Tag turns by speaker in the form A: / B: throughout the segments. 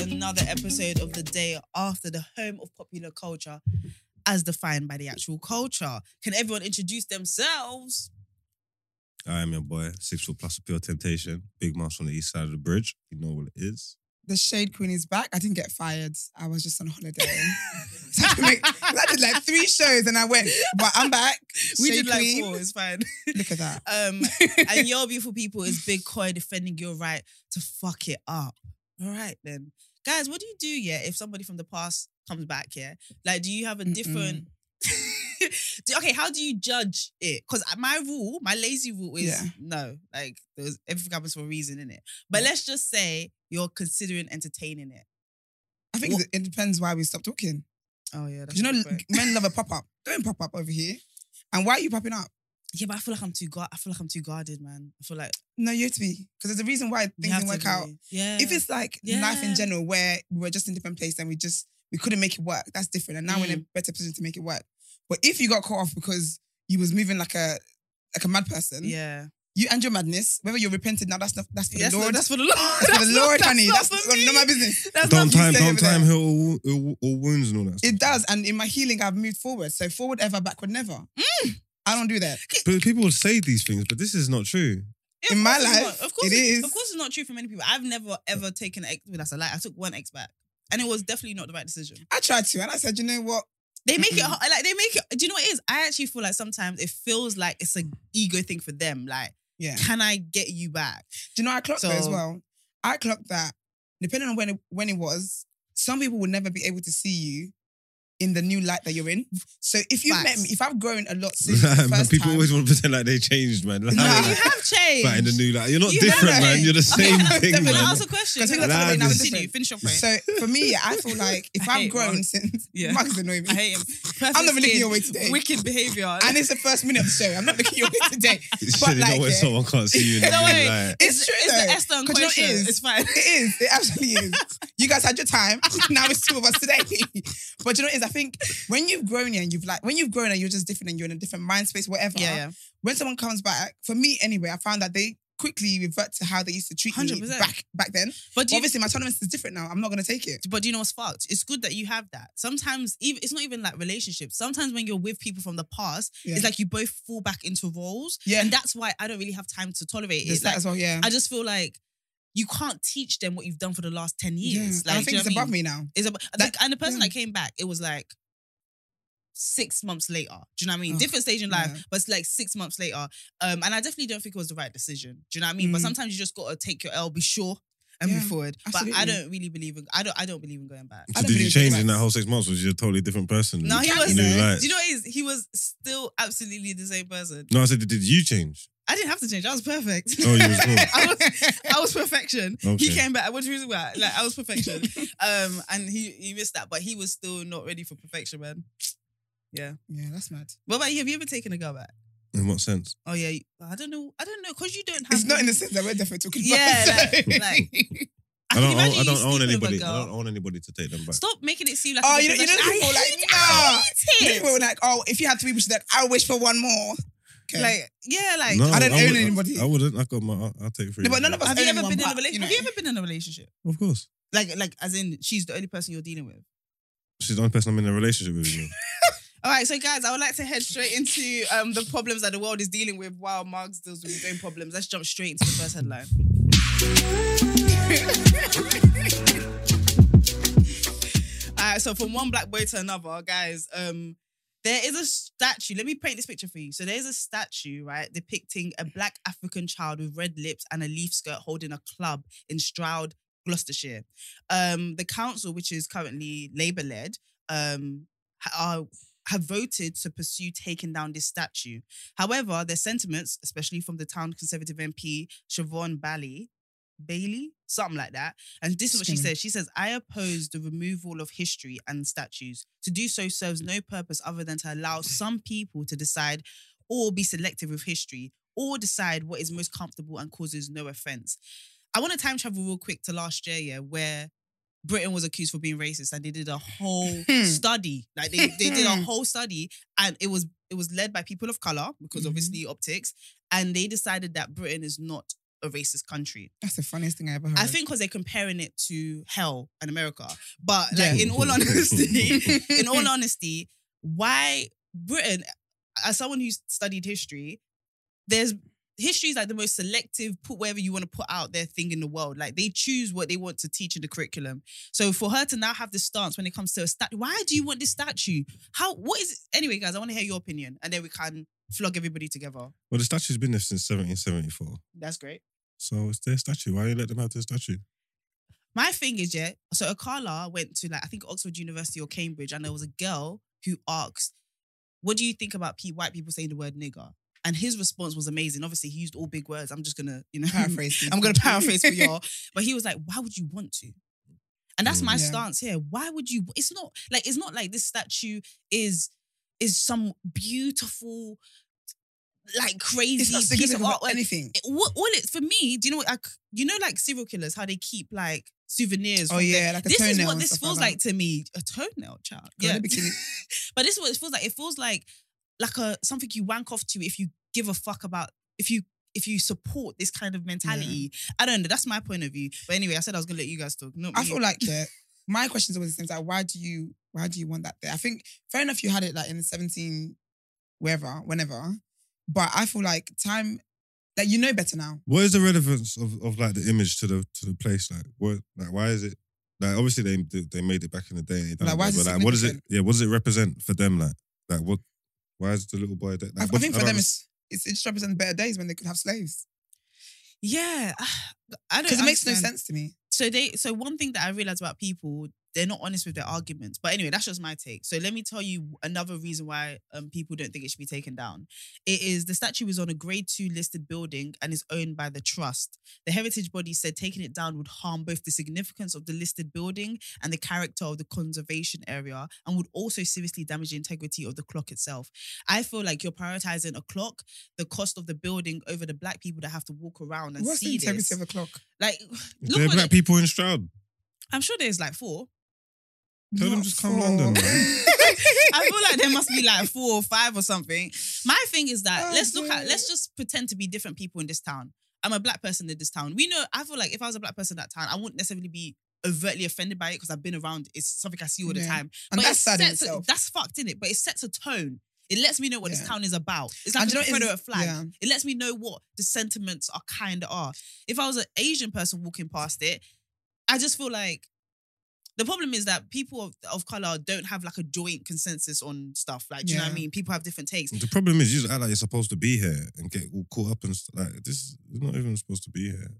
A: another episode of the day after the home of popular culture as defined by the actual culture. Can everyone introduce themselves?
B: I am your boy, six foot plus of pure temptation, big mouse on the east side of the bridge. You know what it is.
C: the shade queen is back. I didn't get fired. I was just on holiday. So I, like- I did like three shows and I went, but I'm back.
A: We
C: Shade
A: did like
C: queen.
A: four, it's fine.
C: Look at that.
A: Um, and your beautiful people is Big Koi defending your right to fuck it up. All right then, guys, what do you do? Yeah, if somebody from the past comes back here, like, do you have a different? Do- okay, how do you judge it? Because my rule, my lazy rule is
C: Yeah.
A: no. Like, there's everything happens for a reason in it. But let's just say you're considering entertaining it.
C: I think it depends why we stopped talking.
A: Oh yeah,
C: 'Cause You know, men love a pop up. Don't pop up over here. And why are you popping up?
A: yeah, but I feel like I'm too. guard. I feel like I'm too guarded, man. I feel like
C: No, you have to be. Because there's a reason why
A: you
C: things
A: have
C: didn't
A: to
C: work
A: be-
C: out.
A: Yeah,
C: If it's like life
A: Yeah.
C: in general, where we were just in different places and we just we couldn't make it work, that's different. And now we're in a
A: Mm.
C: better position to make it work. But if you got caught off because you was moving like a like a mad person,
A: yeah.
C: you and your madness, whether you're repented now, that's not that's for
A: Yes,
C: the
A: no,
C: Lord.
A: that's for the Lord.
C: That's for the
A: not-
C: Lord, honey.
A: not
C: That's
A: for me.
C: not my business.
A: That's
B: don't
A: not for
B: time,
C: say
B: don't
C: over there.
B: time, heal all, all, all wounds and all that.
C: It does. And in my healing, I've moved forward. So forward ever, backward never.
A: Mm.
C: I don't do that.
B: But people will say these things, but this is not true.
A: Yeah,
C: In
A: of
C: my
A: course it's
C: life,
A: not. of course
C: it is.
A: Of course, it's not true for many people. I've never ever taken an ex. Well, that's a lie. I took one ex back, and it was definitely not the right decision.
C: I tried to. And I said, you know what?
A: They make it
C: Mm-mm.
A: hard- like they make it. Do you know what it is? I actually feel like sometimes it feels like it's an ego thing for them. Like,
C: Yeah.
A: can I get you back?
C: Do you know I clocked that as
A: So-
C: well? I clocked that depending on when it, when it was, some people will never be able to see you in the new light that you're in. So if you've met
A: Facts.
C: me, if I've grown a lot since the
B: Man,
C: first
B: people
C: time,
B: always want to pretend like they changed, man. Like,
C: No,
A: No,
C: Nah.
A: you have changed.
B: but in the new, like you're not
A: You
B: different,
A: haven't.
B: man. You're the
A: Okay,
B: same
A: I'm
B: thing,
A: definitely-
B: man.
A: Ask a question.
C: 'Cause
A: Okay,
C: we
B: got something
A: continue,
B: now
A: Continue.
C: different.
A: Finish your point.
C: So for me, I feel like if
A: I
C: I've
A: hate Mark.
C: grown since
A: Yeah.
C: Mark's annoying me.
A: I hate him.
C: I'm not
A: Perfect
C: looking
A: skin,
C: your way today.
A: Wicked behavior.
C: And it's the first minute of the show. I'm not looking your way today.
B: It's
C: But
B: surely not
C: like,
B: when
C: yeah.
B: someone can't see you. In the
A: No,
B: new
A: wait.
B: light.
C: It's true
A: It's
C: though.
A: the Esther and
C: 'Cause you know
A: question.
C: it is.
A: It's fine.
C: It is. It absolutely is. You guys had your time. Now it's two of us today. But you know what it is? I think when you've grown and you've like when you've grown and you're just different and you're in a different mind space, whatever.
A: Yeah,
C: When someone comes back, for me anyway, I found that they quickly revert to how they used to treat me
A: 100%.
C: back back then.
A: But
C: But
A: do you,
C: obviously, my tolerance is different now. I'm not gonna take it.
A: but do you know what's fucked? It's good that you have that. Sometimes even it's not even like relationships. Sometimes when you're with people from the past,
C: Yeah.
A: it's like you both fall back into roles.
C: Yeah.
A: And that's why I don't really have time to tolerate it.
C: There's that
A: Like,
C: as well, yeah.
A: I just feel like you can't teach them what you've done for the last 10
C: Yeah.
A: years.
C: And
A: Like,
C: I think it's above me now.
A: It's about,
C: That-
A: like, and the person
C: yeah.
A: that came back, it was like six months later. Do you know what I mean?
C: Ugh,
A: Different stage in life,
C: yeah.
A: but it's like six months later. Um, and I definitely don't think it was the right decision. Do you know what I mean? But
C: Mm.
A: sometimes you just gotta take your L, be sure, and move
C: Yeah,
A: forward. But I
C: absolutely.
A: don't really believe in. I don't. I don't believe in going back.
B: So
C: I don't
B: did you
C: believe in
B: change in
C: that.
B: that whole six months? Was you a totally different person?
A: No, he
C: can't
A: was.
C: be
A: Do
B: new
C: there.
B: light.
A: you know what it is? He was still absolutely the same person.
B: No, I said, did you change?
A: I didn't have to change. I was perfect.
B: Oh, you was cool.
A: I was, I was perfection.
B: Okay.
A: He came back. What do you reason why? Like I was perfection. um, and he he missed that, but he was still not ready for perfection, man.
C: Yeah, that's mad.
A: What about you? Have you ever taken a girl back?
B: In what sense?
A: Oh yeah, you- I don't know. I don't know because you don't have.
C: It's not in the sense that we're definitely talking
A: Yeah,
C: about. so-
A: like, like, I,
B: I
A: can
B: don't, own,
A: imagine
B: I
A: you
B: don't own
A: sleeping with a
B: anybody. I
A: girl.
B: don't own anybody to take them back.
A: Stop making it seem like.
C: Oh,
A: it's
C: you know- you know
A: possession.
C: people
A: I
C: like,
A: hate-
C: nah.
A: I hate it.
C: People were like, oh, if you had three wishes, then I wish for one more. Okay.
A: Like yeah, like.
B: no,
C: I don't own
B: would-
C: anybody.
B: I wouldn't. I got my. I'll- I'll take free.
C: No, but none of us-
A: have you
C: only
A: ever
C: one
A: been in a
C: part,
A: relationship?
C: you know.
A: Have you ever been in a relationship?
B: Of course,
A: Like like as in she's the only person you're dealing with.
B: she's the only person I'm in a relationship with. You know.
A: All right, so guys, I would like to head straight into um, the problems that the world is dealing with while Margs deals with his own problems. Let's jump straight into the first headline. All right, so from one black boy to another, guys, um, there is a statue. Let me paint this picture for you. So there's a statue, right, depicting a black African child with red lips and a leaf skirt holding a club in Stroud, Gloucestershire. Um, the council, which is currently Labour led, um, ha- are have voted to pursue taking down this statue. However, their sentiments, especially from the town Conservative MP Siobhan Bally, Bailey, something like that. And this is what she
C: Skinny.
A: says. She says, I oppose the removal of history and statues. To do so serves no purpose other than to allow some people to decide or be selective with history or decide what is most comfortable and causes no offense. I want to time travel real quick to last year, yeah, where Britain was accused for being racist and they did a whole
C: Hmm.
A: study. Like they, they did a whole study and it was it was led by people of color because
C: Mhm.
A: obviously optics and they decided that Britain is not a racist country.
C: That's the funniest thing I ever heard.
A: I think because they're comparing it to hell and America. But like
C: Yeah.
A: in all honesty, in
C: Mm-hmm.
A: all honesty, why Britain, as someone who's studied history, there's history is like the most selective, put whatever you want to put out their thing in the world. Like they choose what they want to teach in the curriculum. So for her to now have this stance when it comes to a statue, why do you want this statue? How what is it? anyway, guys, I want to hear your opinion. And then we can flog everybody together.
B: Well, the statue's been there since 1774.
A: That's great.
B: So it's their statue. Why do you let them have their statue?
A: My thing is, yeah. So Akala went to like I think Oxford University or Cambridge, and there was a girl who asked, "What do you think about pe- white people saying the word nigger?" And his response was amazing. Obviously, he used all big words. I'm just gonna, you know,
C: paraphrase.
A: I'm gonna paraphrase for y'all. But he was like, "Why would you want to?" And that's my
C: Mm. Yeah.
A: stance here. Why would you? It's not like it's not like this statue is is some beautiful, like
C: It's
A: crazy
C: not
A: piece of
C: significant
A: artwork
C: for anything.
A: it- Eh, what all it for me, do you know what I, c- you know like serial killers, how they keep like souvenirs.
C: Oh
A: from their-
C: yeah, like a
A: this
C: toenail.
A: is what
C: and
A: this
C: stuff
A: feels
C: that.
A: like to me. A toenail, child.
C: Girl,
A: Yeah.
C: they be killing-
A: but this is what it feels like. It feels like like a something you wank off to if you give a fuck about if you if you support this kind of mentality. I don't know. That's my point of view. But anyway, I said I was gonna let you guys talk. Not
C: I
A: me.
C: feel like yeah. My question is always the same. It's Like, why do you why do you want that there? I think fair enough you had it like in the 17 wherever, whenever. But I feel like time that you know better now.
B: What is the relevance of, of like the image to the to the place? Like what? Like why is it? Like obviously they they made it back in the day. and they done
C: Like, why
B: it,
C: is it
B: but, like, what does it?
C: significant?
B: Yeah, what does it represent for them? Like like what? Why is the little boy there? Like,
C: I, I
B: what-
C: think for
B: don't
C: them it's, it's it just represents better days when they could have slaves.
A: yeah. I don't
C: Because it makes no
A: understand.
C: sense to me.
A: so they so one thing that I realized about people, they're not honest with their arguments. But anyway, that's just my take. So let me tell you another reason why um, people don't think it should be taken down. It is the statue is on a grade two listed building and is owned by the trust. The heritage body said taking it down would harm both the significance of the listed building and the character of the conservation area and would also seriously damage the integrity of the clock itself. I feel like you're prioritizing a clock, the cost of the building over the black people that have to walk around and
C: What's the
A: see
C: integrity
A: this.
C: of a clock?
A: like
B: Is
A: look
B: there
A: what
B: black
A: it-
B: people in Stroud?
A: I'm sure there's like four.
B: Tell them
C: Not
B: just come
C: for-
B: London,
A: I feel like there must be like four or five or something. My thing is that
C: Oh,
A: let's look at
C: dear.
A: let's just pretend to be different people in this town. I'm a black person in this town. We know I feel like if I was a black person in that town, I wouldn't necessarily be overtly offended by it because I've been around. It's something I see all the
C: Yeah.
A: time.
C: and that's
A: it
C: sad in
A: sets a-
C: itself.
A: that's fucked in it, but it sets a tone. It lets me know what this
C: Yeah.
A: town is about. It's like a
C: And you know what is-
A: Confederate flag.
C: yeah.
A: It lets me know what the sentiments are kind of are. If I was an Asian person walking past it, I just feel like the problem is that people of, of color don't have like a joint consensus on stuff. Like, do you know what I
C: Yeah.
A: mean? People have different takes.
B: The problem is you just act like you're supposed to be here and get all caught up and st- like this. You're not even supposed to be here.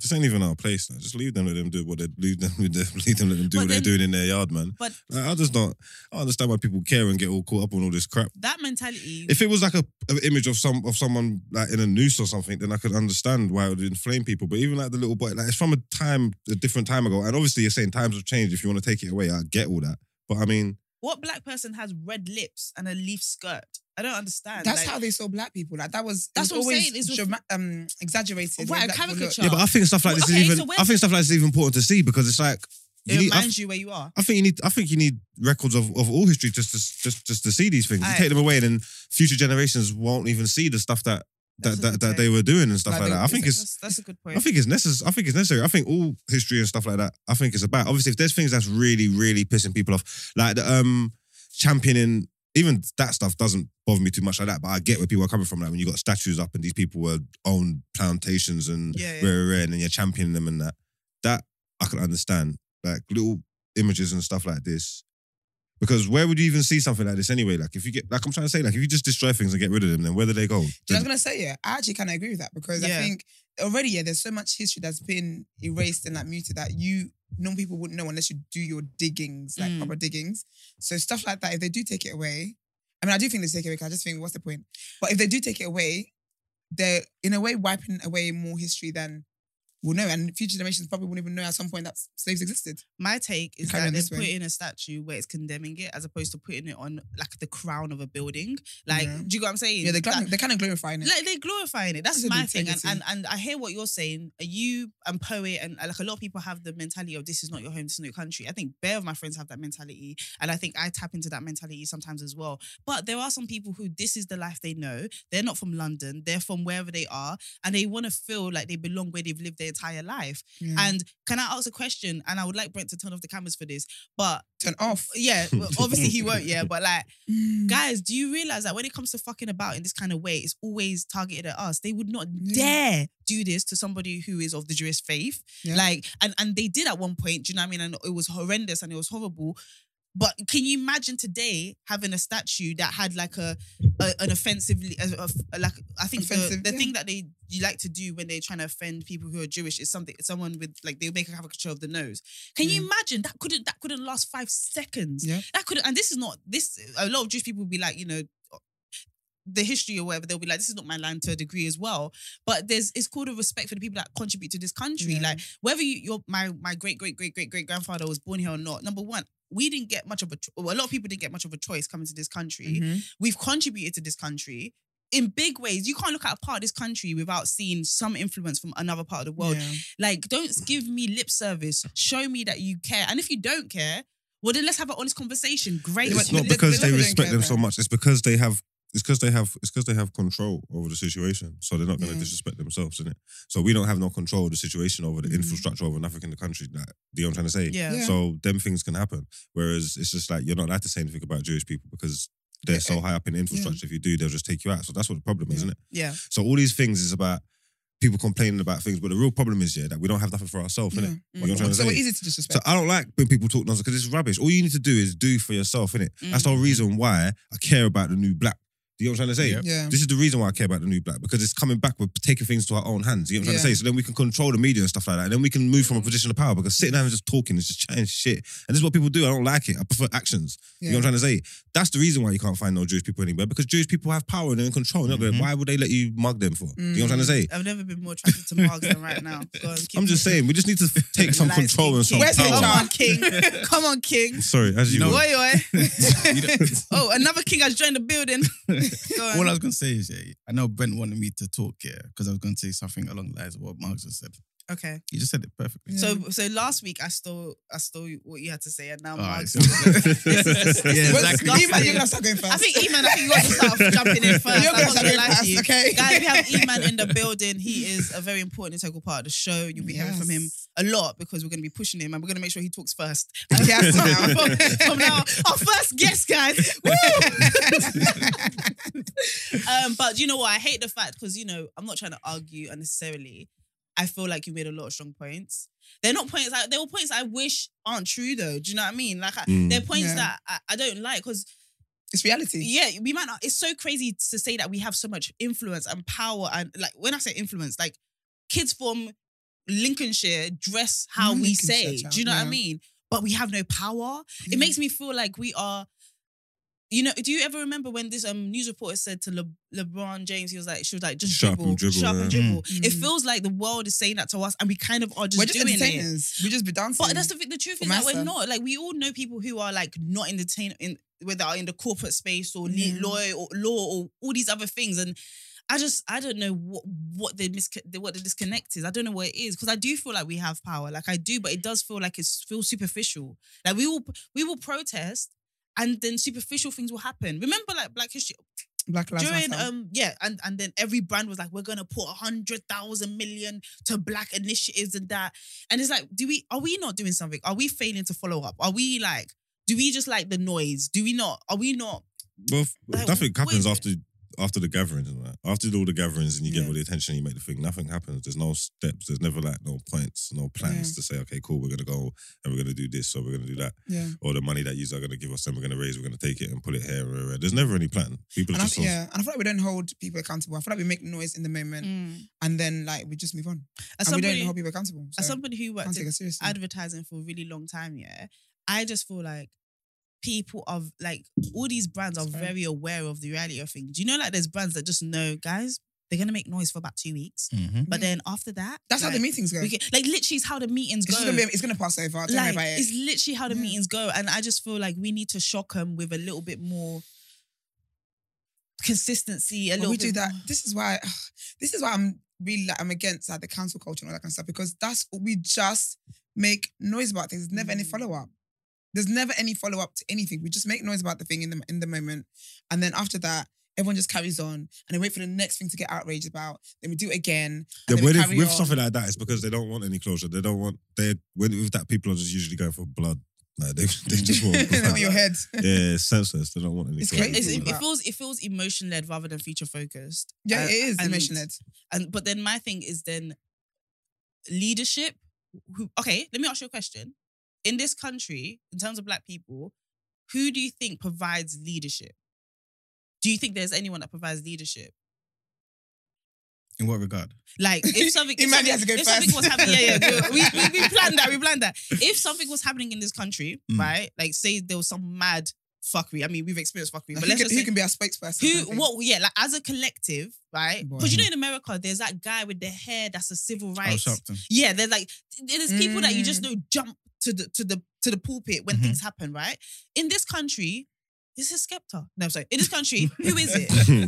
B: This ain't even our place. Like, just leave them. Let them do what they leave them. Leave them. Leave them. Let them do
A: But
B: what
A: then-
B: they're doing in their yard, man.
A: But-
B: like, I just don't. I don't understand why people care and get all caught up on all this crap.
A: That mentality.
B: If it was like a an image of some of someone like in a noose or something, then I could understand why it would inflame people. But even like the little boy, like it's from a time, a different time ago, and obviously you're saying times have changed. If you want to take it away, I get all that. But I mean,
A: what black person has red lips and a leaf skirt? I don't understand.
C: That's
A: Like,
C: how they saw black people. Like that was it
A: That's
C: was
A: what I'm
C: always
A: saying, it's ref-
C: drama- um, exaggerated.
A: Right,
C: when
A: a
C: black people look.
A: caricature.
B: yeah, but I think stuff like
A: Well,
B: this
A: okay,
B: is even.
A: so where-
B: I think stuff like this is even important to see because it's like.
A: it
B: You need, I,
A: reminds you where you are.
B: I think you need. I think you need records of, of all history just to just just to see these things.
A: Aye.
B: You take them away, then future generations won't even see the stuff that
A: That's
B: that
A: a
B: that,
A: good
B: that
A: point.
B: they were doing and stuff
C: Like
B: like
C: the-
B: that. I think it's
A: That's, that's a good point.
B: I think it's necessary. I think it's necessary. I think all history and stuff like that. I think it's about. Obviously, if there's things that's really, really pissing people off, like the um championing, even that stuff doesn't bother me too much like that. But I get where people are coming from. Like when you got statues up and these people were owned plantations and
A: Yeah, yeah.
B: rare, rare, and then you're championing them and that. That I can understand. Like little images and stuff like this. Because where would you even see something like this anyway? Like if you get, like I'm trying to say, like if you just destroy things and get rid of them, then where do they go?
C: Do you know what I was gonna say? Yeah, I actually kind of agree with that because
A: Mm. Yeah.
C: I think already yeah, there's so much history that's been erased and like muted that you normal people wouldn't know unless you do your diggings, like
A: Mm.
C: proper diggings. So stuff like that, if they do take it away, I mean, I do think they take it away. 'cause I just think, what's the point? But if they do take it away, they're in a way wiping away more history than will know, and future generations probably won't even know at some point that slaves existed.
A: My take is
C: Carry
A: that
C: on
A: they're
C: this way.
A: putting a statue where it's condemning it as opposed to putting it on like the crown of a building. Like,
C: Yeah.
A: do you get what I'm saying?
C: Yeah, they're, gl-
A: That-
C: they're kind of glorifying it.
A: Like they're glorifying it. That's
C: It's an
A: my thing. And, and
C: integrity.
A: and I hear what you're saying. You and poet and uh, like a lot of people have the mentality of this is not your home, this is not your country. I think bare of my friends have that mentality, and I think I tap into that mentality sometimes as well. But there are some people who this is the life they know. They're not from London. They're from wherever they are, and they want to feel like they belong where they've lived their entire life.
C: Yeah.
A: And can I ask a question? And I would like Brent to turn off the cameras for this, but
C: turn off.
A: yeah, well, obviously he won't. Yeah, but like
C: Guys,
A: guys, do you realize that when it comes to fucking about in this kind of way, it's always targeted at us? They would not
C: Yeah.
A: dare do this to somebody who is of the Jewish faith.
C: Yeah.
A: Like, and and they did at one point. Do you know what I mean? And it was horrendous and it was horrible. But can you imagine today having a statue that had like a, a an offensively a, a- like I think
C: Offensive,
A: the, the
C: yeah.
A: thing that they you like to do when they're trying to offend people who are Jewish is something someone with like they'll make a caricature of the nose. Can you
C: Yeah.
A: imagine that couldn't that couldn't last five seconds?
C: Yeah.
A: That could and this is not this a lot of Jewish people will be like, you know, uh, the history or whatever, they'll be like, this is not my land to a degree as well. But there's it's called a respect for the people that contribute to this country.
C: Yeah.
A: Like whether you your my my great great great great great grandfather was born here or not, number one, we didn't get much of a cho- well, a lot of people didn't get much of a choice coming to this country
C: Mm-hmm.
A: we've contributed to this country in big ways. You can't look at a part of this country without seeing some influence from another part of the world.
C: yeah.
A: Like, don't give me lip service. Show me that you care. And if you don't care, well, then let's have an honest conversation. Great.
B: It's
C: But
B: not
C: they-
B: because
C: they
B: they
C: don't
B: respect
C: care
B: them
C: about
B: so
C: it.
B: much. It's because they have. It's because they have. It's because they have control over the situation. So they're not going to
C: Yeah.
B: disrespect themselves, is it? So we don't have no control of the situation over the
A: Mhm.
B: infrastructure over nothing in the country. Like, do you know what I'm trying to say?
A: yeah.
C: Mm-hmm. Yeah.
B: So them things can happen. Whereas it's just like you're not allowed to say anything about Jewish people because they're so high up in the infrastructure. If you do, they'll just take you out. So that's what the problem is,
C: Yeah.
B: isn't it?
A: Yeah.
B: So all these things is about people complaining about things, but the real problem is yeah that we don't have nothing for ourselves,
C: Yeah.
B: innit?
A: Mm.
B: You know what I'm trying to
C: So
B: say?
C: we're easy to
B: So
C: disrespect.
B: I don't like when people talk nonsense because it's rubbish. All you need to do is do for yourself, innit? That's the whole reason why I care about the new black. Do you know what I'm trying to say?
D: Yeah.
C: yeah.
B: This is the reason why I care about the new black because it's coming back. We're taking things to our own hands. You know what I'm trying to
C: Yeah.
B: say? So then we can control the media and stuff like that. And then we can move from a position of power because sitting down and just talking is just chatting shit. And this is what people do. I don't like it. I prefer actions. You know what I'm trying to say? That's the reason why you can't find no Jewish people anywhere because Jewish people have power and they're in control. They're not going,
D: Mhm.
B: why would they let you mug them for? Do you know what I'm trying to say?
A: I've never been more attracted to Margs than right now. Go on, keep
B: I'm just
A: moving.
B: saying, we just need to take some
A: Lies,
B: control and
A: King, King.
B: some
C: Where's the
B: power.
A: Come
C: HR?
A: on, King. Come on, King.
B: Sorry, as you
D: No.
B: were.
A: Oi, oi.
D: You don't-
A: Oh, another king has joined the building. Go on.
D: All I was gonna say is, yeah, I know Brent wanted me to talk here because I was gonna say something along the lines of what Marx just said.
A: okay.
D: You just said it perfectly.
A: So so last week I stole I stole what you had to say and now
D: All right,
A: Margs.
D: so- yeah,
A: Well,
D: exactly.
C: You man, you're gonna start going first.
A: I think Eman, I think you want to start jumping in first.
C: you're
A: I'm
C: gonna
A: not
C: start
A: gonna
C: going
A: lie to
C: first,
A: you.
C: okay?
A: Guys, we have Eman in the building. He is a very important integral part of the show. You'll be hearing from
C: Yes.
A: him a lot because we're going to be pushing him and we're going to make sure he talks first.
C: He has to now.
A: from, from now, our first guest, guys. Woo! um, but you know what? I hate the fact because you know I'm not trying to argue unnecessarily. I feel like you made a lot of strong points. They're not points. I, they were points I wish aren't true though. Do you know what I mean? Like I,
B: Mm.
A: they're points
C: Yeah.
A: that I, I don't like because
C: It's reality.
A: yeah, we might not. It's so crazy to say that we have so much influence and power. And like when I say influence, like kids from Lincolnshire dress how we
C: Mm, Lincolnshire,
A: say.
C: child,
A: Do you know what I
C: yeah. Mm.
A: mean? But we have no power. It makes me feel like we are. You know, do you ever remember when this um, news reporter said to Le- LeBron James, he was like, she was like, just
B: Shut up
A: dribble,
B: and dribble,
A: shut up and
B: yeah.
A: dribble. It
C: Mm.
A: feels like the world is saying that to us, and we kind of are just,
C: we're just
A: doing it.
C: entertainers. We just be dancing.
A: But that's the thing. The truth
C: For
A: is that we're
C: myself.
A: not. Like we all know people who are like not entertain in whether are in the corporate space or le-
C: Yeah.
A: lawyer or law or all these other things. And I just I don't know what what the mis- what the disconnect is. I don't know what it is because I do feel like we have power. Like I do, but it does feel like it's feel superficial. Like we will we will protest. And then superficial things will happen. Remember, like Black History
C: Black Lives
A: during,
C: Matter.
A: um, yeah, and and then every brand was like, we're gonna put a hundred thousand million to Black initiatives and that. And it's like, do we are we not doing something? Are we failing to follow up? Are we like, do we just like the noise? Do we not? Are we not?
B: Well, f-
A: Like,
B: nothing happens
A: wait.
B: after after the gatherings and that. After all the gatherings and you
C: Yeah.
B: get all the attention, you make the thing. Nothing happens. There's no steps. There's never like no points, no plans
C: Mm.
B: to say, okay, cool, we're gonna go and we're gonna do this or we're gonna do that.
C: yeah.
B: Or the money that you are gonna give us, then we're gonna raise, we're gonna take it and put it here. Or, there. There's never any plan. People are
C: And I,
B: just sort of-
C: yeah, and I feel like we don't hold people accountable. I feel like we make noise in the moment
A: Mm.
C: and then like we just move on.
A: As
C: Mm. and we
A: somebody,
C: don't hold people accountable.
A: as
C: So
A: somebody who
C: can't
A: worked
C: take
A: in
C: us seriously.
A: advertising for a really long time, yeah, I just feel like people of like all these brands are
C: That's fair.
A: very aware of the reality of things. Do you know like there's brands that just know, guys, They're gonna make noise for about two weeks,
D: Mm-hmm.
A: but then after that,
C: That's how
A: like,
C: the meetings go.
A: we can, like literally it's how the meetings
C: it's,
A: go.
C: just gonna be, it's gonna pass over. Don't worry
A: like
C: about it.
A: it's literally how the
C: Yeah.
A: meetings go, and I just feel like we need to shock them with a little bit more consistency. A
C: But
A: little
C: we
A: bit
C: do that.
A: more-
C: This is why. This is why I'm really like, I'm against like the council culture and all that kind of stuff because that's we just make noise about things. There's never any
A: Mm.
C: follow up. There's never any follow up to anything. We just make noise about the thing in the in the moment, and then after that, everyone just carries on and they wait for the next thing to get outraged about. Then we do it again.
B: Yeah,
C: and then
B: with,
C: we
B: if,
C: carry
B: with
C: on.
B: something like that, it's because they don't want any closure. They don't want they with, with that people are just usually going for blood. Like they, they just want
C: on
B: blood.
C: your head.
B: yeah, it's senseless. They don't want any.
C: It's
B: closure.
C: crazy.
A: It's- it,
C: Yeah.
A: it feels it feels emotion led rather than future focused.
C: Yeah,
A: Uh,
C: it is
A: and-
C: emotion led.
A: And but then my thing is then leadership. Who, okay, let me ask you a question. In this country, in terms of black people, who do you think provides leadership? Do you think there's anyone that provides leadership?
D: In what regard?
A: Like if something, if
C: Imani
A: something,
C: has to go
A: if something
C: first.
A: was happening, yeah, yeah, we, we, we planned that, we planned that. If something was happening in this country,
D: Mm.
A: right? Like say there was some mad fuckery. I mean, we've experienced fuckery, but
C: Who,
A: let's
C: can,
A: just
C: who
A: say,
C: can be our spokesperson?
A: who?
C: kind of thing?
A: What? Yeah, like as a collective, right?
C: Boy.
A: Because you know, in America, there's that guy with the hair that's a civil
D: Oh,
A: rights.
D: Sharpton.
A: yeah, there's like there's people that you just
C: Mm. Mm-hmm.
A: know jump to the to the to the pulpit when
D: Mhm.
A: things happen, right? In this country, this is Skepta. No, I'm sorry. In this country, who is it? Who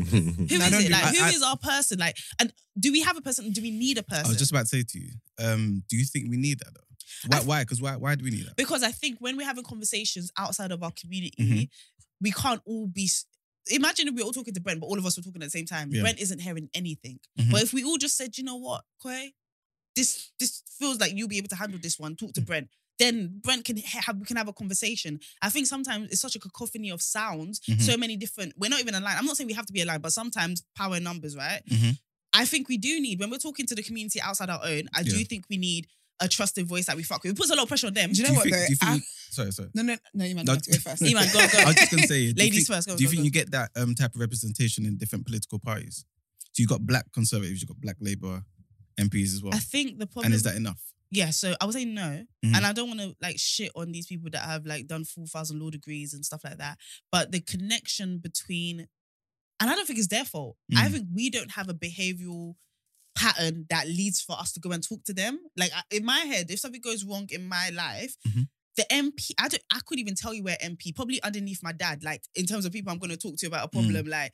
A: is
C: No, don't
A: it?
C: do
A: Like,
D: that.
A: who is
D: I- I-
A: our person? Like, and do we have a person? Do we need a person?
D: I was Oh, just about to say to you, um, do you think we need that though? Why?
A: I-
D: why? Because why? Why do we need that?
A: because I think when we're having conversations outside of our community,
C: Mm-hmm.
D: Mhm.
A: we can't all be. s- Imagine if we were all talking to Brent, but all of us were talking at the same time.
D: Yeah.
A: Brent isn't hearing anything.
C: Mm-hmm.
D: Mhm.
A: But if we all just said, you know what, Koi, this this feels like you'll be able to handle this one. Talk to
C: Mm.
A: Brent. Then Brent can ha- have we can have a conversation. I think sometimes it's such a cacophony of sounds,
C: Mm-hmm.
D: Mhm.
A: so many different. We're not even aligned. I'm not saying we have to be aligned, but sometimes power in numbers, right?
C: Mm-hmm.
D: Mhm.
A: I think we do need when we're talking to the community outside our own. I do
D: Yeah.
A: think we need a trusted voice that we fuck with. It puts a lot of pressure on them.
C: Do you know
D: do
C: what?
D: you think,
C: though?
D: do you think
C: I-
D: we- sorry, sorry.
C: no, no, no. You might
D: No.
C: have to go first.
A: Iman, go, go.
D: I was just gonna say, do you
A: Ladies
D: think-
A: first. Go,
D: do you
A: go,
D: think
A: go.
D: you get that um, type of representation in different political parties? So you got black conservatives, you got black Labour MPs as well,
A: I think the problem
D: and is that enough?
A: yeah. So I would say no,
D: Mhm.
A: and I don't want to like shit on these people that have like done full thousand law degrees and stuff like that. But the connection between, and I don't think it's their fault. I
D: Mhm.
A: think we don't have a behavioral pattern that leads for us to go and talk to them. Like I- in my head, if something goes wrong in my life.
D: Mhm.
A: The MP, I don't, I couldn't even tell you where MP. Probably underneath my dad. Like in terms of people I'm going to talk to about a problem. Like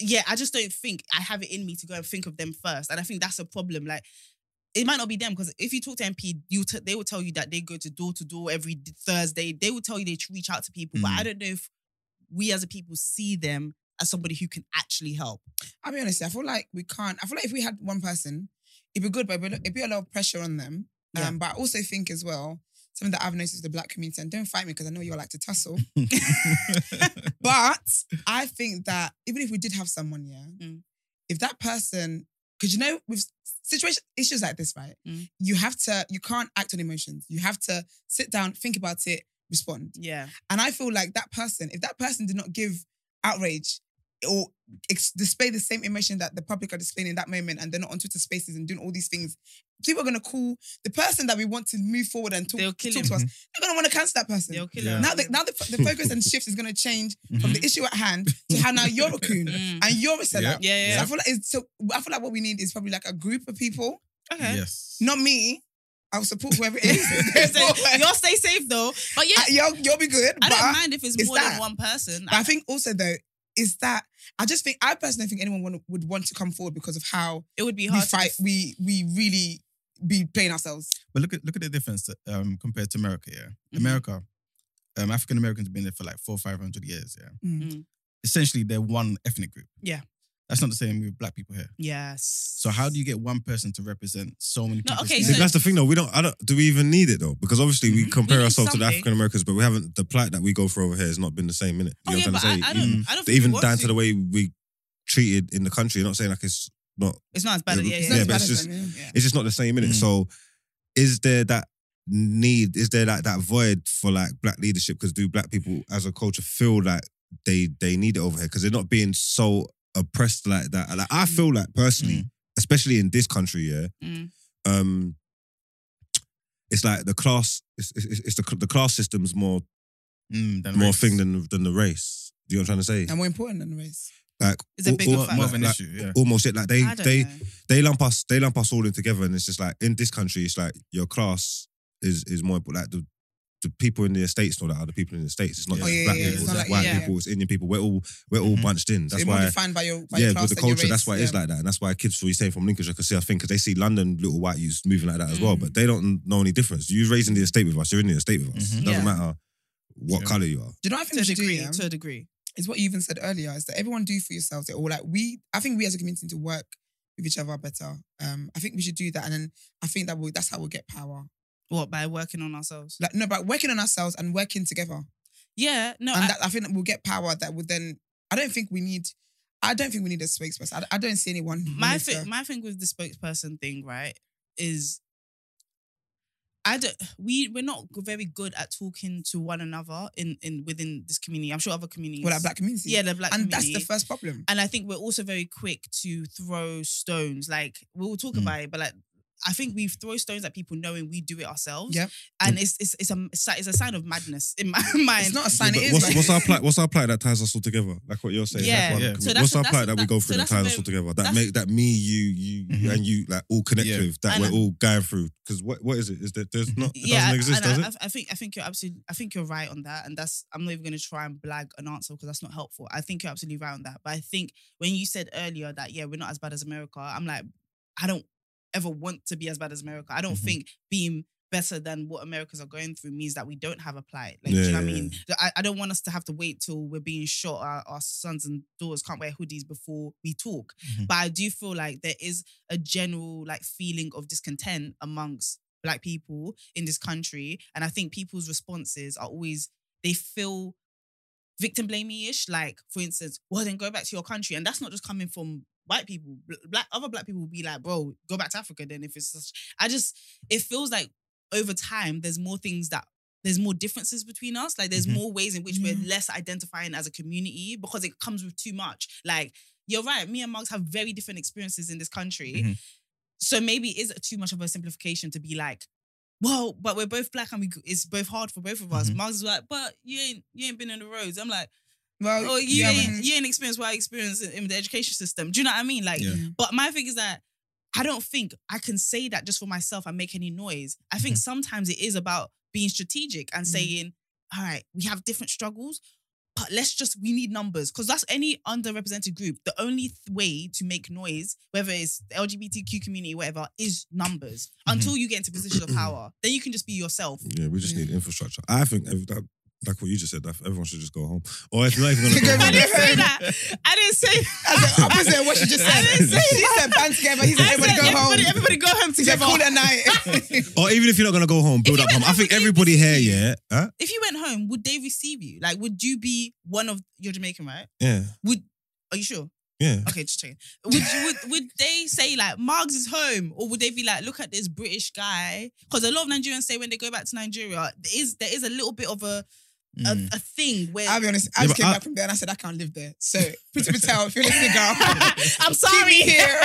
A: yeah, I just don't think I have it in me to go and think of them first, and I think that's a problem. Like, it might not be them because if you talk to MP, you t- they will tell you that they go to door to door every d- Thursday. They will tell you they tr- reach out to people, but
D: Mm.
A: I don't know if we as a people see them as somebody who can actually help.
C: I'll be honest, I feel like we can't. I feel like if we had one person, it'd be good, but it'd be- it'd be a lot of pressure on them.
A: Yeah.
C: Um, but I also think as well, something that I've noticed with the black community, and don't fight me because I know you all like to tussle, but I think that even if we did have someone, yeah,
A: Mm.
C: if that person, because you know, with situation issues like this, right,
A: Mm.
C: you have to, you can't act on emotions. You have to sit down, think about it, respond.
A: Yeah,
C: And I feel like that person, if that person did not give outrage or ex- display the same emotion that the public are displaying in that moment, and they're not on Twitter Spaces and doing all these things, people are gonna call the person that we want to move forward and talk,
A: They'll
C: talk
A: kill
C: to
A: him.
C: us. They're gonna want to cancel that person.
A: they'll kill
D: Yeah.
A: her.
C: Now, the, now the, the focus and shift is gonna change from
D: Mhm.
C: the issue at hand to how now you're a coon
A: Mm.
C: and you're a seller.
A: yeah, yeah.
C: So I feel like it's, so I feel like what we need is probably like a group of people,
A: Okay.
D: Mm-hmm. Yes.
C: not me. I'll support whoever it is.
A: So y'all stay safe though, but yeah, I,
C: you'll, you'll be good. but
A: don't mind if it's
C: it's
A: more than
C: that.
A: one person.
C: But I think also though is that I just think I personally think anyone want, would want to come forward because of how
A: it would be
C: we
A: hard. to
C: fight.
A: def-
C: We we really be playing ourselves.
D: But look at look at the difference um, compared to America. Yeah,
A: Mhm.
D: America, um, African Americans have been there for like four five hundred years. Yeah,
C: Mm.
A: Mm.
D: essentially they're one ethnic group.
A: Yeah.
D: that's not the same with black people here.
A: Yes.
D: So how do you get one person to represent so many
A: No,
D: people?
A: okay,
B: See, that's the thing though. We don't. I don't. Do we even need it though? Because obviously we
D: Mhm.
B: compare
A: We need
B: ourselves to the
A: something.
B: African Americans, but we haven't. The plight that we go through over here has not been the same, innit?
A: Oh
B: You
A: yeah, but
B: know what
A: I,
B: I'm trying to say?
A: I don't.
D: Mm.
A: I don't. Think
B: Even
A: we want
B: down to
A: to.
B: the way we treated in the country. Not saying like it's not.
A: It's not as bad.
B: Yeah,
A: as yeah,
B: but-
A: yeah.
B: yeah, but it's just-
C: yeah.
B: It's just not the same, innit?
D: Mm.
B: So, is there that need? Is there like that void for like black leadership? Because do black people as a culture feel like they they need it over here? Because they're not being so oppressed like that. Like I feel like personally, especially in this country, yeah.
A: Mm.
B: um it's like the class it's, it's, it's the, the class system's more
D: Mm, than
B: more
D: race.
B: thing than than the race do you know what I'm trying to say
C: And more important than race.
B: Like
A: It's a
B: all-
A: bigger
B: all-
A: fact.
D: More of an
B: like,
D: issue, yeah.
B: almost it. Like they
A: I don't
B: they
A: know.
B: they lump us they lump us all in together, and it's just like in this country, it's like your class is is more important. Like the the people in the estates know that other people in the states. It's not
D: Yeah.
B: just
C: Oh, yeah,
B: black
C: yeah,
B: people,
C: it's
B: it's,
C: not like-
B: white
A: yeah.
B: people, it's Indian people. We're all we're all
D: Mhm.
B: bunched in. That's
C: you're more
B: why
C: defined by your by
B: yeah,
C: your class
B: with the
C: and your
B: culture, that's
C: race,
B: why it
C: yeah.
B: is like that, and that's why kids who you saying from Lincolnshire can see I think because they see London little white youths moving like that as well,
A: Mm.
B: but they don't know any difference. You raised in the estate with us, you're in the estate with us.
D: Mhm.
B: It
A: Yeah.
B: doesn't matter what
D: Yeah.
B: color you are.
C: Do you know what
A: To
C: I think
A: a
C: we should do?
A: degree,
C: yeah?
A: to a degree.
C: Is what you even said earlier is that everyone do for yourselves. Or like we, I think we as a community need to work with each other better. Um, I think we should do that, and then I think that will that's how we'll get power.
A: What by working on ourselves?
C: Like no, but working on ourselves and working together,
A: Yeah, no,
C: and
A: I-
C: that I think that we'll get power. That would then. I don't think we need. I don't think we need a spokesperson. I, I don't see anyone. who
A: my
C: needs to-
A: thing, my thing with the spokesperson thing, right, is I don't. We we're not very good at talking to one another in in within this community. I'm sure other communities.
C: well, our black community.
A: yeah, the black
C: and
A: community.
C: that's the first problem.
A: and I think we're also very quick to throw stones. Like we'll talk
D: Mm.
A: about it, but like I think we throw stones at people knowing we do it ourselves.
C: Yep.
A: and it's it's it's a it's a sign of madness in my mind.
C: It's not a sign.
B: Yeah,
C: it
B: but what's,
C: is. like-
B: what's our plight? What's our plight that ties us all together? Like what you're saying.
A: Yeah.
B: like, what-
D: Yeah.
A: So that's
B: what's
A: a-
B: our
A: that's a-
B: plight that we go
A: that-
B: through
A: so
B: that
A: that's a
B: ties us
A: very-
B: all together? That
A: that's-
B: make that me, you, you, you,
D: Mhm.
B: and you like all connect
D: Yeah.
B: with that
A: And
B: we're
A: I-
B: all going through. Because what what is it? Is that there's
D: Mhm.
B: not? It
A: yeah,
B: doesn't exist,
A: and
B: does
A: I,
B: it?
A: I I think I think you're absolutely I think you're right on that, and that's I'm not even going to try and blag an answer because that's not helpful. I think you're absolutely right on that, but I think when you said earlier that yeah we're not as bad as America, I'm like I don't ever want to be as bad as America. I don't
D: Mhm.
A: think being better than what Americans are going through means that we don't have a plight. Like, do you know what I
B: Yeah.
A: mean? I, I don't want us to have to wait till we're being shot. Our, our sons and daughters can't wear hoodies before we talk.
D: Mhm.
A: But I do feel like there is a general like feeling of discontent amongst black people in this country. And I think people's responses are always they feel victim blamey ish. Like, for instance, well, then go back to your country. And that's not just coming from white people. Bl- Black other black people will be like, bro, go back to Africa then if it's such I just it feels like over time there's more things that there's more differences between us. Like there's
D: Mhm.
A: more ways in which
C: Mm-hmm. Yeah.
A: we're less identifying as a community because it comes with too much. Like you're right, me and Mugs have very different experiences in this country.
C: Mm-hmm.
D: Mhm.
A: So maybe it is too much of a simplification to be like, well, but we're both black and we it's both hard for both of us.
D: Mhm.
C: Mm-hmm.
A: Mugs is like, but you ain't you ain't been on the roads. I'm like,
C: well,
A: oh, you
C: yeah,
A: ain't
C: man.
A: you ain't experienced what I experienced in, in the education system. Do you know what I mean? Like
D: Yeah.
A: but my thing is that I don't think I can say that just for myself and make any noise. I think
D: Mhm.
C: Mm-hmm.
A: sometimes it is about being strategic and
C: Mhm.
A: saying, all right, we have different struggles, but let's just, we need numbers. Because that's any underrepresented group. The only th- way to make noise, whether it's the LGBTQ community, whatever, is numbers
C: Mm-hmm.
D: Mhm.
A: until you get into position of power. Then you can just be yourself.
B: Yeah, we just
C: Yeah.
B: need infrastructure. I think ev- that, like what you just said, that everyone should just go home, or if not even gonna
C: Go
B: go
C: back
A: I
B: home.
A: didn't say that. I didn't say
C: That's the opposite of what she just said.
A: I didn't say
C: She said band together. He said
A: I
C: everybody
A: said,
C: go
A: everybody,
C: home.
A: everybody go home
C: She said
A: together.
C: call it a night.
B: Or even if you're not gonna go home, build
A: you
B: up home.
A: went
B: I think
A: home,
B: everybody
A: you-
B: here, yeah, huh?
A: If you went home, would they receive you? Like, would you be one of, you're Jamaican, right?
B: yeah,
A: Would are you sure?
B: yeah.
A: Okay, just checking. Would you, would would they say like Margs is home, or would they be like, look at this British guy? Because a lot of Nigerians say when they go back to Nigeria, there is there is a little bit of a a,
D: Mm.
A: a thing where
C: I'll be honest. Hmm. I
B: Yeah,
C: just
B: but
C: came
B: I-
C: back from there and I said I can't live there. So pretty Patel, if you're listening, girl,
A: I'm
C: keep
A: sorry.
C: me here.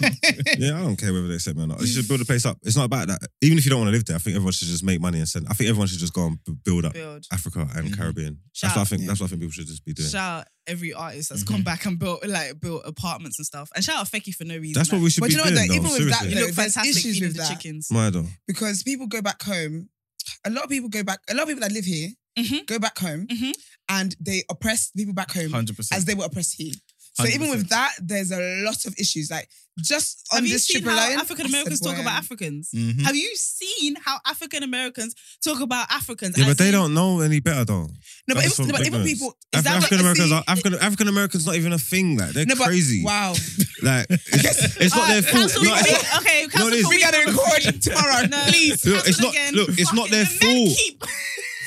B: Yeah, I don't care whether they accept me or not. You should build the place up. It's not about that. Even if you don't want to live there, I think everyone should just make money and send. I think everyone should just go and b- build up
A: Build.
B: Africa and
C: Mm-hmm.
D: Mhm.
B: Caribbean.
A: Shout
B: that's what I think.
C: out.
B: That's what I think people should just be doing.
A: Shout out every artist that's
D: Mhm.
C: Mm-hmm.
A: come back and built like built apartments and stuff. And shout out Fecky for no reason.
B: that's what we should
C: But
B: be
C: you know
B: doing.
C: that
B: though,
C: even with that,
A: you
B: seriously.
C: You know,
A: look
C: there's
A: fantastic
C: issues
A: feeding
C: with
A: the
C: that.
A: chickens.
B: Why though?
C: because people go back home. A lot of people go back. A lot of people that live here
A: Mhm.
C: go back home,
A: Mhm.
C: and they oppress people back home
D: 100%.
C: as they were oppressed here. So even with
D: 100%.
C: that, there's a lot of issues. Like just on
A: Have you
C: this
A: seen
C: trip
A: how
C: alone,
A: African Americans
C: I said, Mm-hmm.
A: talk about
C: "Wow."
A: Africans?
D: Mhm.
A: Have you seen how African Americans talk about Africans?
B: Yeah,
A: As
B: but they
A: in-
B: don't know any better though.
C: No, but
B: That's
C: even,
B: from
C: but even
B: ignorance.
C: people is
B: Af-
C: that what-
B: African Americans
C: see-
B: are African African Americans not even a thing. Like they're
C: No, but- Uh,
B: crazy.
C: Wow,
B: Like it's, it's not
A: Alright,
B: their fault.
A: Council,
B: No, it's
A: we-
B: not-
A: okay, council,
B: it is.
A: for
C: we
A: me.
C: gotta record tomorrow.
A: No, Mm.
C: Please,
B: Look, it's
A: cancel
B: not-
A: again.
B: look, it's
A: Fucking
B: not their
A: the men
B: fault.
A: keep-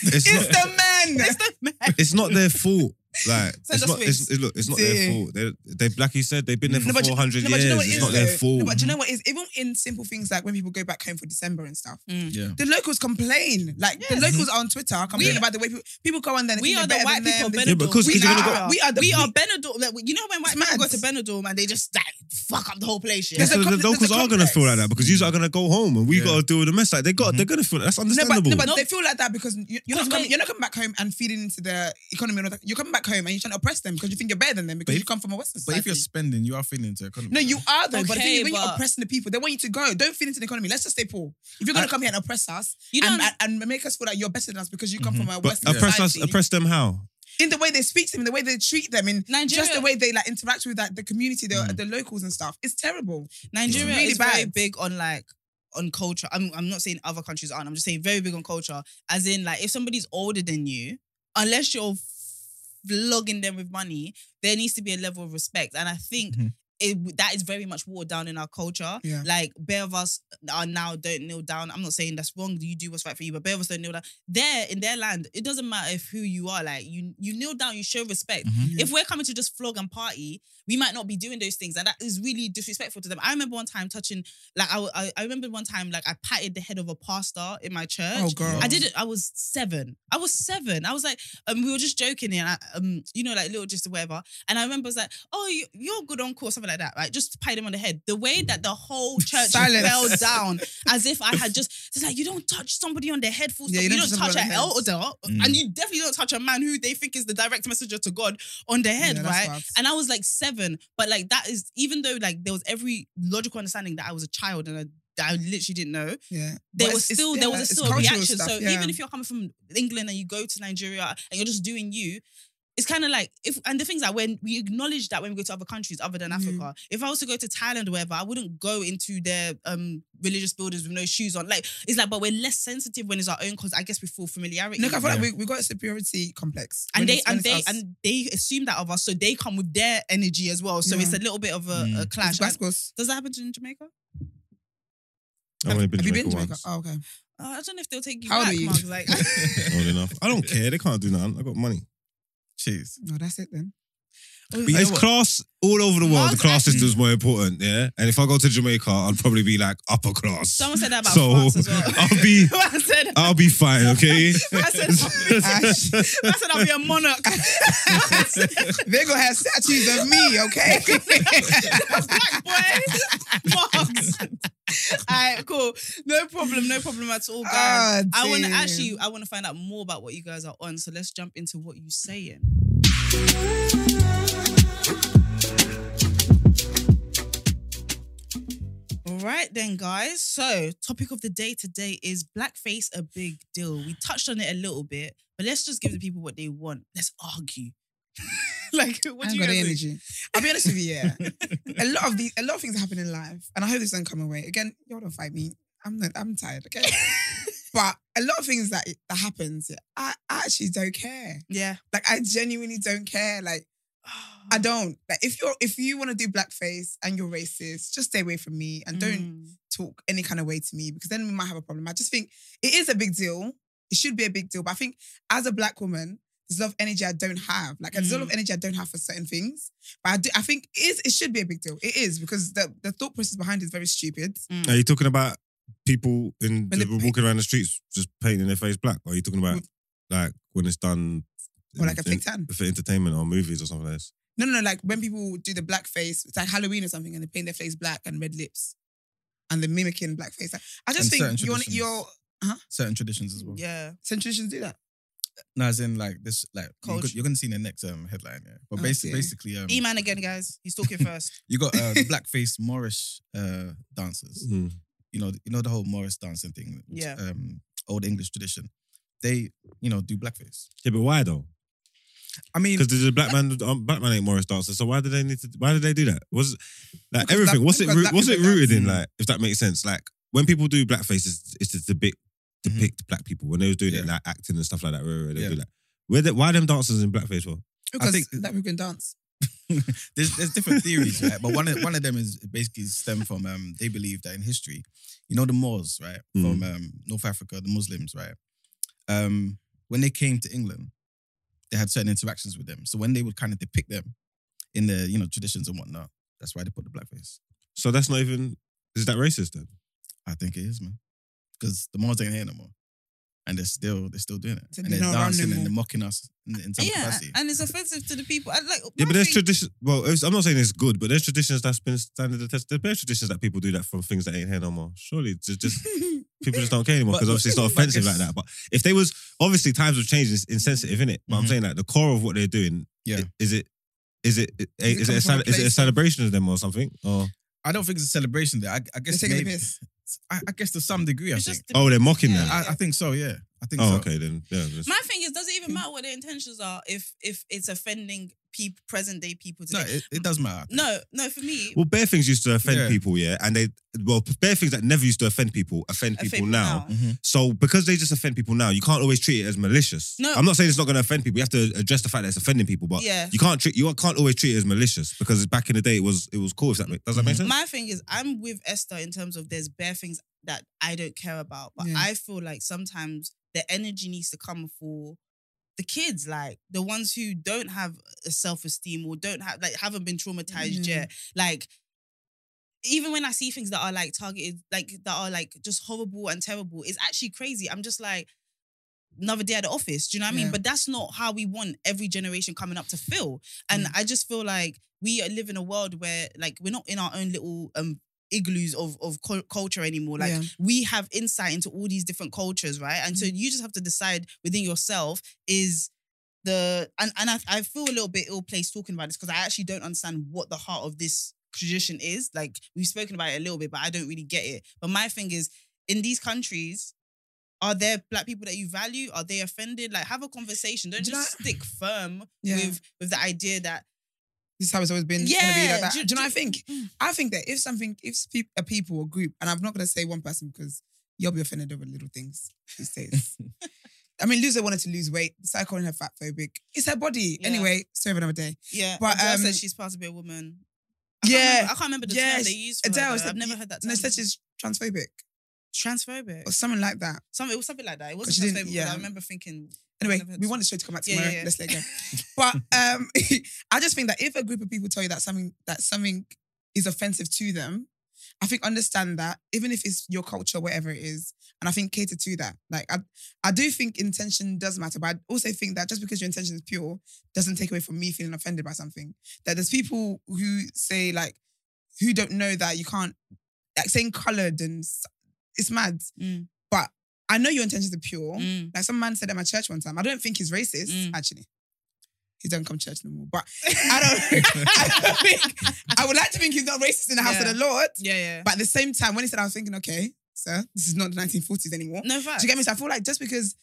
B: it's
C: it's
B: not.
C: the men.
A: it's the men.
B: It's not their fault. Like
C: Send
B: it's
C: us
B: not. It's, it, look, it's not their
C: Yeah.
B: fault. They, they, like you said, they've been there for
C: No, but you-
B: four hundred
C: No, but
B: years.
C: you know what it
B: it's
C: is,
B: not their
C: though?
B: fault.
C: No, but do you know what it is? Even in simple things like when people go back home for December and stuff,
D: Yeah.
C: the locals complain. Like the
A: Yes.
C: locals are on Twitter complaining
A: We-
C: about the way people, people go on there. and
A: We
C: think
A: are the
C: they're
A: white
C: better
A: people
C: than
A: of
C: them.
A: Benidorm.
B: Yeah, because
C: we,
B: you're gonna
C: are,
B: go-
C: we are the
A: we are Benidorm. Like, you know when white
C: It's mad.
A: people go to Benidorm and they just like fuck up the whole place. Yeah?
C: There's
B: so the
C: a com-
B: locals
C: there's a
B: are gonna feel like
C: complex. Mm-hmm.
B: that because you are gonna go home and we
D: Yeah.
B: gotta deal with the mess. Like they got,
D: Mhm.
B: they're gonna feel that's
C: No, but,
B: understandable.
C: no, but they feel like that because you, you're,
A: Because
C: not coming,
A: wait.
C: you're not coming back home and feeding into the economy. Or not, you're coming back home home and you're trying to oppress them because you think you're better than them because
D: if-
C: you come from a Western
D: But
C: society.
D: if you're spending, you are feeding into economy.
C: no, you are though. but the thing
A: Okay,
C: is, when you're
A: but-
C: oppressing the people, they want you to go. Don't feed into the economy. Let's just stay poor. If you're gonna
B: I-
C: come here and oppress us
A: You don't.
C: and, and, and make us feel like you're better than us because you come
D: Mhm.
C: from a
B: But
C: Western
B: oppress us,
C: society,
B: oppress them how?
C: in the way they speak to them, in the way they treat them, in
A: Nigeria,
C: just the way they like interact with like the community, the,
D: Mm.
C: the locals and stuff. It's terrible.
A: Nigeria
C: It's really
A: is very
C: bad.
A: big on like on culture. I'm I'm not saying other countries aren't. I'm just saying very big on culture. As in, like if somebody's older than you, unless you're flogging them with money, there needs to be a level of respect. And I think.
D: Mhm.
A: It, that is very much watered down in our culture.
C: Mm-hmm. Yeah.
A: Like, bare of us are now don't kneel down. I'm not saying that's wrong. You do what's right for you, but bare of us don't kneel down. There in their land, it doesn't matter if who you are. Like, you you kneel down, you show respect.
D: Mhm.
C: Mm-hmm.
A: If we're coming to just flog and party, we might not be doing those things, and that is really disrespectful to them. I remember one time touching, like I, I, I remember one time like I patted the head of a pastor in my church.
C: Oh girl.
A: I did it. I was seven. I was seven. I was like, um, we were just joking, and I, um, you know, like little just or whatever. And I remember I was like, oh, you, you're good on call, something like that, right? Just pat him on the head. The way that the whole church
C: Silence.
A: fell down, as if I had just, it's like you don't touch somebody on their head. Full
C: Yeah,
A: stop.
C: you
A: You,
C: don't
A: don't,
C: touch
A: touch an
C: somebody on
A: elder,
D: Mm.
A: and you definitely don't touch a man who they think is the direct messenger to God on their head,
C: Yeah, that's
A: right?
C: bad.
A: And I was like seven, but like that is even though like there was every logical understanding that I was a child and I, that I literally didn't know.
C: yeah.
A: There
C: But
A: was
C: it's- it's-
A: still
C: yeah,
A: there was a
C: it's
A: still a
C: cultural
A: reaction.
C: stuff,
A: so
C: yeah.
A: even if you're coming from England and you go to Nigeria and you're just doing you. It's kind of like if and the things that when we acknowledge that when we go to other countries other than
C: Mhm.
A: Africa, if I was to go to Thailand or wherever, I wouldn't go into their um religious buildings with no shoes on. Like it's like, but we're less sensitive when it's our own because I guess we feel familiarity
C: Look, I feel like
D: Yeah.
C: we, we got a superiority complex.
A: and
C: when
A: they
C: it's-
A: and
C: when it's
A: they
C: us.
A: and they assume that of us, so they come with their energy as well. So
C: Yeah.
A: it's a little bit of a, a
D: Mm.
A: clash.
C: It's Bascos.
A: Does that happen in Jamaica?
B: I've only been
C: Have
B: to
C: you been
B: Jamaica
C: to Jamaica?
B: once.
C: Oh, okay.
A: Uh, I don't know if they'll take you
C: How old
A: back,
C: are you?
A: Mark. Like,
C: Oh.
B: Old enough. I don't care. They can't do nothing. I got money.
D: Jeez.
C: No, that's it then.
D: But you know
B: it's
D: what?
B: class all over the world.
A: Mark's
B: the class
A: actually-
B: system's more important, yeah. And if I go to Jamaica, I'd probably be like upper class.
A: someone said that about
B: so
A: France as well.
B: I'll be,
A: I said,
B: I'll be fine, okay.
A: I said, I said I'll be a monarch. I said,
C: They're gonna have statues of me, okay?
A: Black boy, Marks. All right, cool. No problem, no problem at all, guys.
C: Ah,
A: I want to
C: dear.
A: actually, I want to find out more about what you guys are on. So let's jump into what you saying. All right then, guys. So topic of the day today is blackface a big deal. We touched on it a little bit, but let's just give the people what they want. Let's argue. like, what
C: I
A: do
C: ain't
A: you
C: got the
A: guys think?
C: energy. I'll be honest with you, yeah. a lot of these, a lot of things happen in life, and I hope this doesn't come away again. Y'all don't fight me. I'm not. I'm tired. Okay. but a lot of things that that happens, yeah, I, I actually don't care.
A: Yeah.
C: Like I genuinely don't care. Like I don't. Like if you're if you want to do blackface and you're racist, just stay away from me and don't
A: Mm.
C: talk any kind of way to me because then we might have a problem. I just think it is a big deal. It should be a big deal. But I think as a black woman, there's a lot of energy I don't have. Like there's a lot
D: Mm.
C: of energy I don't have for certain things. But I do I think it is it should be a big deal. It is because the, the thought process behind it is very stupid.
A: Mm.
B: Are you talking about people in
C: When they Mm.
B: walking around the streets just painting their face black? Or are you talking about like when it's done
C: Or like
D: Mm-hmm.
B: in-
C: a fake tan.
B: in- for entertainment or movies or something like this?
C: No, no, no, like when people do the blackface, it's like Halloween or something, and they paint their face black and red lips. And they're mimicking blackface. Like, I just
D: And certain
C: think you're,
D: traditions.
C: your
D: Certain traditions as well.
A: Yeah.
C: some traditions do that.
D: No, as in like this, like you're,
A: Culture.
D: go- you're gonna see in the next um headline. Yeah, but
C: Oh,
D: basically,
C: dear.
D: basically, um,
A: E man again, guys. He's talking first.
D: you got uh, the blackface Morris uh dancers.
B: Mm.
D: You know, you know the whole Morris dancing thing. which,
A: Yeah.
D: Um, old English tradition. They, you know, do blackface.
B: Yeah, but why though?
D: I mean,
B: Because the black man, um, black man ain't Morris dancer. So why do they need to? Why do they do that? Was like
C: Because
B: everything?
C: black-
B: what's it?
C: because
B: Root,
C: black
B: what's it
C: people
B: rooted in?
D: dance.
B: Like, if that makes sense. Like when people do blackface, it's, it's to depict
D: Mhm.
B: depict black people. When they was doing it,
D: Yeah.
B: like acting and stuff like that. Where, where they
D: Yeah.
B: do that. Where the, why them dancers in blackface for?
C: Because
D: think-
C: black people can dance.
D: there's there's different theories, right? But one of, one of them is basically stem from um they believe that in history, you know, the Moors, right, from um North Africa, the Muslims, right, um when they came to England, they had certain interactions with them. So when they would kind of depict them in their you know traditions and whatnot, that's why they put the blackface.
B: So that's not even. Is that racist then?
D: I think it is, man, because the Moors ain't here no more. And they're still they're still doing it,
C: So
D: and
C: they're
D: they're
C: not around
D: dancing
C: no more.
D: and they're mocking us in, in some
A: yeah,
D: capacity.
A: and it's offensive to the people. I, like, my
B: Yeah, but there's
A: thing-
B: tradition. Well, it's, I'm not saying it's good, but there's traditions that's been standard the test. There's traditions that people do that from things that ain't here no more. Surely, just, just people just don't care anymore
D: But-
B: because obviously it's not
D: but I
B: offensive
D: guess-
B: like that. But if they was obviously times have changed, it's insensitive, innit? But I'm
D: Mhm.
B: saying like the core of what they're doing
D: Yeah.
B: Is it? Is it? Is,
C: it
B: it a,
C: coming from a
B: cele- is it a
C: place-
B: celebration of them or something? Or
D: I don't think it's a celebration there. I, I
C: They're
D: guess
C: taking the
D: maybe-
C: piss.
D: I, I guess to some degree. I
A: It's
D: think.
A: just
B: oh, they're mocking
A: Yeah.
B: them.
D: I, I think so. Yeah, I think
B: oh,
D: so.
B: okay then. Yeah. that's-
A: my thing is, does it even matter what their intentions are if if it's offending peop present day people
D: No,
A: today?
D: it, it does matter.
A: No, no, for me,
B: Well, bare things used to offend
D: Yeah.
B: people, yeah, and they well, bare things that never used to offend people offend
A: offend
B: people now.
D: hmm
B: So because they just offend people now, you can't always treat it as malicious.
A: No.
B: I'm not saying it's not going to offend people. You have to address the fact that it's offending people, but
A: Yeah.
B: you can't treat you can't always treat it as malicious because back in the day it was it was cool. If that make, does that
C: Mm-hmm.
B: make sense?
A: My thing is, I'm with Esther in terms of there's bare things that I don't care about, but
C: Yeah.
A: I feel like sometimes the energy needs to come for the kids, like the ones who don't have a self esteem or don't have like haven't been traumatized
C: Yeah.
A: yet, like. Even when I see things that are like targeted, like that are like just horrible and terrible, it's actually crazy. I'm just like another day at the office. Do you know what I mean?
C: Yeah.
A: But that's not how we want every generation coming up to feel. And
C: Mm.
A: I just feel like we are- live in a world where like we're not in our own little um igloos of of cul- culture anymore. Like
C: Yeah.
A: we have insight into all these different cultures, right? And
C: Mm-hmm.
A: so you just have to decide within yourself is the and and I, I feel a little bit ill placed talking about this because I actually don't understand what the heart of this tradition is. Like we've spoken about it a little bit, but I don't really get it. But my thing is in these countries. Are there black people that you value? Are they offended? Like, have a conversation. Don't
C: Do you
A: just stick firm
C: Yeah.
A: with with the idea that
C: This is how it's always been. Yeah. Gonna be like
A: yeah, mm,
C: that. Do, you know what I think? I think that if something, if pe- a people or group, and I'm not going to say one person because you'll be offended over little things these days. I mean, Luzo wanted to lose weight. So I calling her fat phobic. It's her body.
A: Yeah.
C: Anyway, story of another day.
A: Yeah, but
C: But,
A: Adele
C: um,
A: said she's part of a woman. I can't
C: Yeah.
A: remember, I can't remember the
C: Yeah,
A: term they
C: she-
A: used. For
C: Adele
A: Adele,
C: said-
A: I've never heard that term.
C: No, such as transphobic or
A: transphobic.
C: something like that.
A: Something, it was something like that. It
C: she
A: wasn't
C: didn't-
A: transphobic.
C: yeah.
A: but I remember thinking,
C: Anyway,
A: Never-
C: we want the show to come back
A: Yeah, yeah,
C: tomorrow.
A: yeah.
C: Let's let it go. but um, I just think that if a group of people tell you that something that something is offensive to them, I think understand that even if it's your culture, whatever it is, and I think cater to that. Like I, I do think intention does matter, but I also think that just because your intention is pure doesn't take away from me feeling offended by something. That there's people who say like, who don't know that you can't like saying coloured and s- it's mad.
A: Mm.
C: But I know your intentions are pure.
A: mm.
C: Like some man said at my church one time, I don't think he's racist,
A: Mm.
C: actually. He don't come church no more. But I don't, I don't think I would like to think he's not racist in the house
A: Yeah.
C: of the Lord.
A: yeah, yeah.
C: But at the same time, when he said I was thinking, okay, sir, this is not the 1940s anymore.
A: no
C: Do
A: fact.
C: you get me? So I feel like just because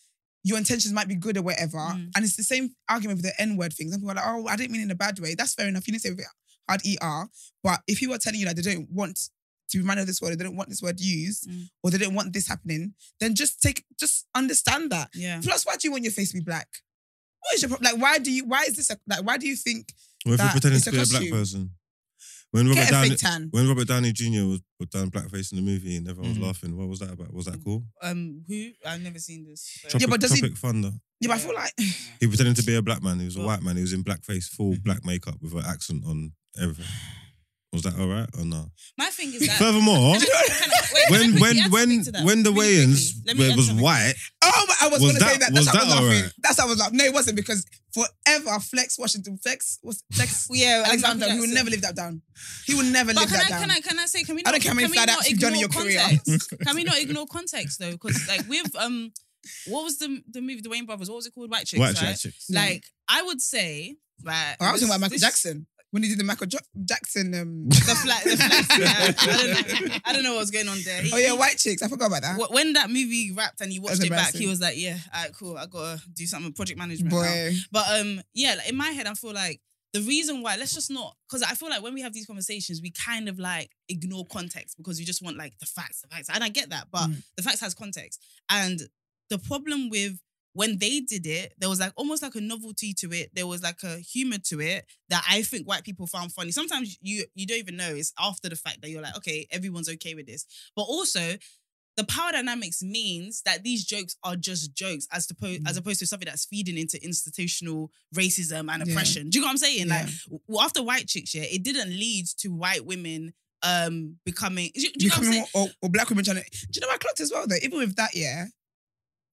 C: your intentions might be good or whatever,
A: Mm.
C: and it's the same argument with the N-word thing. Some people are like, oh, I didn't mean it in a bad way. That's fair enough. You didn't say it hard ER. But if people are telling you that they don't want to be man of this word, or they don't want this word used,
A: Mm.
C: or they don't want this happening, then just take, just understand that.
A: Yeah.
C: Plus, why do you want your face to be black? What is your problem? Like, why do you? Why is this? A, like, why do you think
B: Or if you're
C: that
B: pretending
C: it's
B: to
C: a
B: be a black
C: costume.
B: person. When Robert
C: get a
B: Downey
C: fake tan?
B: when Robert Downey Jr. was put down blackface in the movie and everyone
A: Mm.
D: Mhm.
B: was laughing, what was that about? Was that cool?
A: Um, who I've never seen this. but-
B: Tropic,
C: but does he-
B: Tropic Thunder.
C: Yeah, but I feel like
B: He pretended to be a black man. He was a
A: Well- Mm-hmm.
B: white man. He was in blackface, full black makeup with an accent on everything. Was that all right or no?
A: My thing is that.
B: Furthermore,
A: Can I- can I- wait,
B: when
A: can I quickly
B: when
A: add
B: when
A: something to that?
B: when the
A: Really
B: weigh-ins
A: quickly. Let me
B: where it
A: add
B: was
A: something.
B: white,
C: oh, I was,
B: Was
C: gonna say
B: that-
C: that.
B: was
C: That's how I was
B: that
C: laughing.
B: alright?
C: That's how I was laughing. No, it wasn't because forever Flex Washington, Flex was Flex
A: Yeah,
C: Alexander. He
A: Jackson.
C: will never live that down. He will never
A: But
C: live
A: can
C: that
A: I,
C: down.
A: can I can I say can we
C: I
A: not
C: don't care how many
A: can we
C: fly
A: not
C: that you've
A: ignore
C: done in your career.
A: context? can we not ignore context though? Because like with um, what was the the movie The Wayne Brothers? What was it called? White Chicks.
B: white
A: right?
B: chicks.
C: Yeah.
A: Like I would say, right?
C: oh, I was talking
A: this-
C: about Michael
A: this-
C: Jackson when he did the Michael jo- Jackson. Um,
A: The flat, the flat. yeah. I don't know. I don't know what was going on there. He-
C: oh yeah, White Chicks. I forgot about that.
A: wh- When that movie wrapped and he watched
C: That's
A: it back, he
C: embarrassing.
A: was like, "Yeah, all right, cool. I gotta do something with project management." now."
C: Boy,
A: But um, yeah, like, in my head, I feel like the reason why let's just not because I feel like when we have these conversations, we kind of like ignore context because we just want like the facts, the facts, and I get that, but
C: Mm.
A: the facts has context. And the problem with when they did it, there was like almost like a novelty to it. There was like a humor to it that I think white people found funny. Sometimes you you don't even know. It's after the fact that you're like, okay, everyone's okay with this. But also, the power dynamics means that these jokes are just jokes, as opposed
C: Mm.
A: as opposed to something that's feeding into institutional racism and
C: Yeah.
A: oppression. Do you know what I'm saying? Like
C: Yeah.
A: w- after White Chicks, yeah, it didn't lead to white women um becoming. Do, do you know what I'm
C: becoming
A: saying?
C: more, or, or black women trying to. Do you know what I clocked as well though? Even with that, yeah,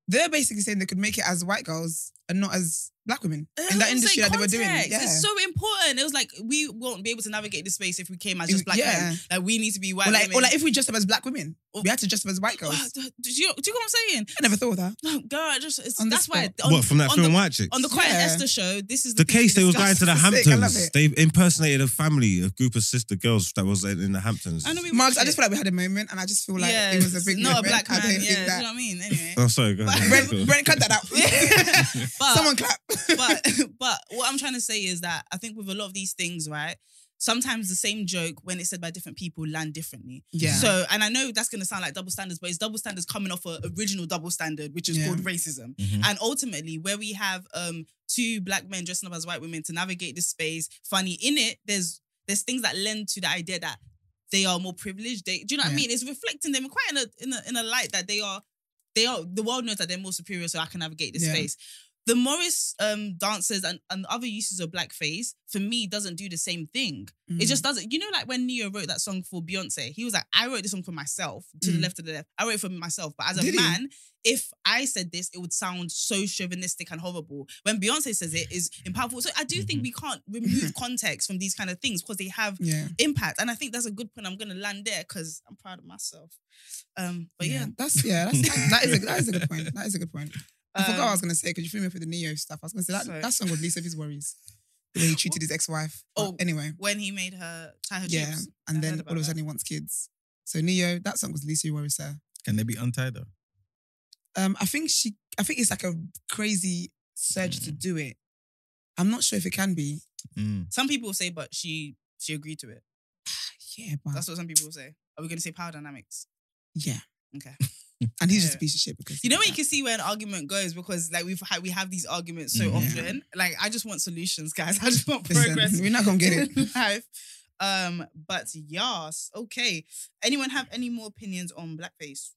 C: they're basically saying they could make it as white girls and not as black women
A: That's
C: in
A: what
C: that
A: I'm
C: industry
A: saying,
C: that they were doing.
A: Uh, context.
C: Yeah.
A: It's so important. It was like we won't be able to navigate this space if we came as just black
C: Yeah.
A: men. Like we need to be white
C: or like,
A: women.
C: or like if we dressed up as black women,
A: Or-
C: we had to dress up as white girls.
A: do, you, do you know what I'm saying?
C: I never thought of that.
A: No, girl, I just it's,
C: On the
A: that's why on,
B: What from that
A: on
B: film
A: the,
B: White Chicks?
A: on the Quiet
C: Yeah.
A: Esther show, this is
B: the
A: the, thing
B: case
A: we
B: they was going
A: discussed.
B: to the
C: It's sick, I love
B: Hamptons.
C: it.
B: They impersonated a family, a group of sister girls that was in the Hamptons.
A: I know we
C: Marks,
A: watched
C: I just
A: it.
C: feel like we had a moment, and I just feel like
A: yeah,
C: it was a big
A: not
C: moment.
A: a black
C: I
A: man.
C: don't
A: Yeah,
C: think
A: do you know
C: that.
A: what I mean? Anyway,
B: Oh, sorry, go ahead. Cool.
C: Brent, Brent, cut that out.
A: but
C: Someone clap.
A: but but what I'm trying to say is that I think with a lot of these things, right? Sometimes the same joke when it's said by different people land differently.
C: yeah.
A: So, and I know that's going to sound like double standards, but it's double standards coming off an original double standard, which is
C: Yeah.
A: called racism.
D: Mhm.
A: And ultimately, where we have um two black men dressing up as white women to navigate this space, funny in it, there's there's things that lend to the idea that they are more privileged. They, do you know what
C: Yeah.
A: I mean? It's reflecting them quite in a, in a in a light that they are they are the world knows that they're more superior, so I can navigate this
C: Yeah.
A: space. The Morris um, dances and, and other uses of blackface for me doesn't do the same thing.
C: Mm.
A: It just doesn't. You know, like when Neo wrote that song for Beyonce, he was like, I wrote this song for myself, to the
C: Mm.
A: left of the left. I wrote it for myself. But as a
C: Did he?
A: man, if I said this, it would sound so chauvinistic and horrible. When Beyonce says it, is impactful. So I do think
C: Mm-hmm.
D: Mhm.
A: we can't remove context from these kind of things because they have
C: yeah.
A: impact. And I think that's a good point. I'm going to land there because I'm proud of myself. Um, but yeah.
C: that's yeah, that's that is a that is a good point. That is a good point. I forgot what
A: Um,
C: I was gonna say because you threw me up with the Neo stuff. I was gonna say that
A: Sorry.
C: that song was least of his worries, the way he treated his ex-wife.
A: Oh,
C: Oh, anyway,
A: When he made her tie her
C: yeah,
A: yeah. juice. I
C: and
A: heard
C: then
A: about
C: all of a
A: that.
C: sudden he wants kids. So Neo, that song was least of your worries, sir.
D: Can they be untied though?
C: Um, I think she, I think it's like a crazy surge
A: Mm.
C: to do it. I'm not sure if it can be.
D: Mm.
A: Some people say, but she she agreed to it.
C: Uh-huh. Yeah, but
A: That's what some people say. Are we going to say power dynamics?
C: yeah,
A: Okay.
C: and he's just
A: Yeah.
C: a piece of shit because
A: You know
C: what
A: when you can see where an argument goes because like we've had, we have these arguments so
D: Yeah.
A: often. Like I just want solutions, guys. I just want
C: Mm, Listen,
A: progress
C: We're not gonna get it.
A: in life. Um, but yes, okay. Anyone have any more opinions on blackface?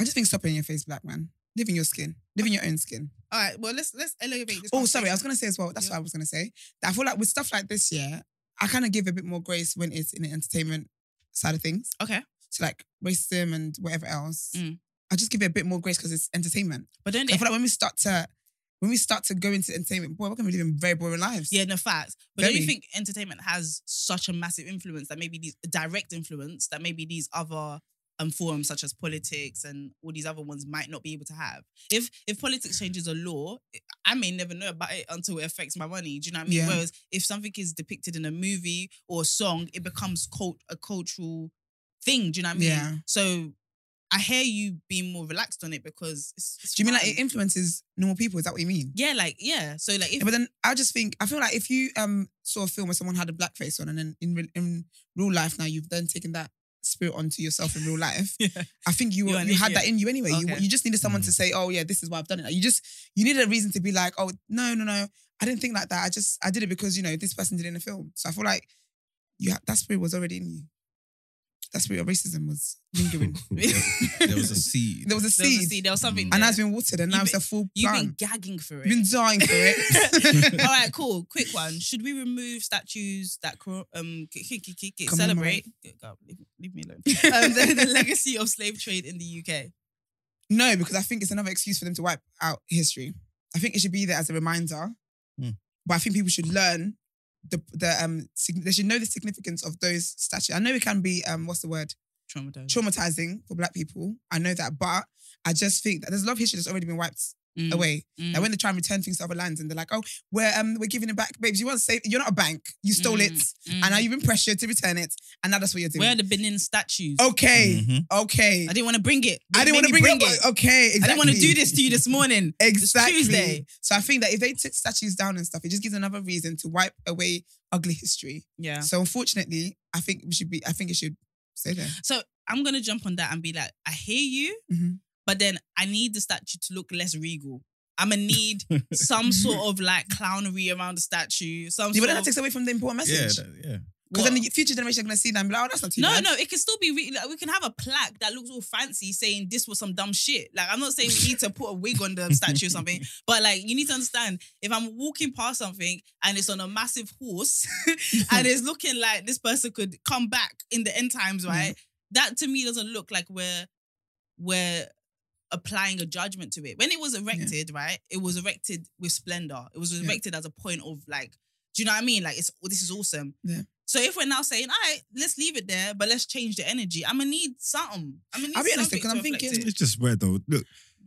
C: I just think stop in your face, black man. Live in your skin. Live in your own skin.
A: All right. Well, let's let's elevate this.
C: Oh, sorry. I
A: conversation.
C: was going to say as well. That's
A: Yeah.
C: what I was going to say. That I feel like with stuff like this, yeah, I kind of give a bit more grace when it's in the entertainment side of things.
A: Okay.
C: So like racism and whatever else,
A: Mm.
C: I just give it a bit more grace because it's entertainment.
A: but don't
C: I
A: they?
C: feel like when we start to when we start to go into entertainment, boy, we're going to be living very boring lives.
A: Yeah, no facts. But don't you
C: Very.
A: think entertainment has such a massive influence that maybe these direct influence that maybe these other um forums such as politics and all these other ones might not be able to have? If if politics changes a law, I may never know about it until it affects my money. Do you know what I mean?
C: Yeah.
A: Whereas if something is depicted in a movie or a song, it becomes cult a cultural thing. Do you know what I mean?
C: Yeah.
A: So I hear you being more relaxed on it because it's, it's
C: Do you mean like
A: fine.
C: it influences normal people? Is that what you mean?
A: Yeah, like yeah. So like if
C: Yeah, but then I just think I feel like if you um saw a film where someone had a blackface on, and then in re- in real life now you've then taken that spirit onto yourself in real life.
A: Yeah.
C: I think you
A: You're
C: were-
A: an
C: you had
A: idiot.
C: that in you anyway. You,
A: Okay.
C: you just needed someone to say, "Oh yeah, this is why I've done it." Like, you just you needed a reason to be like, "Oh no no no, I didn't think like that. I just I did it because you know this person did it in a film." So I feel like you ha- that spirit was already in you. That spirit of racism was lingering.
D: There was a seed.
C: there
A: there
C: was a
A: was a
C: seed,
A: seed, there was something,
C: and now
A: there.
C: it's been watered, and
A: You've
C: now it's a full
A: You've
C: plant.
A: been gagging for it.
C: You've been dying for it.
A: All right, cool. Quick one. Should we remove statues that cor- um k- k- k- k- k- celebrate?
C: Commemorate.
A: Good God, leave, leave me alone. Um, the, the legacy of slave trade in the UK.
C: No, because I think it's another excuse for them to wipe out history. I think it should be there as a reminder,
D: Hmm.
C: but I think people should learn the the um sig- they should know the significance of those statues. I know it can be um what's the word
A: Traumatized.
C: traumatizing for Black people. I know that, but I just think that there's a lot of history that's already been wiped
A: Mm,
C: away.
A: mm,
C: And when they try and return things to other lands, and they're like, "Oh, we're um we're giving it back, babes. You want to say you're not a bank. You stole it,
A: mm.
C: and now you've been pressured to return it, and now that's what you're doing."
A: Where are the Benin statues?
C: okay,
D: Mhm.
C: okay.
A: I didn't want to bring it.
C: I didn't want to
A: Made me
C: bring, it. up. Okay, exactly.
A: I didn't want to do this to you this morning.
C: Exactly.
A: Tuesday.
C: So I think that if they took statues down and stuff, it just gives another reason to wipe away ugly history.
A: Yeah.
C: So unfortunately, I think we should be. I think it should stay there.
A: So I'm gonna jump on that and be like, I hear you,
C: Mhm.
A: but then I need the statue to look less regal. I'm gonna need some sort of like clownery around the statue. Some
C: Yeah,
A: sort
C: but then that
A: of-
C: takes away from the important
D: Yeah,
C: message.
D: that- yeah.
C: Because then
A: What?
C: the future generation are gonna see that and be like, oh, that's not too
A: No,
C: bad.
A: no, it can still be. Re- like, we can have a plaque that looks all fancy, saying this was some dumb shit. Like I'm not saying we need to put a wig on the statue or something, but like you need to understand if I'm walking past something and it's on a massive horse and
B: Hmm.
A: it's looking like this person could come back in the end times, right? That to me doesn't look like we're we're applying a judgment to it. When it was erected, right, it was erected with splendor. It was
C: Yeah.
A: erected as a point of like, do you know what I mean? Like, it's this is awesome.
C: Yeah.
A: So if we're now saying, all right, let's leave it there, but let's change the energy. I'm gonna need something. I'm gonna need
C: I'll be honest,
A: something
C: because
A: to
C: I'm
A: reflect
C: thinking-
A: it.
B: It's just weird though. Look,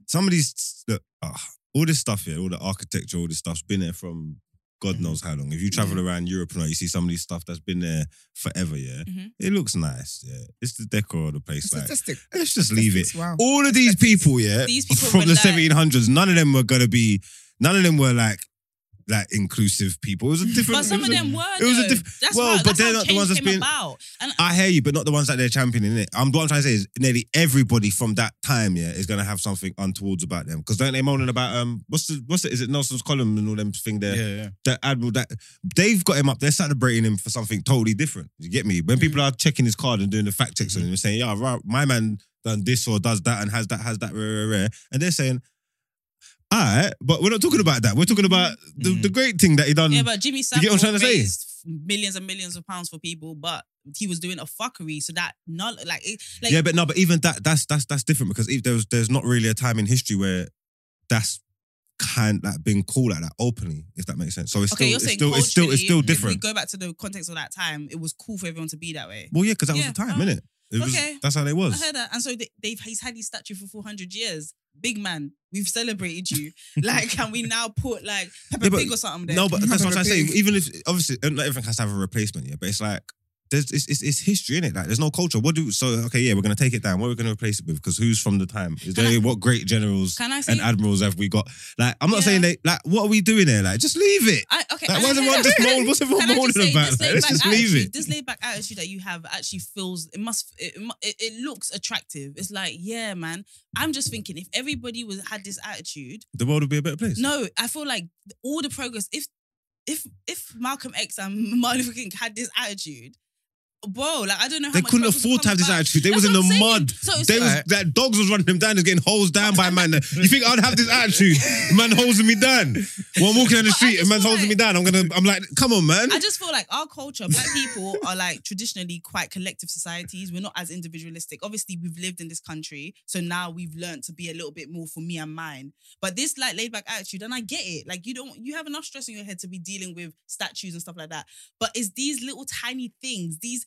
B: some of these, look, ah, all this stuff here, all the architecture, all this stuff's been there from God
A: Mm-hmm.
B: knows how long. If you travel around Europe and all, you see some of these stuff that's been there forever. Yeah,
A: Mhm.
B: it looks nice. Yeah, it's the decor of the place. Like,
C: statistic.
B: let's just leave it.
C: Wow.
B: All of these people, yeah,
A: These people
B: from the
A: were like-
B: 1700s, none of them were gonna be, none of them were like, like inclusive people. It was a different.
A: But some
B: it
A: of
B: was a-
A: them were.
B: it was a
A: though.
B: diff-
A: that's
B: well,
A: well,
B: but
A: that's
B: they're
A: how
B: not the
A: change
B: ones that's
A: came
B: been-
A: about. And
B: I hear you, but not the ones that they're championing it. I'm what I'm trying to say is nearly everybody from that time, yeah, is gonna have something untowards about them. Because don't they moaning about um what's the what's it is it Nelson's column and all them thing there?
D: yeah, yeah.
B: That admiral that they've got him up, they're celebrating him for something totally different. You get me? When people are checking his card and doing the fact checks on him and saying, Yeah, right, my man done this or does that and has that, has that, rare, rare, rare. And they're saying, all right, but we're not talking about that. We're talking about the,
D: Mhm.
B: the great thing that he done.
A: yeah, but Jimmy
B: Um, get
A: Savile
B: what I'm trying to say?
A: raised millions and millions of pounds for people, but he was doing a fuckery. So that not like it, like
B: yeah, but no, but even that that's that's that's different because if there's there's not really a time in history where that's kind like being called like that openly, if that makes sense. So it's
A: okay,
B: still
A: you're
B: it's
A: saying
B: still it's still it's still
A: culturally, If we
B: different.
A: go back to the context of that time, it was cool for everyone to be that way.
B: Well, yeah, because that
A: Yeah,
B: was the time,
A: alright.
B: innit? It was,
A: Okay. Uh-huh.
B: That's how they
A: I
B: was.
A: heard that, and so they, they've he's had his statue for 400 years. Big man, we've celebrated you. like, can we now put like Peppa
B: Yeah, but-
A: Pig or something? There?
B: No, but that's what I'm trying to say.
C: Peppa Pig.
B: Even if obviously uh, not everything has to have a replacement, yeah, but it's like there's it's it's, it's history in it. Like there's no culture. What do so okay, yeah, we're gonna take it down. What are we gonna replace it with? Because who's from the time? Is
A: Can I-
B: there what great generals
A: can I say?
B: and admirals have we got? Like I'm not
A: Yeah.
B: saying they like what are we doing there? Like just leave it.
A: I, okay,
B: Like,
A: and
B: why is
A: I-
B: everyone just moan? What's everyone
A: Can I just
B: moaning
A: say
B: about?
A: this
B: Like,
A: laid
B: let's
A: back
B: just leave
A: attitude-
B: it.
A: This laid back attitude that you have actually feels it must it, mu- it, it looks attractive. It's like yeah, man. I'm just thinking if everybody was had this attitude.
B: The world would be a better place.
A: No, I feel like all the progress. If if if Malcolm X and Martin Luther King had this attitude, bro, like I don't know. How
B: They
A: much
B: couldn't
A: progress would
B: afford to
A: come
B: have this
A: about.
B: attitude. They
A: That's
B: was in
A: what
B: the
A: I'm saying.
B: mud.
A: So it's
B: They
A: like-
B: was
D: Alright.
B: that dogs was running them down, was getting hosed down by man. You think I'd have this attitude? Man hosing me down. Well, I'm walking down
A: But I
B: the street
A: just
B: and man's
A: feel
B: hosing
A: like-
B: me down. I'm gonna. I'm like, come on, man.
A: I just feel like our culture, black people are like traditionally quite collective societies. We're not as individualistic. Obviously, we've lived in this country, so now we've learned to be a little bit more for me and mine. But this like laid back attitude, and I get it. Like you don't, you have enough stress in your head to be dealing with statues and stuff like that. But it's these little tiny things, these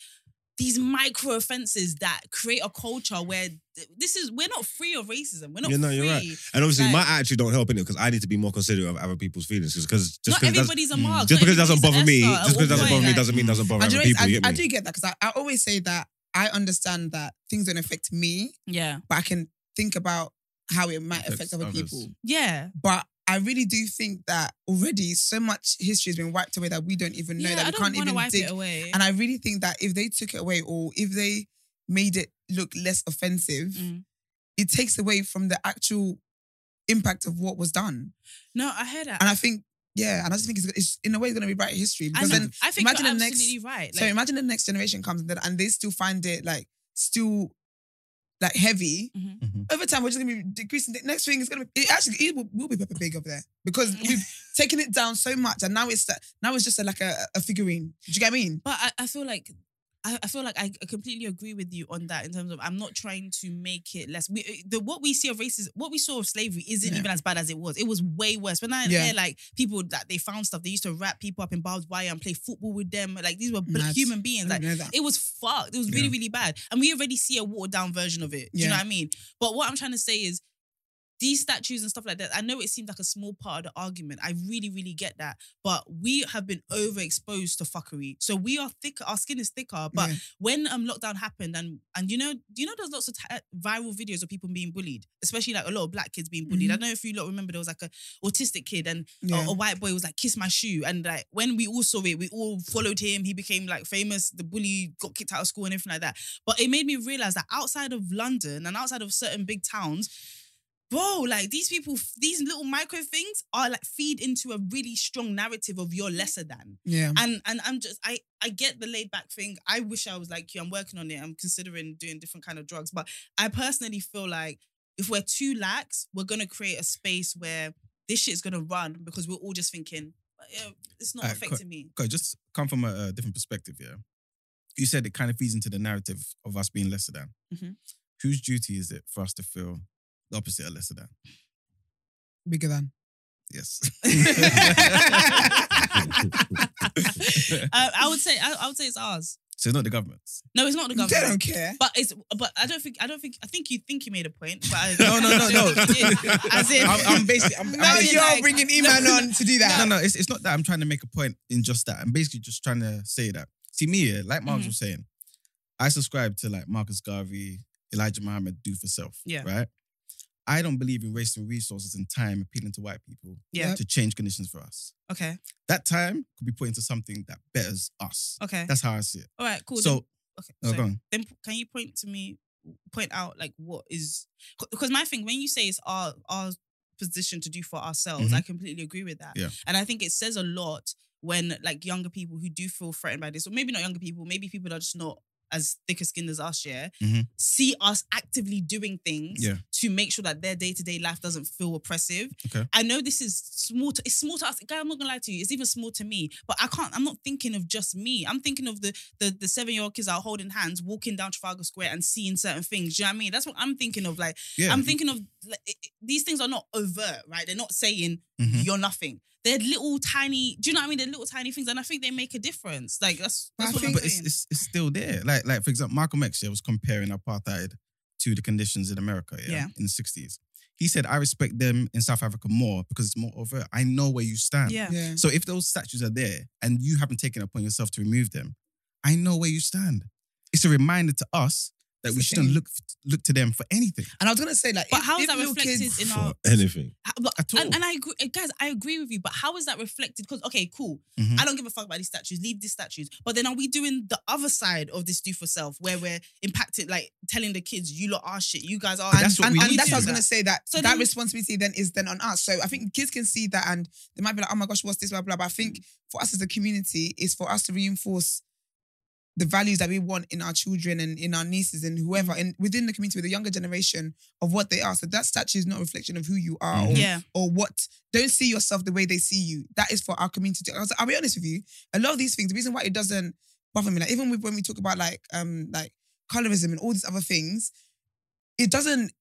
A: these micro offenses that create a culture where th- this is we're not free of racism. We're not
B: Yeah, no,
A: free.
B: you're right. And obviously,
A: like-
B: my attitude don't help in it because I need to be more considerate of other people's feelings. Because just
A: not
B: because it doesn't- Mm.
A: everybody's a mark.
B: just
A: not
B: because it doesn't bother
A: everybody's
B: me,
A: an Esther at
B: just
A: one
B: because it doesn't
A: point,
B: bother me
A: like-
B: doesn't mean it doesn't bother
C: And do
B: other
C: you know what
B: people.
C: it
B: You
C: is? I, I
B: get
C: do
B: me?
C: get that because I, I always say that I understand that things don't affect me,
A: Yeah,
C: but I can think about how it might affect
D: Affects
C: other
D: others.
C: people.
A: yeah.
C: But I really do think that already so much history has been wiped away that we don't even know
A: yeah,
C: that
A: I
C: we
A: don't
C: can't
A: wanna
C: even
A: wipe
C: dig.
A: it away.
C: And I really think that if they took it away or if they made it look less offensive,
A: Mm.
C: it takes away from the actual impact of what was done.
A: No, I heard that.
C: And I think, yeah, and I just think it's, it's in a way going to be right history because
A: And
C: then
A: I think
C: imagine
A: you're
C: the next-
A: absolutely right.
C: so
A: Like,
C: imagine the next generation comes and, and they still find it like still like heavy.
A: Mhm.
D: Mhm.
C: Over time, we're just gonna be decreasing. The next thing is gonna be it actually it will, will be Peppa Pig over there because we've taken it down so much, and now it's now it's just a, like a, a figurine. Do you get what I mean?
A: but I, I feel like. I I feel like I I completely agree with you on that in terms of I'm not trying to make it less. We, eh, the what we see of racism, what we saw of slavery, isn't
C: Yeah.
A: even as bad as it was. It was way worse. When I
C: Yeah.
A: hear like people that they found stuff, they used to wrap people up in barbed wire and play football with them. Like these were bl-
C: Mad.
A: human beings. Like
C: I know that.
A: It was fucked. It was really,
D: Yeah.
A: really bad. And we already see a watered down version of it. Do you
C: Yeah.
A: know what I mean? But what I'm trying to say is these statues and stuff like that, I know it seemed like a small part of the argument. I really, really get that. But we have been overexposed to fuckery. So we are thicker, our skin is thicker. But
C: Yeah.
A: when um lockdown happened and and you know, you know there's lots of t- viral videos of people being bullied, especially like a lot of black kids being bullied.
C: Mhm.
A: I don't know if you lot remember there was like a autistic kid and
C: yeah.
A: a, a white boy was like, kiss my shoe. And like when we all saw it, we all followed him. He became like famous. The bully got kicked out of school and everything like that. But it made me realize that outside of London and outside of certain big towns, bro, like these people, f- these little micro things are like feed into a really strong narrative of you're lesser than.
C: yeah.
A: And and I'm just I I get the laid back thing. I wish I was like you. I'm working on it. I'm considering doing different kind of drugs. But I personally feel like if we're too lax, we're gonna create a space where this shit's gonna run because we're all just thinking "Yeah, it's not
D: Alright,
A: affecting me.
D: Okay, just come from a, a different perspective. Yeah, you said it kind of feeds into the narrative of us being lesser than.
A: Mhm.
D: Whose duty is it for us to feel The opposite of lesser than.
C: Bigger than.
D: Yes.
A: Uh, I would say I, I would say it's ours.
D: so it's not the government's.
A: No, it's not the
C: They
A: government.
C: don't care.
A: But it's but I don't think I don't think I think you think you made a point. But I,
D: No, no, no, no.
A: As in,
D: I'm, I'm basically. I'm,
C: No,
D: I'm
A: you're
C: you're
A: like-
C: bringing Iman on to do that.
D: No, no, it's, it's not that I'm trying to make a point in just that. I'm basically just trying to say that. See, me, yeah, like Marcus
A: Mhm.
D: was saying, I subscribe to like Marcus Garvey, Elijah Muhammad, do for self.
A: Yeah.
D: Right? I don't believe in wasting resources and time appealing to white people
A: Yeah.
D: to change conditions for us.
A: okay,
D: That time could be put into something that betters us.
A: okay,
D: That's how I see it.
A: all right, cool.
D: so,
A: okay,
D: oh,
A: sorry.
D: go on.
A: then p- can you point to me, point out like what is because my thing when you say it's our our position to do for ourselves, I completely agree with that,
D: Mm-hmm. Yeah.
A: and I think it says a lot when like younger people who do feel threatened by this, or maybe not younger people, maybe people that are just not as thicker skinned as us, yeah,
D: Mhm.
A: see us actively doing things
D: Yeah.
A: to make sure that their day to day life doesn't feel oppressive.
D: Okay.
A: I know this is small. To, it's small to us, guy. I'm not gonna lie to you. It's even small to me. But I can't. I'm not thinking of just me. I'm thinking of the the, the seven year old kids that are holding hands, walking down Trafalgar Square, and seeing certain things. Do you know what I mean? That's what I'm thinking of. Like
D: Yeah.
A: I'm thinking of like, it- it- these things are not overt, right? They're not saying
D: Mhm.
A: you're nothing. They're little tiny. Do you know what I mean? They're little tiny things, and I think they make a difference. Like that's
C: But
A: that's
C: I
A: what
C: think-
A: I'm
D: but it's,
A: saying.
D: it's it's still there. Like like for example, Malcolm X yeah, was comparing apartheid to the conditions in America, yeah,
A: Yeah.
D: in the sixties. He said, "I respect them in South Africa more because it's more overt. I know where you stand.
A: yeah.
C: Yeah.
D: So if those statues are there and you haven't taken it upon yourself to remove them, I know where you stand. It's a reminder to us that
C: It's
D: we
C: the
D: shouldn't
C: thing.
D: look look to them for anything.
C: And I was gonna say like,
A: But
C: if-
A: how is
C: if
A: that
C: little
A: reflected
C: kids-
A: in
B: for
A: our?
B: anything.
A: How- but-
D: At all.
A: And, and I agree, uh, guys. I agree with you, but how is that reflected? Because okay, cool.
D: Mhm.
A: I don't give a fuck about these statues. Leave these statues. But then, are we doing the other side of this do for self, where we're impacted, like telling the kids, "You lot are shit. You guys are."
D: But that's what
C: and,
D: we
C: and
D: need
C: that's
D: to
C: what I was
D: do.
C: gonna say that
A: So
C: that
A: then-
C: responsibility then is then on us. So I think kids can see that and they might be like, oh my gosh, what's this, blah blah. But I think for us as a community, is for us to reinforce the values that we want in our children and in our nieces and whoever and within the community with the younger generation of what they are. So that statue is not a reflection of who you are or,
D: Mhm.
A: yeah,
C: or what. Don't see yourself the way they see you. That is for our community. to- 'cause I'll be honest with you. A lot of these things, the reason why it doesn't bother me, like even with, when we talk about like um like colorism and all these other things, it doesn't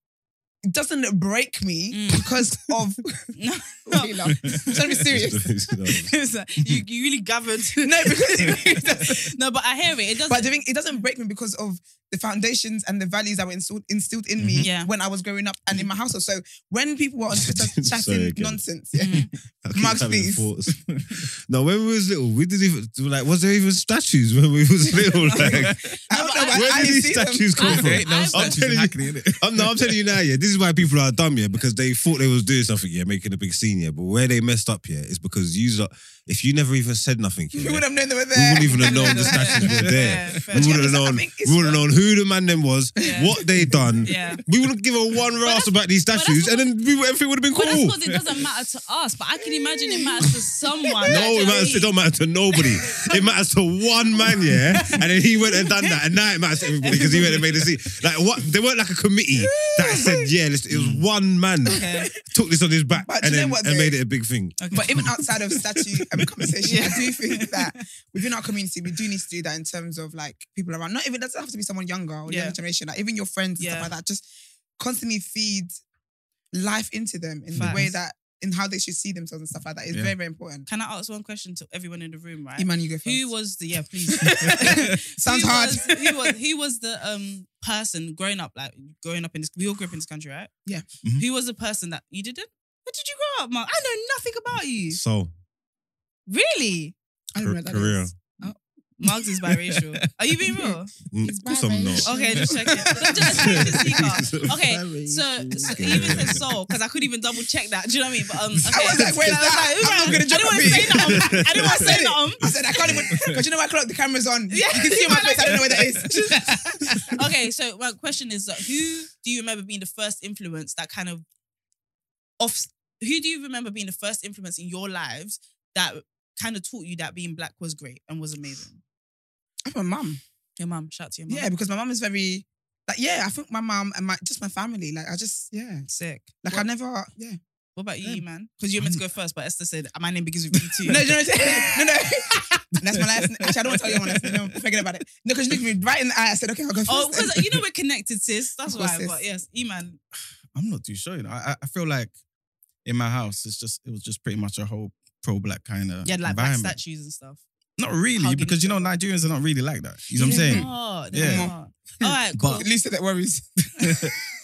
C: it doesn't break me
A: Mm.
C: because of.
A: no,
C: Wait, love. I'm trying to be serious.
A: It's like, you, you really gathered.
C: No, because it really doesn't.
A: no, but I hear it. It doesn't.
C: But the thing, it doesn't break me because of the foundations and the values that were instilled, instilled in me
A: Mhm. Yeah.
C: when I was growing up and in my household. So when people were on Twitter
B: Sorry
C: chatting
B: again.
C: nonsense, yeah,
A: Mm.
B: I keep
C: Mugs,
B: having
C: please.
B: thoughts. no, when we was little, we didn't even like. Was there even statues when we was little? Like, where
C: I don't know.
A: but
C: but I
B: did
C: ain't
B: these
C: seen them.
B: statues come
A: I-
B: from?
A: There ain't no
B: I'm
A: statues
B: telling you- I'm, no, I'm telling you now, yeah. This is why people are dumb, yeah, because they thought they was doing something, yeah, making a big scene, yeah. But where they messed up, yeah, is because you lot, if you never even said nothing, yeah,
C: We would have known they were
B: we
C: there.
B: wouldn't even have known the statues were there.
A: Yeah, fair.
B: We would have
C: Yeah, I
B: known,
C: think it's
B: we would have known who the man them was,
A: Yeah.
B: what they done.
A: Yeah.
B: We wouldn't give a one
A: that's-
B: rass about these
A: that's
B: statues,
A: what-
B: and then we, everything would have been
A: But that's
B: cool.
A: because it doesn't matter to us. But I can imagine it matters to someone. like, do you
B: No,
A: know
B: it
A: what I
B: matters. It
A: mean?
B: don't matter to nobody. It matters to one man, yeah. And then he went and done that, and now it matters to everybody because he went and made a scene. Like what? They weren't like a committee that said, yeah. This, it was one man
A: Okay.
B: took this on his back
C: But
B: and
C: do you know
B: then
C: what,
B: and
C: though?
B: made it a big thing.
A: Okay.
C: But even outside of statue and conversation,
A: Yeah.
C: I do think that within our community, we do need to do that in terms of like people around. Not even it doesn't have to be someone younger or
A: Yeah.
C: younger generation. Like even your friends and
A: Yeah.
C: stuff like that. Just constantly feed life into them in the
A: Facts.
C: way that in how they should see themselves and stuff like that. It's
D: Yeah.
C: very very important.
A: can I ask one question to everyone in the room? Right.
C: Iman, you go first.
A: Who was the yeah? Please.
C: Sounds
A: who
C: hard.
A: Was, who was who was the um person growing up like growing up in this? We all grew up in this country, right?
C: Yeah.
D: Mhm.
A: Who was the person that you didn't? Where did you grow up, Mark? I know nothing about you.
B: So
A: Really,
C: I don't know what that
B: career.
C: is.
A: Mark's is biracial. Are you being real?
B: Mm,
C: It's
B: of course I'm not.
C: biracial.
A: Okay, just check it. Just check the seeker. Okay, so, so he even said soul because I couldn't even double check that. Do you know what I mean? But um, okay.
C: was like, where's
A: So
C: that?
A: who's
C: I'm not gonna
A: I didn't want to say
C: jump
A: that. I didn't want to
C: I said
A: say
C: it.
A: that. um.
C: I said I can't even because you know I clock the camera's on.
A: Yeah.
C: You can see my face. I don't know where that is.
A: okay, so my question is that who do you remember being the first influence that kind of off who do you remember being the first influence in your lives that kind of taught you that being black was great and was amazing?
C: I'm my mum.
A: Your mum, shout out to your mum.
C: Yeah, because my mum is very like yeah. I think my mum and my just my family. Like I just yeah.
A: sick.
C: Like I never yeah.
A: What about you,
C: Yeah.
A: man? Because you were meant to go first, but Esther said my name begins with E too.
C: No, do you know what I'm saying? No, no. That's my last name. Actually, I don't want to tell you my last name. No, forget about it. No, because you looked me right in the eye. I said, okay, I'll go first.
A: Oh, because you know we're connected, sis. That's
C: Of course,
A: why.
C: sis.
A: But yes, Eman.
D: I'm not too sure. You know, I I- I feel like in my house, it's just it was just pretty much a whole pro black kind of
A: Yeah, like black
D: environment.
A: statues and stuff.
D: Not really,
A: Hugging Mm-hmm.
D: because you
A: each
D: know Nigerians are not really like that. You know what I'm
A: They're
D: saying?
A: not, they're
D: Yeah.
A: not. All right, cool.
D: But-
C: At least that worries.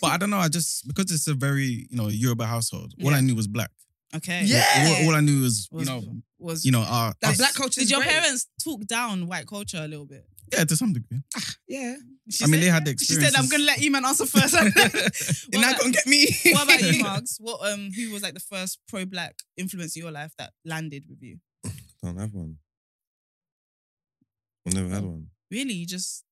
D: But I don't know. I just because it's a very you know Yoruba household. All
A: Yeah.
D: I knew was black.
A: okay.
C: Yeah.
D: All, all I knew was,
A: Was-
D: you know
A: Was
D: you know our
C: That
D: us-
C: black culture.
A: did
C: is
A: your
C: great.
A: parents talk down white culture a little bit?
D: yeah to some degree.
C: Yeah.
A: She
D: I mean,
A: said-
D: they had the
A: She said, "I'm gonna let you man answer first. what,
C: Then I
A: about,
C: go and get me.
A: what about you, Margs? What um, who was like the first pro-black influence in your life that landed with you?
B: don't have one. I've never had one.
A: Really, you just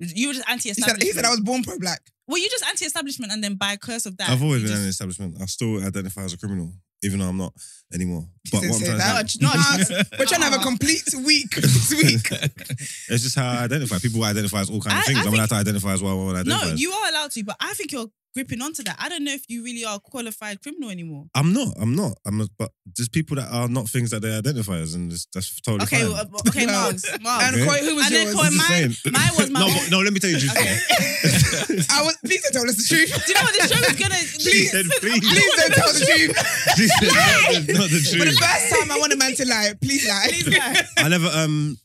A: you were just
C: He said,
A: anti-establishment.
C: he said I was born pro black.
A: Well, you just anti-establishment, and then by curse of that,
B: I've always
A: you
B: been in an
A: just,
B: establishment. I still identify as a criminal, even though I'm not anymore.
C: She
B: But
C: said
B: what I'm
C: say
B: trying
C: that.
B: to
A: no, it's not.
C: Nah, We're trying to have a
A: Aw.
C: complete week this week.
B: say, it's just how I identify. People identify as all kinds
A: I-
B: of things.
A: I
B: I am
A: think-
B: allowed to identify as what I want to
A: No,
B: identify. as.
A: you are allowed to, but I think you're gripping onto that. I don't know if you really are a qualified criminal anymore.
B: I'm not. I'm not. I'm. A, but there's people that are not things that they identify as, and it's, that's totally
A: Okay,
B: fine.
A: well, uh, okay,
C: Well,
A: Margs,
C: And
A: Margs.
B: Okay.
C: Koi, who was
A: I didn't
C: yours?
A: call him-
B: Just
A: mine-
B: saying.
A: mine was my
B: no,
A: own.
B: but- no. Let me tell you. the truth.
A: Okay.
C: I was. Please don't tell us the truth.
A: Do you know what this show is gonna?
B: She said, please.
C: Please don't tell the truth.
B: She said, no, that's not
C: For the
B: the truth.
C: first time, I want a man to lie. Please lie.
A: Please lie.
B: I never. Um.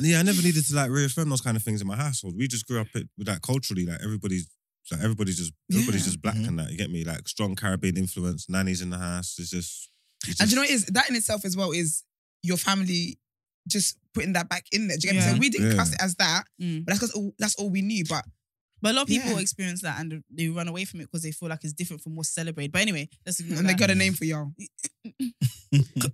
B: Yeah, I never needed to like reaffirm those kind of things in my household. We just grew up with with that culturally. Like everybody's. Like everybody's just everybody's
C: Yeah.
B: just black
D: Mhm.
A: Mm-hmm.
B: and that you get me like strong Caribbean influence nannies in the house it's just, it's
C: And
B: just-
C: do you know what it is that in itself as well is your family just putting that back in there. Do you get me?
A: Yeah.
C: So we didn't
B: Yeah.
C: class it as that,
A: Mm.
C: but that's because all, that's all we knew. But
A: But a lot of people
C: Yeah.
A: experience that and they run away from it because they feel like it's different from what's celebrated. But anyway, let's ignore
C: and they
A: that.
C: got a name for y'all.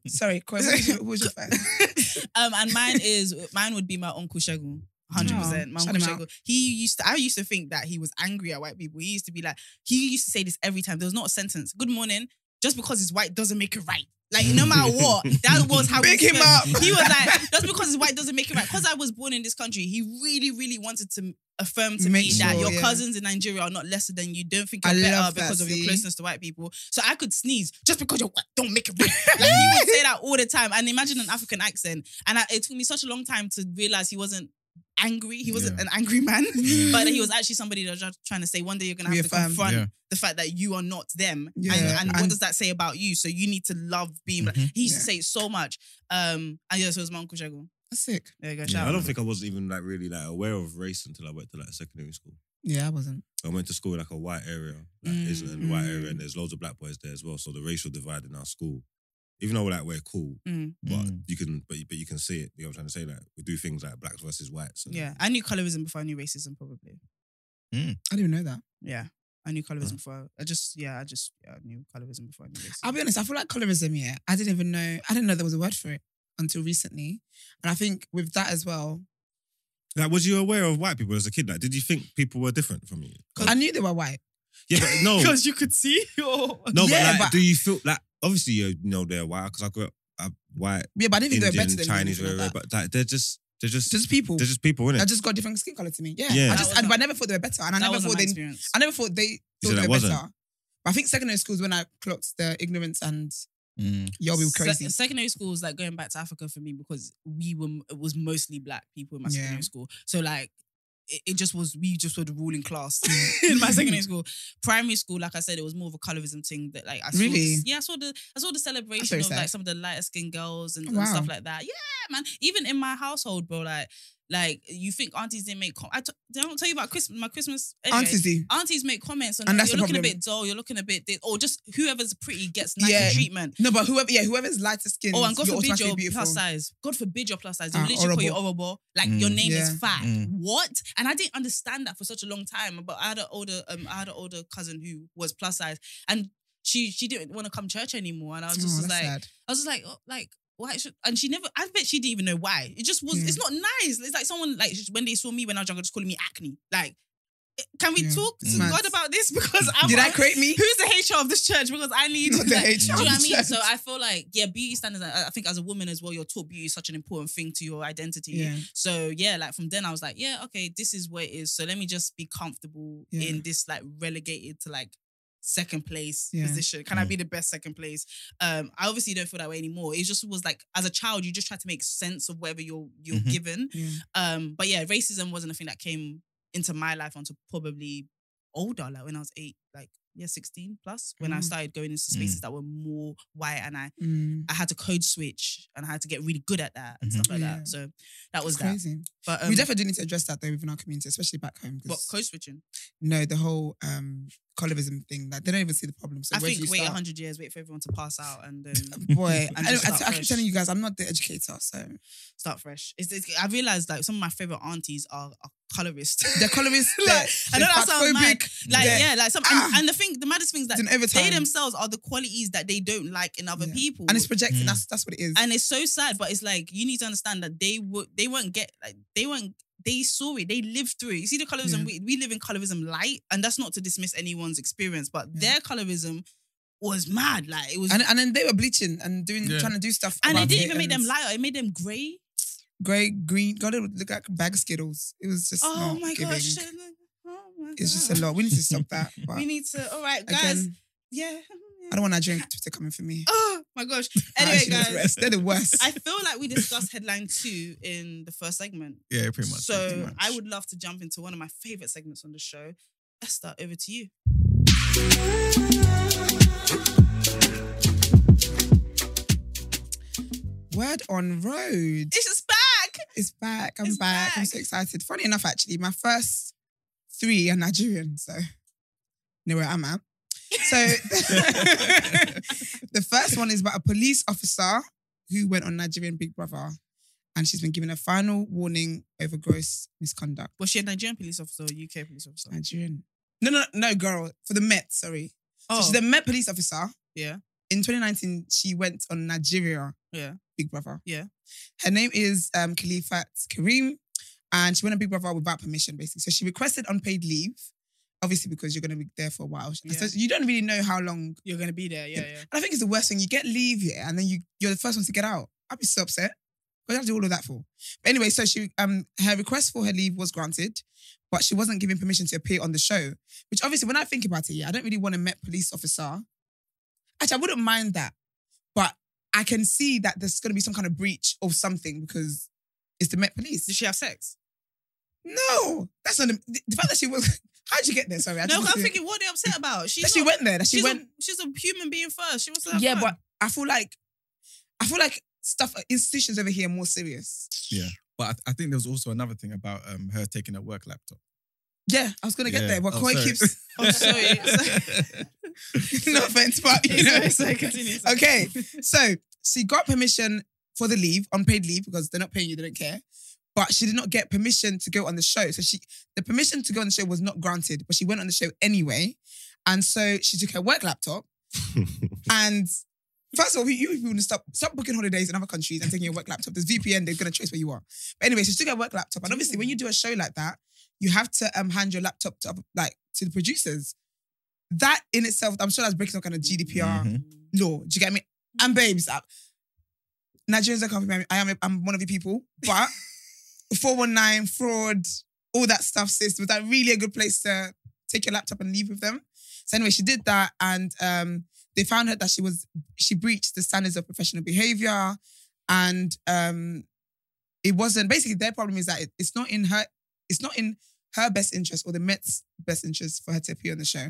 C: Sorry, Koi, what was your, what was your first?
A: um, and mine is mine would be my uncle Shagun. Hundred percent, my
C: Aw,
A: uncle
C: shout him
A: Shagun. He used to. I used to think that he was angry at white people. He used to be like, he used to say this every time. There was not a sentence. Good morning. Just because it's white doesn't make it right. Like no matter what, that was how we
C: Big him
A: felt.
C: up.
A: He was like, just because it's white doesn't make it right. Because I was born in this country, he really, really wanted to affirm to
C: Make
A: me that
C: sure,
A: your
C: yeah.
A: cousins in Nigeria are not lesser than you. Don't think you're
C: I
A: better
C: love that,
A: because of your
C: see?
A: closeness to white people. So I could sneeze just because you're white. Don't make it right. Like he would say that all the time. And imagine an African accent. And I, it took me such a long time to realize he wasn't angry. He wasn't
D: Yeah.
A: an angry man, but he was actually somebody that was just trying to say one day you're gonna have to
C: Reaffirm.
A: confront
D: Yeah.
A: the fact that you are not them.
C: Yeah.
A: And, and, what
C: And- Mm-hmm.
A: does that say about you? So you need to love being. black.
D: Mhm.
A: He used to say
C: Yeah.
A: it so much. Um, and yeah, so it was my uncle Shagun.
C: That's sick.
A: There you go.
B: Yeah,
A: Shout
B: I
A: out.
B: don't think I was even like really like aware of race until I went to like secondary school.
C: Yeah, I wasn't.
B: I went to school in like a white area, like
A: Mm,
B: Islington and white
A: mm.
B: area, and there's loads of black boys there as well. So the racial divide in our school, even though like we're cool,
A: Mm,
B: but you can but you- but you can see it. You know what I'm trying to say? Like we do things like blacks versus whites. and-
A: yeah, I knew colorism before I knew racism. Probably.
C: I didn't know that.
A: Yeah, I knew colorism before. I just yeah, I just yeah, I knew colorism before I knew racism.
C: Uh-huh. I'll be honest, I feel like colorism, yeah. I didn't even know, I didn't know there was a word for it until recently. And I think with that as well,
B: Like, was you aware of white people as a kid? Like, did you think people were different from you?
C: I knew they were white.
B: Yeah, but
C: oh.
B: no,
A: you could see. your
B: no. but
C: Yeah,
B: like,
C: but-
B: do you feel like obviously you know they're white because I grew up uh, white,
C: Yeah, but I didn't think they were better
B: Indian,
C: than
B: Chinese,
C: me. or anything
B: whatever,
C: like that.
B: but like they're just they're just
C: just people.
B: they're just people, innit?
C: I just got different skin color to me. Yeah.
B: Yeah.
C: I
B: That
C: just,
A: wasn't-
C: I, but I never thought they were better. And I
A: that
C: never
A: wasn't my
C: thought they
A: experience.
C: I never thought they
B: said
C: thought
B: that
C: they were
B: wasn't?
C: better. But I think secondary school is when I clocked the ignorance and
D: Mm.
C: y'all be crazy.
A: Se- secondary school was like going back to Africa for me because we were it was mostly black people in my
C: Yeah.
A: secondary school. So like it, it just was we just were the ruling class
C: Mm.
A: in my secondary school. Primary school, like I said, it was more of a colorism thing that like I saw
C: Really?
A: this- yeah, I saw the I saw the celebration
C: very
A: of like
C: sad.
A: some of the lighter skinned girls and,
C: Oh,
A: and
C: wow.
A: stuff like that. Yeah, man. Even in my household, bro, like like you think aunties didn't make com- I t- did I not tell you about Christmas my Christmas anyway,
C: Aunties do.
A: Aunties make comments on
C: And
A: like,
C: that's
A: you're
C: the
A: looking a
C: problem.
A: bit dull, you're looking a bit this, or just whoever's pretty gets nicer
C: Yeah.
A: treatment.
C: No, but whoever, yeah, whoever's lighter skin,
A: Oh, and God
C: you're
A: forbid
C: automatically
A: you're
C: beautiful.
A: plus size. God forbid you're plus size. They
C: Ah,
A: literally call you horrible. Like
D: Mm.
A: your name
C: Yeah.
A: is fat.
D: Mm.
A: What? And I didn't understand that for such a long time. But I had an older, um, I had an older cousin who was plus size, and she she didn't want to come church anymore. And I was
C: Oh,
A: just,
C: that's
A: like,
C: sad.
A: I was just like, oh, like. Why should and she never? I bet she didn't even know why. It just was.
C: Yeah.
A: It's not nice. It's like someone like just- when they saw me when I was younger, just calling me acne. Like, eh, can we
C: Yeah.
A: talk to
D: Mm.
A: God about this? Because I'm,
C: Did I create me?
A: Who's the HR of this church? Because I need
C: Not the
A: like,
C: HR
A: Do you know
C: of
A: what I
C: the
A: mean? So
C: church.
A: I feel like yeah, beauty standards. I I think as a woman as well, you're taught beauty is such an important thing to your identity.
C: Yeah.
A: So yeah, like from then I was like, yeah, okay, this is what it is. So let me just be comfortable
C: Yeah.
A: in this like relegated to like second place
C: Yeah.
A: position. Can I
D: Mm.
A: be the best second place? Um, I obviously don't feel that way anymore. It just was like as a child, you just try to make sense of whatever you're you're
C: Mm-hmm.
D: Mhm.
A: given.
C: Yeah.
A: Um, but yeah, racism wasn't a thing that came into my life until probably older, like when I was eight, like yeah, 16 plus, when I
C: Mm.
A: started going into spaces that were more white and I,
C: Mm.
A: I had to code switch and I had to get really good at that and
D: Mhm.
A: stuff like
C: Mm-hmm. Yeah.
A: that. So that was
C: It's
A: that.
C: crazy.
A: But um,
C: we definitely do need to address that though within our community, especially back home. 'cause-
A: what, code switching.
C: No, the whole um colorism thing. Like they don't even see the problem. So
A: I
C: where do
A: think
C: you
A: wait
C: start?
A: 100 years, wait for everyone to pass out and then
C: Boy,
A: and
C: I,
A: just
C: I,
A: start
C: I keep
A: fresh.
C: telling you guys, I'm not the educator, so
A: start fresh. It's, it's, I realized like some of my favorite aunties are, are colorist.
C: they're colorist.
A: Like,
C: they're-
A: I know
C: they're
A: that sounds mad.
C: fatphobic,
A: Like
C: they're-
A: yeah, like some
C: Ah.
A: and, and the thing, the maddest thing is that
C: it's an overtime.
A: they themselves are the qualities that they don't like in other
C: Yeah.
A: people,
C: and it's projecting.
D: Mm.
C: That's that's what it is.
A: and it's so sad. But it's like you need to understand that they would they won't get like they won't they saw it, they lived through it. You see the colorism
C: Yeah.
A: we, we live in colorism light, and that's not to dismiss anyone's experience, but
C: Yeah.
A: their colorism was mad. Like it was,
C: And,
A: and,
C: and then they were bleaching and doing
D: Yeah.
C: trying to do stuff.
A: it
C: about
A: didn't
C: it
A: even make
C: and
A: them lighter; it made them grey.
C: Grey, green. God, it would look like bag of skittles. It was just.
A: Oh
C: not
A: my
C: giving.
A: gosh! Oh my
C: It's just a
A: God.
C: lot. We need to stop that. But
A: We need to. All right, guys.
C: again,
A: yeah.
C: I don't want Nigerian Twitter coming for me.
A: Oh my gosh.
C: Ah,
A: Anyway,
C: she was
A: guys,
C: rest. they're the worst.
A: I feel like we discussed headline two in the first segment.
D: Yeah, pretty much.
A: so
D: pretty much.
A: I would love to jump into one of my favorite segments on the show. Esther, over to you.
C: Word on road.
A: It's just back.
C: It's back. I'm
A: It's
C: back. I'm
A: back.
C: so excited. Funny enough, actually, my first three are Nigerian, so know where I'm at. So the first one is about a police officer who went on Nigerian Big Brother, and she's been given a final warning over gross misconduct.
A: Was she a Nigerian police officer or UK police officer?
C: Nigerian. No, no, no, girl. For the Met, sorry.
A: Oh,
C: So she's a Met police officer.
A: Yeah.
C: In 2019, she went on Nigeria.
A: Yeah.
C: Big Brother.
A: Yeah.
C: Her name is um, Khalifat Kareem, and she went on Big Brother without permission, basically. So she requested unpaid leave, obviously because you're going to be there for a while. And So
A: Yeah.
C: you don't really know how long.
A: you're gonna be there. Yeah, yeah.
C: And I think it's the worst thing. You get leave, yeah, and then you you're the first one to get out. I'd be so upset. What did I do all of that for? But anyway, so she um her request for her leave was granted, but she wasn't given permission to appear on the show. Which obviously, when I think about it, yeah, I don't really want to met police officer. Actually, I wouldn't mind that, but I can see that there's going to be some kind of breach of something because it's the Met Police.
A: Did she have sex?
C: No, that's not the, the fact that she was. How'd you get there? Sorry, I
A: no,
C: just-
A: I'm thinking, what are they upset about? She's
C: that she
A: not-
C: went there. That she
A: She's,
C: went.
A: a, she's a human being first. She wants to have
C: yeah,
A: fun.
C: but I feel like I feel like stuff institutions over here are more serious.
D: But I, th- I think there was also another thing about um, her taking a work laptop.
C: Yeah, I was gonna get
D: Yeah.
C: there, but
D: Oh,
C: Koi
D: sorry.
C: keeps
A: oh, sorry.
C: no offense, but you know.
A: Sorry, sorry, continue, sorry.
C: okay, so she got permission for the leave, unpaid leave, because they're not paying you, they don't care. But she did not get permission to go on the show. So she the permission to go on the show was not granted, but she went on the show anyway. And so she took her work laptop and First of all, you people need to stop stop booking holidays in other countries and taking your work laptop. There's VPN; they're gonna trace where you are. But anyway, so she took her work laptop, and obviously, when you do a show like that, you have to um, hand your laptop to other- like to the producers. That in itself, I'm sure that's breaking some kind of GDPR
D: Mhm.
C: law. Do you get me? And babes, I, Nigerians don't come for me. I am. A, I'm one of the people, but 419 fraud, all that stuff, sis. Was that really a good place to take your laptop and leave with them? So anyway, she did that, and um, they found out that she was she breached the standards of professional behavior, and um, it wasn't. Basically, their problem is that it, it's not in her. It's not in her best interest or the Met's best interest for her to appear on the show.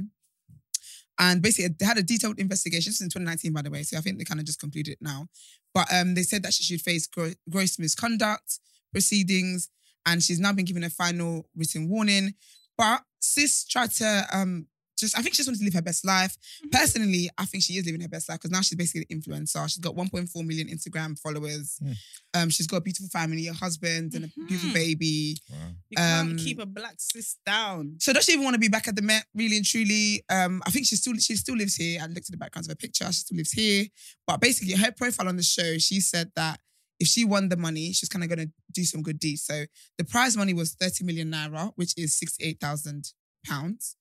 C: And basically, they had a detailed investigation. This is in 2019, by the way, so I think they kind of just concluded it now. But um, they said that she should face gro- gross misconduct proceedings, and she's now been given a final written warning. But sis tried to um, just, I think she just wanted to live her best life. Personally, I think she is living her best life because now she's basically an influencer. She's got 1.4 million Instagram followers.
D: Yeah.
C: Um, she's got a beautiful family, a husband, and a beautiful
A: Mhm.
C: baby.
D: Wow.
A: You can't
C: Um,
A: keep a black sis down.
C: So does she even want to be back at the Met, really and truly? Um, I think she still she still lives here. I looked at the backgrounds of her picture. She still lives here. But basically, her profile on the show, she said that if she won the money, she's kind of going to do some good deeds. So the prize money was thirty million naira, which is sixty eight thousand pounds,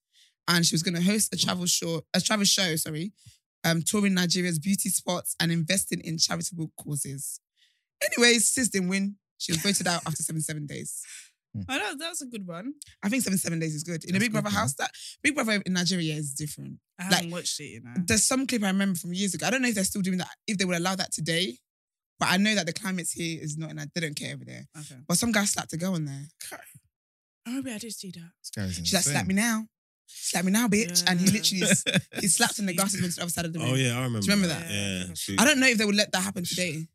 C: and she was going to host a travel show, a travel show, sorry, um, touring Nigeria's beauty spots and investing in charitable causes. Anyways, sis didn't win. She was voted out after seven seven days.
A: Oh, that, that was a good one.
C: I think seven seven days is good. In a
D: That's
C: Big
D: good,
C: Brother
D: yeah.
C: house, that Big Brother in Nigeria is different.
A: I
C: Like,
A: haven't watched it, you know.
C: There's some clip I remember from years ago. I don't know if they're still doing that, if they would allow that today. But I know that the climate's here is not, and they don't care over there.
A: okay.
C: But some guy slapped a girl in there.
A: Oh, maybe I did see that.
D: This guy is
C: She's like,
D: insane.
C: slap me now. slap me now, bitch. And he
A: Yeah.
C: literally s- he slapped in the glasses went to the other side of the room.
B: Oh yeah, I remember.
C: Do you remember that?
B: Yeah, she,
C: I don't know if they would let that happen today.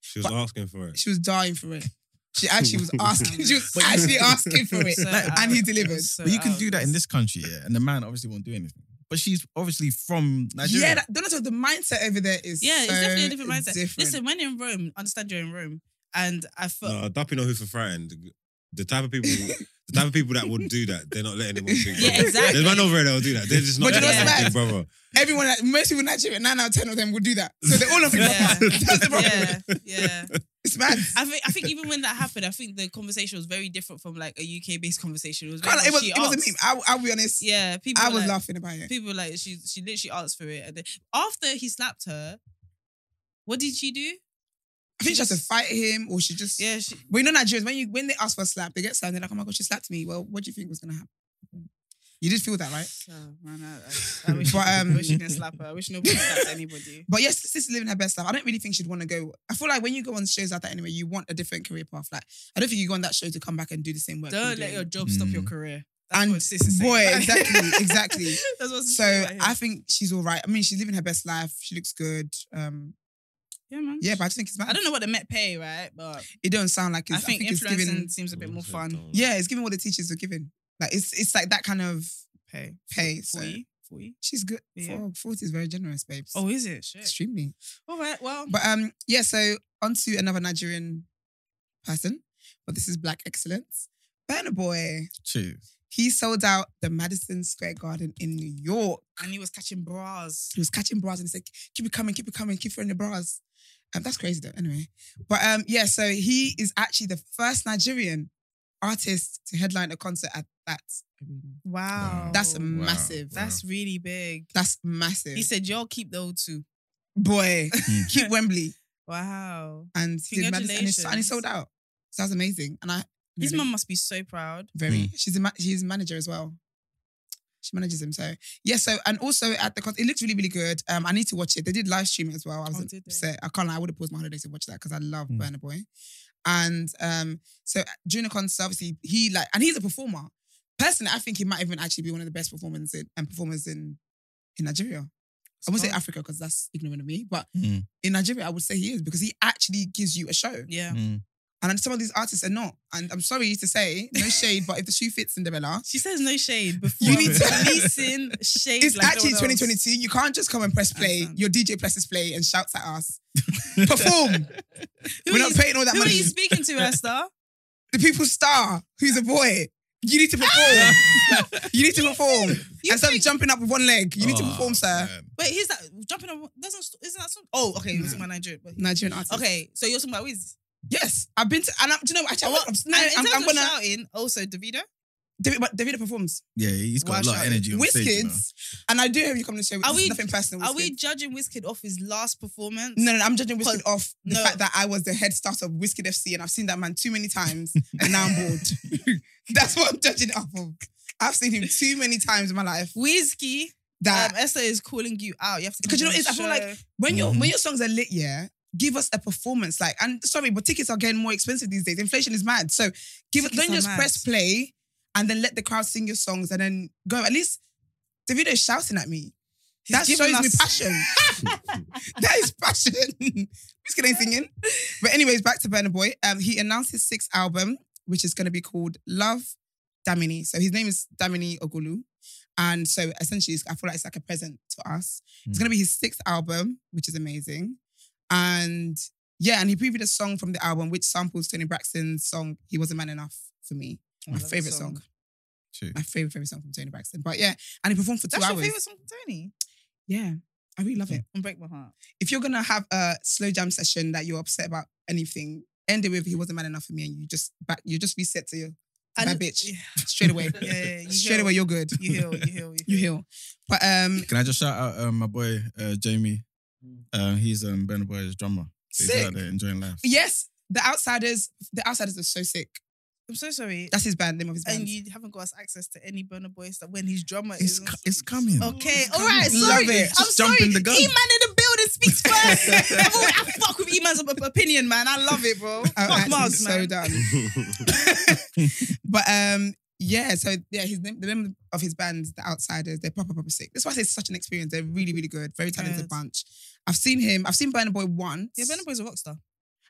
B: she was asking for it.
C: She was dying for it. She actually was asking. She was actually asking for it,
A: So
C: and he
A: out.
C: delivered.
A: So uh,
D: But you can
A: out.
D: do that in this country, yeah, and the man obviously won't do anything. But she's obviously from Nigeria.
C: Yeah, that, don't know, the mindset over there is
A: Yeah, it's
C: so
A: definitely a different mindset.
C: different.
A: Listen, when in Rome, understand you're in Rome, and I felt
B: No, Dappy know who for frightened. The type of people, the type of people that would do that, they're not letting anyone. Big
A: Yeah,
B: Brother.
A: exactly.
B: There's man over there that will do that. They're just not
C: But you
B: letting
A: know
B: anyone
C: what's
B: Big Brother.
C: everyone, most people in Nigeria, nine out of ten of them will do that. So they're all on people.
A: Yeah.
C: That's the problem.
A: yeah, yeah.
C: It's mad.
A: I think I think even when that happened, I think the conversation was very different from like a UK based conversation. It was, very
C: Can't-
A: much
C: it was,
A: she
C: it was a
A: asked.
C: meme. I, I'll be honest.
A: Yeah, people.
C: I
A: were
C: was
A: like,
C: laughing about it.
A: People were like she she literally asked for it, and then after he slapped her, what did she do?
C: I think she had to fight him, or she just.
A: Yeah, she,
C: But you know, Nigerians, when you when they ask for a slap, they get slapped. They're like, "Oh my god, she slapped me." Well, what do you think was gonna happen? You did feel that, right?
A: So, oh, man, I, I, I wish,
C: But,
A: I
C: um,
A: wish she didn't slap her. I wish nobody slapped anybody.
C: But yes, Sis is living her best life. I don't really think she'd want to go. I feel like when you go on shows like that anyway, you want a different career path. Like, I don't think you go on that show to come back and do the same work. you're
A: Don't let
C: doing.
A: your job stop your
D: Mm.
A: career. That's
C: And
A: what sis is saying.
C: boy, exactly, exactly.
A: That's what sis
C: So
A: is saying.
C: I think she's all right. I mean, she's living her best life. She looks good. Um,
A: yeah, man.
C: yeah, but I just think it's mad.
A: I don't know what the Met pay, right? But
C: It don't sound like it's.
A: I think
C: it's
A: influencing
C: giving.
A: seems a bit more fun.
C: Yeah, it's giving what the teachers are giving. Like it's it's like that kind of
A: Pay,
C: pay. So
A: forty, forty.
C: she's good.
A: Yeah.
C: Yeah. Forty is very generous, babes.
A: Oh, is it? Shit.
C: extremely.
A: All right. Well,
C: But um, yeah, so on to another Nigerian person, but this is Black Excellence. Burner Boy,
D: True.
C: he sold out the Madison Square Garden in New York.
A: and he was catching bras.
C: He was catching bras and he said, keep it coming, keep it coming, keep throwing the bras. Um, that's crazy though, anyway. But um, yeah, so he is actually the first Nigerian artist to headline a concert at that arena.
A: Wow.
C: That's
D: Oh, Wow.
C: massive.
A: that's really big.
C: That's massive.
A: He said, "Y'all keep the old two.
C: boy, keep Wembley.
A: Wow.
C: And, he did Madison, and, he, and he
A: Congratulations.
C: sold out. So that's amazing. And I
A: His
C: really-
A: mum must be so proud.
C: Very. She's a ma- she's a manager as well. She manages him. So yeah. So and also at the concert, it looked really really good. Um, I need to watch it. They did live stream it as well. I was
A: Oh, did they?
C: upset. I can't. Lie. I would have paused my holiday to watch that because I love
D: Mm.
C: Burner Boy. And um, so during the concert, obviously he like, and he's a performer. Personally, I think he might even actually be one of the best performers in and performers in in Nigeria. I won't say
A: Oh.
C: Africa because that's ignorant of me, but
D: Mm.
C: in Nigeria, I would say he is because he actually gives you a show.
A: Yeah.
D: Mm.
C: And some of these artists are not. And I'm sorry to say, no shade, but if the shoe fits Cinderella,
A: She says no shade before
C: You need to-
A: releasing shade.
C: it's
A: like no
C: actually
A: one else.
C: 2022. You can't just come and press play.
A: Understand.
C: Your DJ presses play and shouts at us. Perform.
A: Who
C: We're
A: are
C: not
A: you-
C: paying all that
A: Who are
C: money.
A: you speaking to, Esther?
C: The people's star, who's a boy. You need to perform. you need to perform.
A: You
C: and stop
A: think-
C: jumping up with one leg. You need to
D: Oh,
C: perform, sir.
D: man.
A: Wait, here's that jumping on. Doesn't isn't that something? Oh, okay. You're talking about Nigerian. But,
C: Nigerian artist.
A: okay, so you're talking about Wiz.
C: Yes, I've been to. And I'm, do you know what? Actually,
A: Oh,
C: I'm, I'm,
A: and in
C: I'm,
A: terms
C: I'm
A: of
C: gonna.
A: shouting, also Davido.
C: David, but Davida performs.
D: Yeah, he's
A: Wow,
D: got a lot
A: shout
D: of
A: out.
D: energy on
C: With
D: stage. you know.
C: kids. And I do hope you come to the show.
A: Are
C: Are
A: we-
C: we, nothing personal.
A: Are
C: Wizkid.
A: we judging Wizkid off his last performance?
C: No, no, no, I'm judging Wizkid off the
A: no.
C: fact that I was the head starter of Wizkid FC and I've seen that man too many times and now I'm bored. That's what I'm judging it off of. I've seen him too many times in my life
A: Wizkid. Um,
C: that
A: Esther is calling you out. You have to come
C: Because you
A: to
C: know
A: the
C: what it is? I
A: show.
C: feel like when your
D: Mhm.
C: when your songs are lit, yeah, give us a performance. Like, and sorry, but tickets are getting more expensive these days. Inflation is mad. So give
A: Tickets
C: don't
A: are
C: just
A: mad.
C: press play and then let the crowd sing your songs and then go. At least Davido is shouting at me.
A: He's
C: that
A: given
C: shows me
A: us-
C: passion. that is passion. Who's ain't singing? But anyways, back to Burner Boy. Um, he announced his sixth album, which is going to be called Love Damini. So his name is Damini Ogulu. And so essentially, it's- I feel like it's like a present to us. It's
D: Mm.
A: Hmm.
C: going to be his sixth album, which is amazing. And yeah, and he previewed a song from the album, which samples Tony Braxton's song, He Was a Man Enough for Me.
A: I
C: My
A: love that
C: favorite
A: song.
C: song.
D: True.
C: My favorite, favorite song from Tony Braxton. But yeah, and he performed for two
A: That's your
C: hours.
A: favorite song, from Tony.
C: Yeah, I really love it.
A: And break my heart.
C: If you're going to have a slow jam session that you're upset about anything, end it with He Was a Man Enough for Me and you just back, you just reset to your Bad bitch.
A: Yeah,
C: straight away.
A: yeah, yeah, you
C: Straight
A: heal.
C: away, you're good.
A: You heal. You heal.
C: You heal. But um,
D: Can I just shout out um, my boy uh, Jamie? Uh, he's um, Burna Boy's drummer. So he's
C: Mm. Sick.
D: out there enjoying life.
C: yes, the outsiders, the outsiders are so sick.
A: I'm so sorry.
C: That's his band name of his band.
A: and you haven't got us access to any burner boys that when his drummer
D: It's
A: is
D: co- it's coming.
A: Okay,
C: It's
A: all right,
C: coming.
A: sorry.
C: Love it.
A: I'm
D: Just
A: sorry.
D: jumping
A: E-man
D: the
A: in
D: gun.
A: the building speaks first. I've always- I fuck with E-man's op- opinion,
C: Oh,
A: man. I love it, bro.
C: I'm
A: fuck
C: actually
A: Mars,
C: so
A: man.
C: done. but um, Yeah, so yeah, his name, the name of his band, The Outsiders, they're proper, proper sick. That's why I say it's such an experience. They're really, really good, very talented
A: Yes.
C: bunch. I've seen him, I've seen Burner Boy once.
A: Yeah, Burna Boy's a rock star.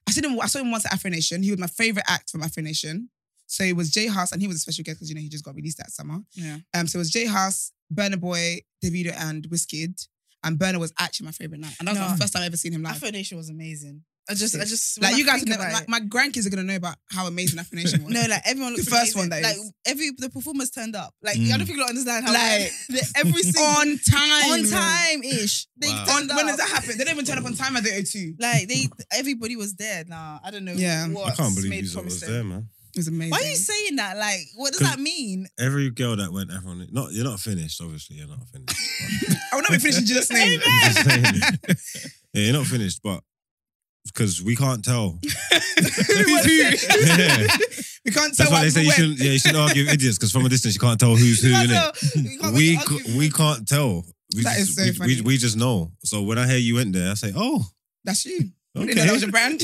C: I've seen him, I saw him once at Afro Nation. He was my favorite act from Afro Nation. So it was Jay House, and he was a special guest because you know he just got released that summer.
A: Yeah.
C: Um, so it was Jay House, Burner Boy, Davido, and Wizkid. And Burner was actually my favorite night, and that was
A: No.
C: the first time I ever seen him live.
A: Afro Nation was amazing. I just, I just
C: like
A: when
C: you
A: I
C: guys,
A: think
C: would never,
A: about
C: like,
A: it-
C: my grandkids are gonna know about how amazing Afro Nation was.
A: No, like everyone looked
C: The first one,
A: amazing.
C: that
A: like
C: is.
A: every the performers turned up. Like
D: Mm.
A: I don't think you understand how
C: Like-
A: the- every single
C: on time,
A: on time ish. They
D: Wow.
A: turned
C: On- when
A: up.
C: does that happen? They don't even turn up on time at the O2.
A: Like they, everybody was there. Nah, I don't know.
C: Yeah.
A: what
B: I can't believe
A: made
B: you lot was
A: promise
B: there, man.
C: It was amazing.
A: Why are you saying that? Like, what does
B: 'Cause-
A: that mean?
B: Every girl that went, everyone. Not you're not finished. Obviously, you're not finished.
C: I will not be finishing Jesus' name.
B: but- I'm just saying. yeah, you're not finished, but because we can't tell. Yeah.
C: we can't
B: That's why
C: tell why
B: they say
C: people
B: you
C: went.
B: shouldn't. Yeah, you shouldn't argue with idiots because from a distance you can't tell who's who.
A: Like,
B: innit?
A: no, we can't really
B: we c-
A: argue.
B: we can't tell. We
C: That
B: just,
C: is so
B: we,
C: funny.
B: We, we just know. So when I hear you went there, I say, oh,
C: That's you. You didn't know
B: okay,
C: that was your brand.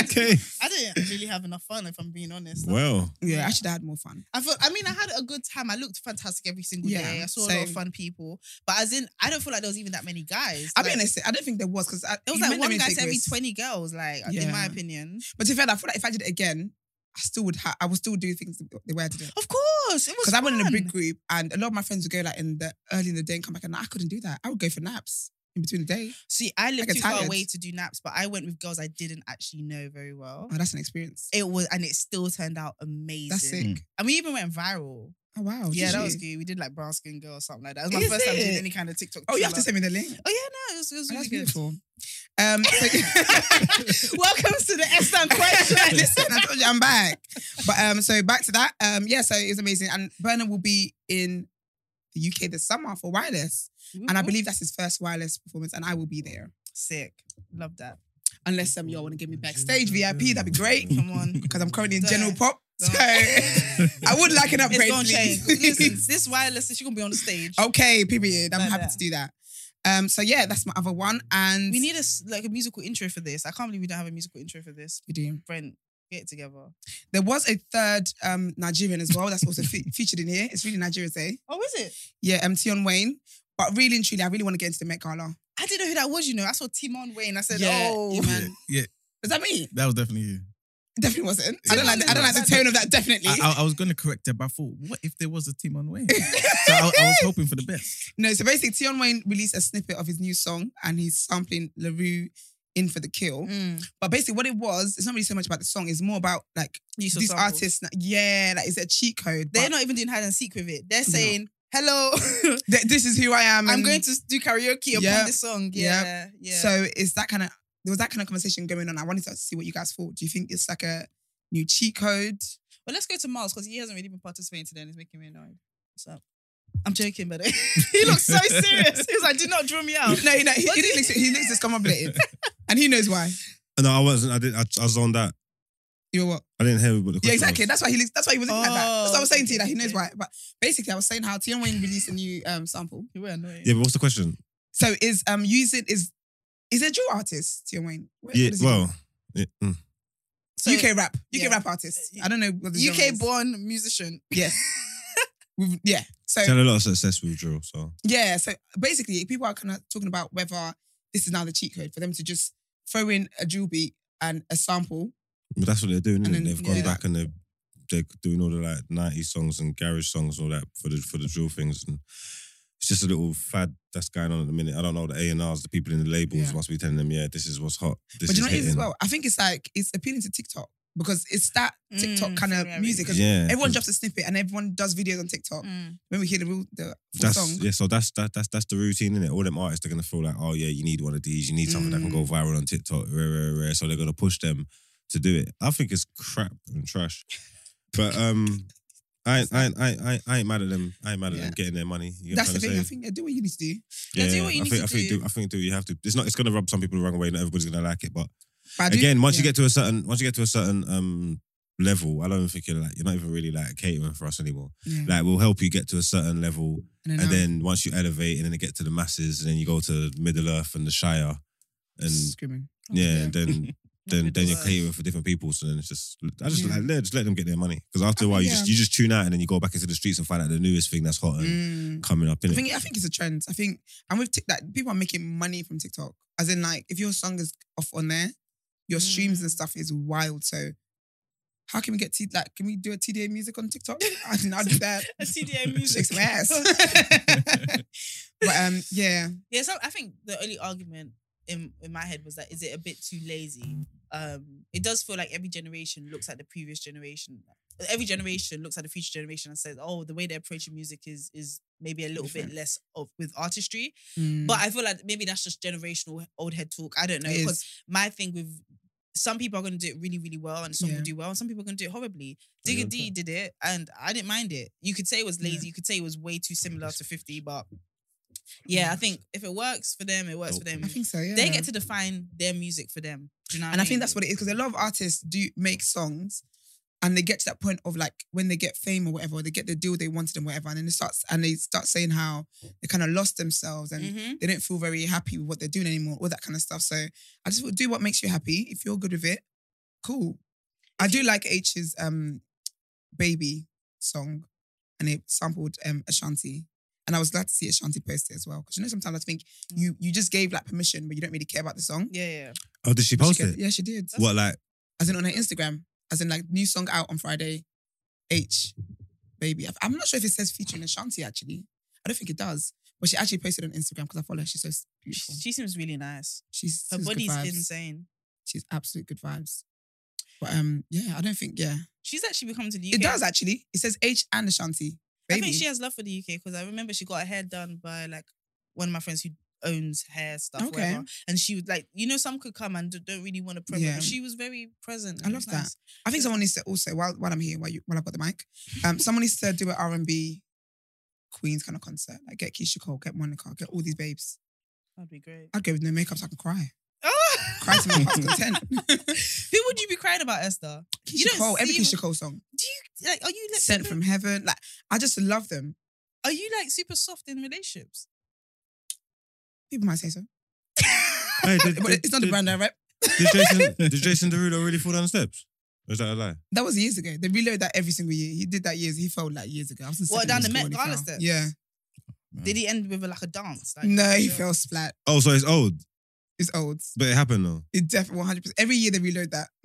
B: okay.
A: I didn't really have enough fun, if I'm being honest.
B: Well,
C: yeah, I should have had more fun.
A: I feel. I mean, I had a good time. I looked fantastic every single
C: Yeah,
A: day. I saw a lot of
C: same.
A: fun people, but as in, I don't feel like there was even that many guys.
C: I'll be
A: Like,
C: honest, I don't think there was because it
A: It was like one guy to every twenty girls. Like in
C: Yeah.
A: my opinion,
C: But to be fair, I feel like if I did it again, I still would. Ha- I would still do things the way I did it.
A: of course, it was
C: Because I went in a
A: fun.
C: big group, and a lot of my friends would go like in the early in the day and come back, and I couldn't do that. I would go for naps in between the day.
A: See, I lived
C: Like a
A: too far
C: tired.
A: away to do naps, but I went with girls I didn't actually know very well.
C: Oh, that's an experience.
A: It was, and it still turned out amazing.
C: That's sick.
D: Mm.
A: And we even went viral.
C: Oh wow.
A: yeah,
C: did
A: that
C: you?
A: was good. We did like brown skin girl or something like that. It was my
C: Is
A: first time doing
C: it?
A: any kind of TikTok.
C: Oh, you have to
A: thriller.
C: send me the link.
A: Oh yeah, no, it was, it was
C: Oh,
A: really
C: that's
A: good.
C: beautiful. Um, so-
A: Welcome to the S and
C: Right,
A: question.
C: Listen, I told you I'm back. But um, so back to that. Um, yeah, so it was amazing. And Bernard will be in the UK this summer for wireless. And I believe that's his first wireless performance, and I will be there.
A: Mm-hmm. sick. Love that.
C: Unless um y'all want to give me backstage VIP, that'd be great.
A: Come on,
C: Because I'm currently in
A: Don't.
C: general pop. So
A: Don't.
C: I would like an
A: it's
C: upgrade.
A: gonna change.
C: please.
A: Listen, this wireless, she's gonna be on the stage.
C: okay, period. I'm
A: Like
C: happy
A: that.
C: to do that. Um, so yeah, that's my other one. And
A: We need a s- like a musical intro for this. I can't believe we don't have a musical intro for this.
C: we do.
A: Brent, get it together.
C: There was a third um Nigerian as well that's also fe- featured in here. It's really Nigeria's Day.
A: Oh, is it?
C: Yeah, MT on Wayne. But really and truly, I really want to get into the Met Gala.
A: I didn't know who that was, you know. I saw Timon Wayne. I said,
C: Yeah,
A: oh.
C: you man.
D: Yeah,
C: Is that me?
D: that was definitely you.
C: It definitely wasn't. I don't like. I don't like the tone of that. Definitely.
D: I, I, I was going to correct it, but I thought, what if there was a team on way? so I, I was hoping for the best.
C: no. So basically, Tion Wayne released a snippet of his new song, and he's sampling Larue in for the kill.
A: Mm.
C: But basically, what it was, it's not really so much about the song. It's more about like
A: Use of
C: these
A: samples.
C: artists. Yeah, like it's a cheat code.
A: They're
C: but
A: not even doing hide and seek with it. They're
C: No.
A: saying, hello,
C: th- this is who I am.
A: I'm
C: and-
A: going to do karaoke upon
C: Yeah.
A: this song.
C: Yeah.
A: Yeah. Yeah.
C: So it's that kind of there was that kind of conversation going on. I wanted to see what you guys thought. Do you think it's like a new cheat code?
A: but let's go to Miles because he hasn't really been participating today and it's making me annoyed. So I'm joking, but he looks so serious. He was like, do not draw me out.
C: No, he, no, he,
A: Oh. What
C: he,
A: do you-
C: looks, he looks discombobulated, and he knows why.
B: no, I wasn't. I did. I, I was on that.
C: You know what?
B: I didn't hear what the question
C: Yeah, exactly.
B: was.
C: That's why he looks. That's why he was looking like that. That's what I was
A: Oh,
C: saying to you that he
A: okay,
C: knows
A: okay.
C: why. But basically, I was saying how Tion Wayne released a new um, sample.
A: You were annoying.
B: Yeah, but what's the question?
C: So is um using is is a drill artist Tion Wayne? What-
B: yeah,
C: what is he?
B: well, yeah, mm.
A: So,
C: UK rap, UK
A: yeah.
C: rap artist. I don't know what the genre
A: UK
C: is.
A: born musician.
C: Yes. We've- yeah. So
B: He's had a lot of success with drill. So
C: Yeah, so basically, people are kind of talking about whether this is now the cheat code for them to just throw in a drill beat and a sample.
B: but that's what they're doing.
C: And
B: innit?
C: then-
B: They've gone
C: yeah.
B: back and they're they're doing all the like '90s songs and garage songs and all that for the for the drill things. And it's just a little fad that's going on at the minute. I don't know the A and R's, the people in the labels
C: Yeah.
B: must be telling them, yeah, this is what's hot. This
C: but
B: is
C: you know what it is as
B: hitting.
C: well? I think it's like it's appealing to TikTok because it's that TikTok
A: Mm,
C: kind
A: familiar.
C: of music. 'Cause
B: Yeah,
C: Everyone
B: 'cause
C: drops a snippet and everyone does videos on TikTok.
A: Mm.
C: When we hear the real the full
B: That's
C: song,
B: yeah. So that's that, that's that's the routine in it. All them artists are gonna feel like, oh yeah, you need one of these. You need something that can
C: Mm.
B: go viral on TikTok. Rare, rare, rare. So they're gonna push them to do it. I think it's crap and trash. But um, I ain't- I ain't- I ain't- I ain't- I ain't mad at them. I ain't mad at
C: Yeah.
B: them getting their money. You get
C: that's the
B: what I'm
C: thing.
B: trying
C: I
B: to say?
C: think yeah, do what you need to do.
A: Yeah, do what you
B: I
A: need
B: think
A: to
B: I think
A: do.
B: do I think do what you have to. It's not. It's gonna rub some people the wrong way. Not everybody's gonna like it. But
C: But I do-
B: again, once you
C: yeah.
B: get to a certain once you get to a certain um level, I don't even think you're like you're not even really like catering for us anymore.
C: Yeah.
B: Like we'll help you get to a certain level.
C: and
B: And
C: now-
B: then once you elevate and then it get to the masses and then you go to Middle Earth and the Shire and
C: screaming.
B: yeah, and then then
A: good
B: then you're
A: work.
B: catering for different people. So then it's just I just
C: Yeah.
B: like let just let them get their money because after a
C: I
B: while you
C: think,
B: just
C: yeah.
B: you just tune out and then you go back into the streets and find out the newest thing that's hot and
C: Mm.
B: coming up in
C: I think I think it's a trend. I think and with Tik that people are making money from TikTok. As in, like if your song is off on there, your streams and
A: Mm.
C: stuff is wild. So how can we get T like can we do a TDA music on TikTok? I can I'll do that.
A: A CDA music.
C: Shake some ass. but um yeah.
A: Yeah, so I think the only argument in, in my head was that is it a bit too lazy? Um, it does feel like every generation looks at the previous generation. Every generation looks at the future generation and says, "Oh, the way they're approaching music is is maybe a little bit less of with artistry." But I feel like maybe that's just generational old head talk. I don't know
C: Mm. It is.
A: because my thing with some people are going to do it really, really well, and some
C: Yeah.
A: will do well, and some people are going to do it horribly.
B: Yeah,
A: Digga
B: okay.
A: D did it, and I didn't mind it. You could say it was lazy, you could say it was way too similar to 50, but yeah, I think if it works for them, it works for them.
C: I think so, yeah.
A: They get to define their music for them. Do you know what
C: and I
A: mean?
C: think that's what it is, because a lot of artists do make songs and they get to that point of like when they get fame or whatever, or they get the deal they wanted and whatever, and then it starts and they start saying how they kind of lost themselves and
A: Mhm.
C: they don't feel very happy with what they're doing anymore, all that kind of stuff. So I just would do what makes you happy. If you're good with it, cool. I do like H's um baby song, and it sampled um Ashanti. And I was glad to see Ashanti post it as well. Because you know, sometimes I think you you just gave like permission, but you don't really care about the song.
A: Yeah, yeah.
B: Oh, did she
C: She
B: post
C: kept-
B: it?
C: Yeah, she did.
B: What like
C: As in on her Instagram. As in like new song out on Friday. H baby. I- I'm not sure if it says featuring Ashanti actually. I don't think it does. But she actually posted on Instagram because I follow her. She's so s- beautiful.
A: She seems really nice.
C: She's
A: Her
C: she's good
A: body's
C: vibes.
A: insane.
C: She's absolute good vibes. But um, yeah, I don't think yeah.
A: She's actually become to the UK.
C: It does actually. It says H and Ashanti.
A: I
C: Baby.
A: think she has love for the UK because I remember she got her hair done by like one of my friends who owns hair stuff,
C: Okay.
A: whatever. And she would like, you know, some could come and d- don't really want to promote.
C: Yeah.
A: But she was very present.
C: I
A: and it
C: love
A: was
C: that.
A: nice.
C: I think someone needs to also while while I'm here, while you while I've got the mic, um, someone needs to do an R and B Queens kind of concert. Like get Keisha Cole, get Monica, get all these babes.
A: That'd be great.
C: I'd go with no makeup so I can cry.
A: Oh,
C: Cry to my heart's content.
A: Who would you be crying about, Esther?
C: Keisha
A: You don't
C: Cole, every
A: seem-
C: Keisha Cole song.
A: Do you like? Are you like
C: Sent
A: super,
C: from heaven. Like I just love them.
A: Are you like super soft in relationships?
C: People might say so.
B: hey, did,
C: But it's not the
B: did-
C: brand I rep.
B: Did Jason did Jason Derulo really fall down the steps? Or is that a lie?
C: That was years ago. They reload that every single year. He did that years. He fell like years ago. I was in
A: What,
C: secondary
A: down the
C: school
A: Met
C: when he
A: Gala
C: fell.
A: steps?
C: Yeah.
A: Did he end with a, like a dance? Like,
C: No, he
A: yeah.
C: fell splat.
B: Oh, so it's old,
C: It's old.
B: but it happened though.
C: It definitely one hundred percent. Every year they reload that.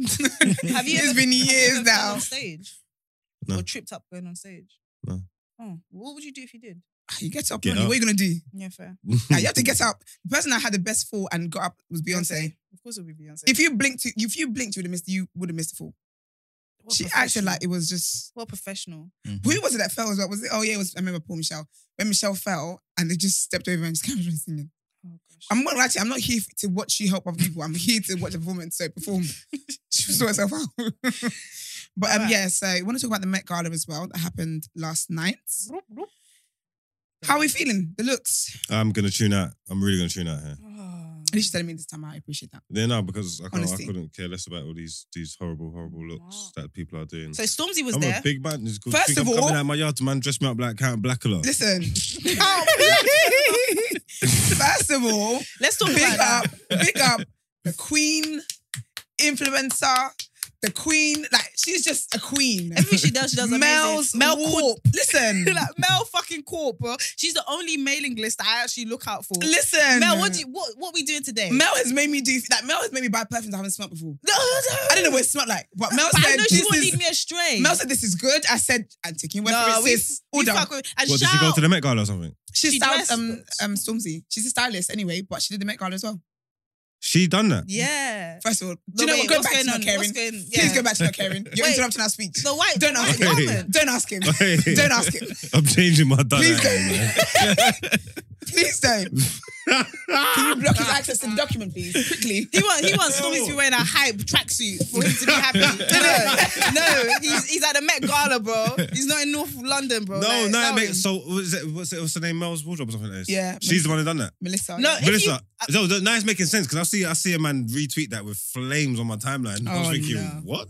A: Have you?
C: It's
A: ever-
C: been
A: have you
C: years
A: ever gone
C: now.
A: on stage
B: No.
A: or tripped up going on stage.
B: No.
A: Oh, what would you do if you did?
C: Ah, You get up,
B: Get
C: Ronnie.
B: up.
C: What are you gonna do?
A: Yeah, fair.
C: Like, you have to get up. The person that had the best fall and got up was Beyonce.
A: Of course, it would be Beyonce.
C: If you blinked, you- if you blinked, you would have missed. You would have missed the fall.
A: What
C: she acted
A: professional.
C: like it was just.
A: what professional.
D: Mm-hmm.
C: Who was it that fell as well? Was it? Oh yeah, it was. I remember Paul Michelle. When Michelle fell, and they just stepped over and just carried on singing.
A: Oh gosh.
C: I'm not actually. I'm not here to watch she help other people. I'm here to watch the performance. So perform. she saw herself out. but um,
A: Alright.
C: yeah, so I want to talk about the Met Gala as well that happened last night. How are we feeling? The looks.
B: I'm gonna tune out. I'm really gonna tune out here.
A: Oh.
C: At least you're telling me this time. I appreciate that.
B: Yeah, no, because I, can't, I
C: Honestly.
B: couldn't care less about all these these horrible, horrible looks that people are doing.
A: So Stormzy was
B: I'm
A: there.
B: a big man. It's good.
C: First
B: Think
C: of
B: I'm
C: all-
B: coming out my yard to man dress me up like Count Blackula.
C: Listen. Oh, please. First of all,
A: Let's talk
C: big
A: about
C: up,
A: that.
C: big up the queen influencer, the queen. Like she's just a queen.
A: Everything she does, she does
C: Mel's
A: amazing. Mel Corp.
C: Warp. Listen,
A: like Mel fucking Corp, bro. She's the only mailing list I actually look out for.
C: listen.
A: Mel, what do you, what what we doing today?
C: Mel has made me do like Mel has made me buy perfumes I haven't smelled before.
A: No, no.
C: I don't know what it smelled like, but Mel
A: But I
C: said
A: know she
C: this
A: won't lead
C: is.
A: me astray.
C: Mel said this is good. I said I'm taking your word
A: no,
C: for
A: we,
C: it. Sis,
A: we
C: order.
A: fuck with and
B: What did
A: shout.
B: she go to the Met Gala or something?
C: She's
A: She
C: styled
A: dressed-
C: um um Stormzy. She's a stylist anyway, but she did the Met Gala as well.
B: She done that.
A: yeah.
C: First of all,
A: No,
C: do you know
A: wait,
C: what? Go
A: what's
C: back to
A: going
C: not
A: on?
C: caring.
A: What's going-
C: Please
A: yeah.
C: go back to not caring. You're
A: Wait.
C: interrupting our speech.
A: The white
C: Don't
A: white
C: ask
B: Okay.
A: garment.
C: Don't ask him. Don't ask him.
B: I'm changing my done
C: Please
B: out
C: go.
B: here, man.
C: Please don't. Can you block his access to the document, please? Quickly.
A: He wants he wants Stormy to be wearing a hype tracksuit for him to be happy. No, no, he's, he's at the Met Gala, bro. He's not in North London, bro.
B: No,
A: Like,
B: no, it makes-
A: him.
B: So what's, it, what's, it, what's her name? Mel's wardrobe or something like this.
C: Yeah,
B: she's the one who done that.
C: Melissa.
A: No,
C: yeah.
A: If you-
B: Melissa, no, no, now it's making sense because I see I see a man retweet that with flames on my timeline. I was
C: Oh,
B: thinking,
C: no. Oh,
B: what?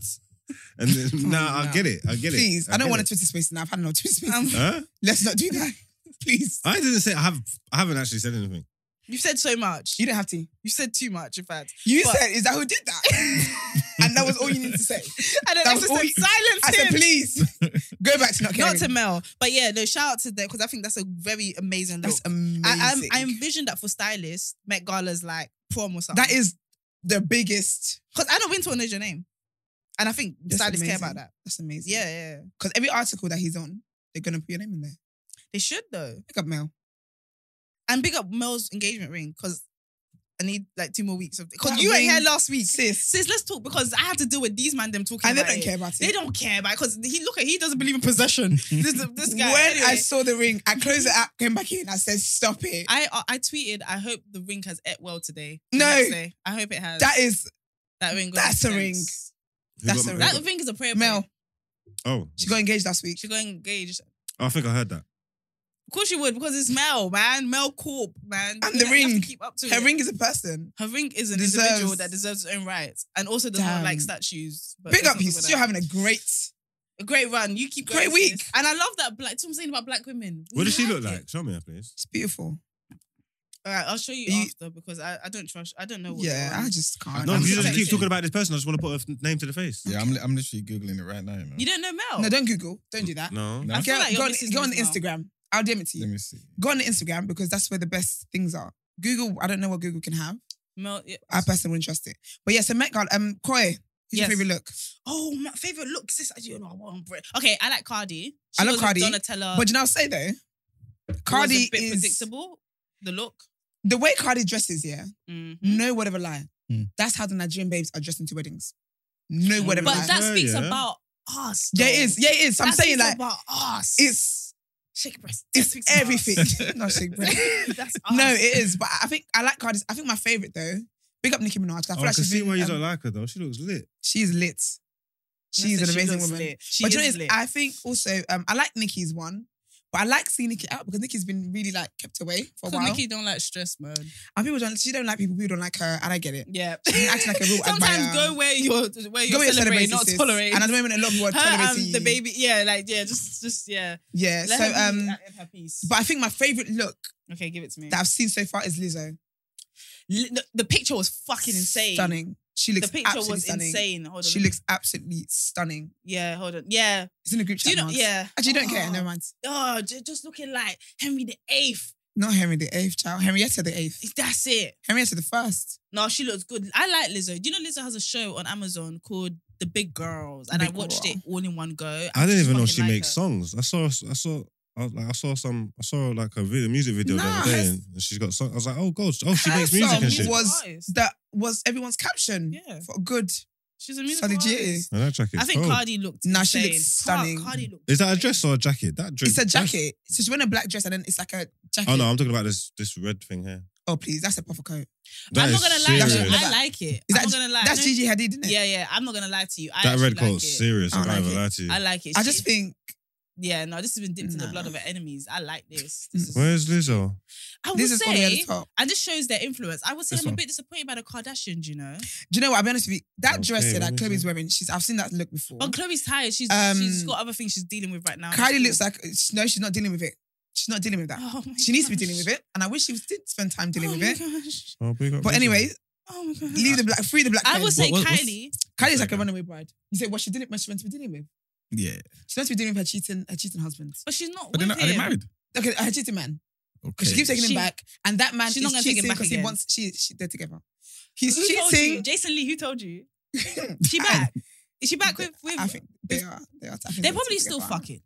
B: And then, nah, I
C: no.
B: get it. I get it.
C: please. I,
B: get
C: don't want
B: it.
C: a Twitter space now. I've had no Twitter space.
A: Um,
B: Huh?
C: Let's not do that. Please.
B: I didn't say I have. I haven't actually said anything.
A: You've said so much.
C: You didn't have to.
A: You said too much, in fact.
C: You
A: But-
C: said, is that who did that? and that was all you needed to say.
A: And then
C: That
A: I
C: was
A: just
C: all
A: said
C: you-
A: silence
C: I said,
A: him.
C: please go back to not caring.
A: Not to Mel. But yeah, no, shout out to them because I think that's a very amazing look.
C: That's amazing.
A: I, I'm- I envisioned that for stylists, Met Gala's like prom or something.
C: That is the biggest.
A: because I know Winter knows your name, and I think
C: That's
A: stylists
C: amazing.
A: care about that.
C: That's amazing.
A: Yeah, yeah, yeah.
C: because every article that he's on, they're gonna put your name in there.
A: they should though.
C: Pick up Mel.
A: And big up Mel's engagement ring because I need like two more weeks of because
C: That
A: you ain't
C: ring-
A: here last week.
C: Sis.
A: Sis, let's talk because I had to deal with these man them talking.
C: And they
A: about
C: don't
A: it.
C: care about it.
A: They don't care about because he look at he doesn't believe in possession. this this guy.
C: when
A: anyway.
C: I saw the ring, I closed it out, came back in, I said, stop it.
A: I uh, I- I tweeted, I hope the ring has et well today. The
C: No.
A: next day. I hope it has.
C: that is
A: that ring. got
C: that's a
A: sent.
C: ring.
B: Who
C: That's
B: got-
C: a-
B: who
A: That
B: got-
A: ring is a prayer.
C: Mel.
A: point.
B: Oh,
C: She got engaged last week.
A: she got engaged. Of
B: oh, I think I heard that.
A: course you would because it's Mel, man. Mel Corp, man.
C: And
A: You
C: the
A: have- you have to
C: ring.
A: Keep up to
C: Her
A: it.
C: ring is a person.
A: Her ring is an
C: Deserves-
A: individual that deserves its own rights and also does not
C: Damn.
A: like statues. But
C: Big
A: let's
C: up
A: not
C: you.
A: talk about
C: You're
A: that.
C: having a great.
A: a great run. You keep going,
C: Great week.
A: sis. and I love that black. That's what I'm saying about black women. We
B: What does she
A: like it.
B: look like? Show me her, please.
C: It's beautiful.
A: All right, I'll show you,
C: You-
A: after because I, I don't trust. I don't know. What
C: Yeah,
A: you,
C: I just can't.
B: No,
A: I'm
B: you just
A: sorry.
B: keep talking about this person. I just want to put her name to the face.
D: Yeah, I'm, li- I'm literally googling it right now. Man.
A: you don't know Mel.
C: No, don't Google. Don't do that.
B: No.
D: No.
A: I feel
C: Go,
A: like your
C: go on,
A: missus
C: go on
A: knows now.
C: Instagram. I'll DM it to
D: Let
C: you.
D: me see.
C: Go on Instagram because that's where the best things are. Google, I don't know what Google can have.
A: Mel. Yeah.
C: I personally wouldn't trust it. But yeah, so Met Gala, um, Koi, who's
A: Yes.
C: your favorite look?
A: Oh, my favorite look, sis. I don't know. I want bread. Okay, I like Cardi.
C: I love
A: was
C: Cardi,
A: Donatella.
C: But do you know, what I'll say though, Cardi
A: Uh, was a bit
C: is
A: predictable. The look.
C: the way Cardi dresses. Yeah,
A: Mhm.
C: no word of a lie.
B: Hmm.
D: Mm.
C: That's how the Nigerian babes are dressed into weddings. No word of a
A: But
C: lie.
A: that
B: Yeah,
A: speaks
B: yeah.
A: about us.
C: yeah,
A: though.
C: it is. Yeah, it is. I'm
A: That
C: saying
A: speaks
C: like
A: about us.
C: it's
A: shake breast. That
C: it's
A: speaks about us.
C: everything. Not shake breath.
A: That's us.
C: No, it is. But I think I like Cardi's. I think my favorite though. Big up Nicki Minaj. 'cause I feel
B: Oh, I
C: like
B: can
C: she's
B: see
C: been,
B: why you
C: um,
B: don't like her though. She looks lit.
C: she's lit. She's
A: Listen,
C: an
A: she
C: amazing
A: looks
C: woman.
A: lit. She
C: but you know
A: is
C: what it is?
A: lit.
C: I think also um, I like Nikki's one, but I like seeing Nikki out because Nikki's been really like kept away for a
A: 'Cause
C: while.
A: Nikki don't like stress, man.
C: and people don't. She don't like people who don't like her, and I get it.
A: Yeah.
C: She acts like a real
A: Sometimes
C: admirer.
A: go where you're where you're celebrating,
C: and celebrate
A: not
C: sis.
A: tolerate.
C: And at the moment, a lot of people are
A: Her
C: tolerating
A: and the
C: you.
A: baby, yeah, like yeah, just just yeah.
C: Yeah.
A: Let
C: so,
A: her be
C: um,
A: at her piece.
C: but I think my favorite look
A: okay, give it to me.
C: that I've seen so far is Lizzo.
A: Li- the, the picture was fucking insane.
C: Stunning. She
A: The
C: looks
A: picture
C: absolutely
A: was
C: stunning.
A: insane. Hold on.
C: She
A: let me-
C: looks absolutely stunning.
A: Yeah, hold on. Yeah.
C: It's in a group chat.
A: Do you know?
C: now.
A: Yeah.
C: Actually, don't care.
A: Oh,
C: Never mind.
A: Oh, ju- just looking like Henry the Eighth.
C: Not Henry the Eighth, child. Henrietta the Eighth.
A: That's it.
C: Henrietta the First.
A: No, she looks good. I like Lizzo. Do you know Lizzo has a show on Amazon called The Big Girls, and I
C: Big
A: watched
C: Girl.
A: it all in one go.
B: I didn't even know
A: fucking
B: she
A: like
B: makes
A: her.
B: songs. I saw, I saw, I, was like, I saw some, I saw like a video, music video
C: Nah,
B: the other day,
C: her-
B: and she's got. Song, I was like, oh god, oh she
C: Her
B: makes music
C: song
B: and shit.
A: was-
C: was
A: Artist.
C: that was everyone's caption.
A: Yeah.
C: For a good.
A: She's a musical
C: Solid J.
A: artist.
B: And that jacket.
A: I think
B: cold.
A: Cardi looked.
C: Nah, she
A: insane.
C: looks
A: Car-
C: stunning.
A: Cardi looked.
B: Is that a
A: great.
B: dress or a jacket? That dress.
C: It's a jacket. So she went in a black dress and then it's like a jacket.
B: Oh no, I'm talking about this this red thing here.
C: Oh please, that's a puffer coat.
B: That
A: I'm not
B: is
A: gonna lie.
B: serious.
A: to you.
C: That's-
A: I like it.
C: Is
A: I'm
C: that-
A: not gonna lie.
C: That's
A: No-
C: Gigi Hadid, isn't it?
A: Yeah, yeah. I'm not gonna lie to you. I
B: That
A: actually
B: red
A: like
B: coat's
A: it.
B: serious.
C: I
B: I'm not
C: like
B: even
C: it.
B: lie to you.
A: I like it.
C: I
A: She-
C: just think
A: yeah, no, this has been dipped in the
C: Nah.
A: blood of her enemies. I like this. this is,
B: Where's Lizzo?
A: I would
C: this is only at
A: say,
C: the top.
A: and this shows their influence. I would say
B: This
A: I'm a
B: one.
A: bit disappointed by the Kardashians, you know.
C: Do you know what? I'll be honest with you. That
B: Okay,
C: dress here
B: let
C: that
B: me
C: Chloe's
B: see.
C: wearing, she's I've seen that look before.
A: But Chloe's tired. She's
C: Um,
A: she's got other things she's dealing with right now.
C: Kylie looks like no, she's not dealing with it. She's not dealing with that.
A: Oh my
C: She needs to be
A: gosh.
C: dealing with it, and I wish she was- did spend time dealing
A: oh
C: with
A: my
C: it.
A: Gosh.
B: Oh, big up
C: But
B: Lizzo.
C: anyway,
A: Oh my gosh.
C: leave the black, free the black.
A: I
C: men.
A: would say
D: What- what- what's-
A: Kylie.
C: Kylie's like a
D: Okay.
C: runaway bride. You say what she didn't, what she meant to be dealing with.
D: Yeah.
C: She's meant to be dealing with her cheating, her cheating husband.
A: But she's not
D: But
A: with
D: then are
A: him.
D: they married?
C: Okay, her cheating man.
D: Okay.
C: Because she keeps taking
A: She-
C: him back, and that man
A: she's not
C: is
A: gonna take him
C: cheating
A: back
C: because he
A: again.
C: wants. She, she, they're together. He's
A: who told you?
C: cheating.
A: Jason Lee, who told you? She back. Is she back with, with
C: I think they are. They are. I think
A: they're probably still
C: together.
A: fucking.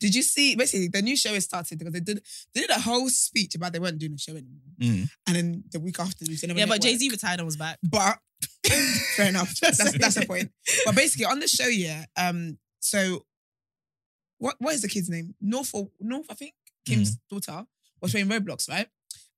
C: Did you see? Basically, the new show is started because they did they did a whole speech about they weren't doing the show anymore,
D: Mm.
C: and then the week after, they said,
A: Yeah, but Jay Z retired and was back.
C: But fair enough. That's that's the point. But basically, on the show, yeah. Um. So, what what is the kid's name? North or North? I think
A: Mm.
C: Kim's daughter was playing Roblox, right?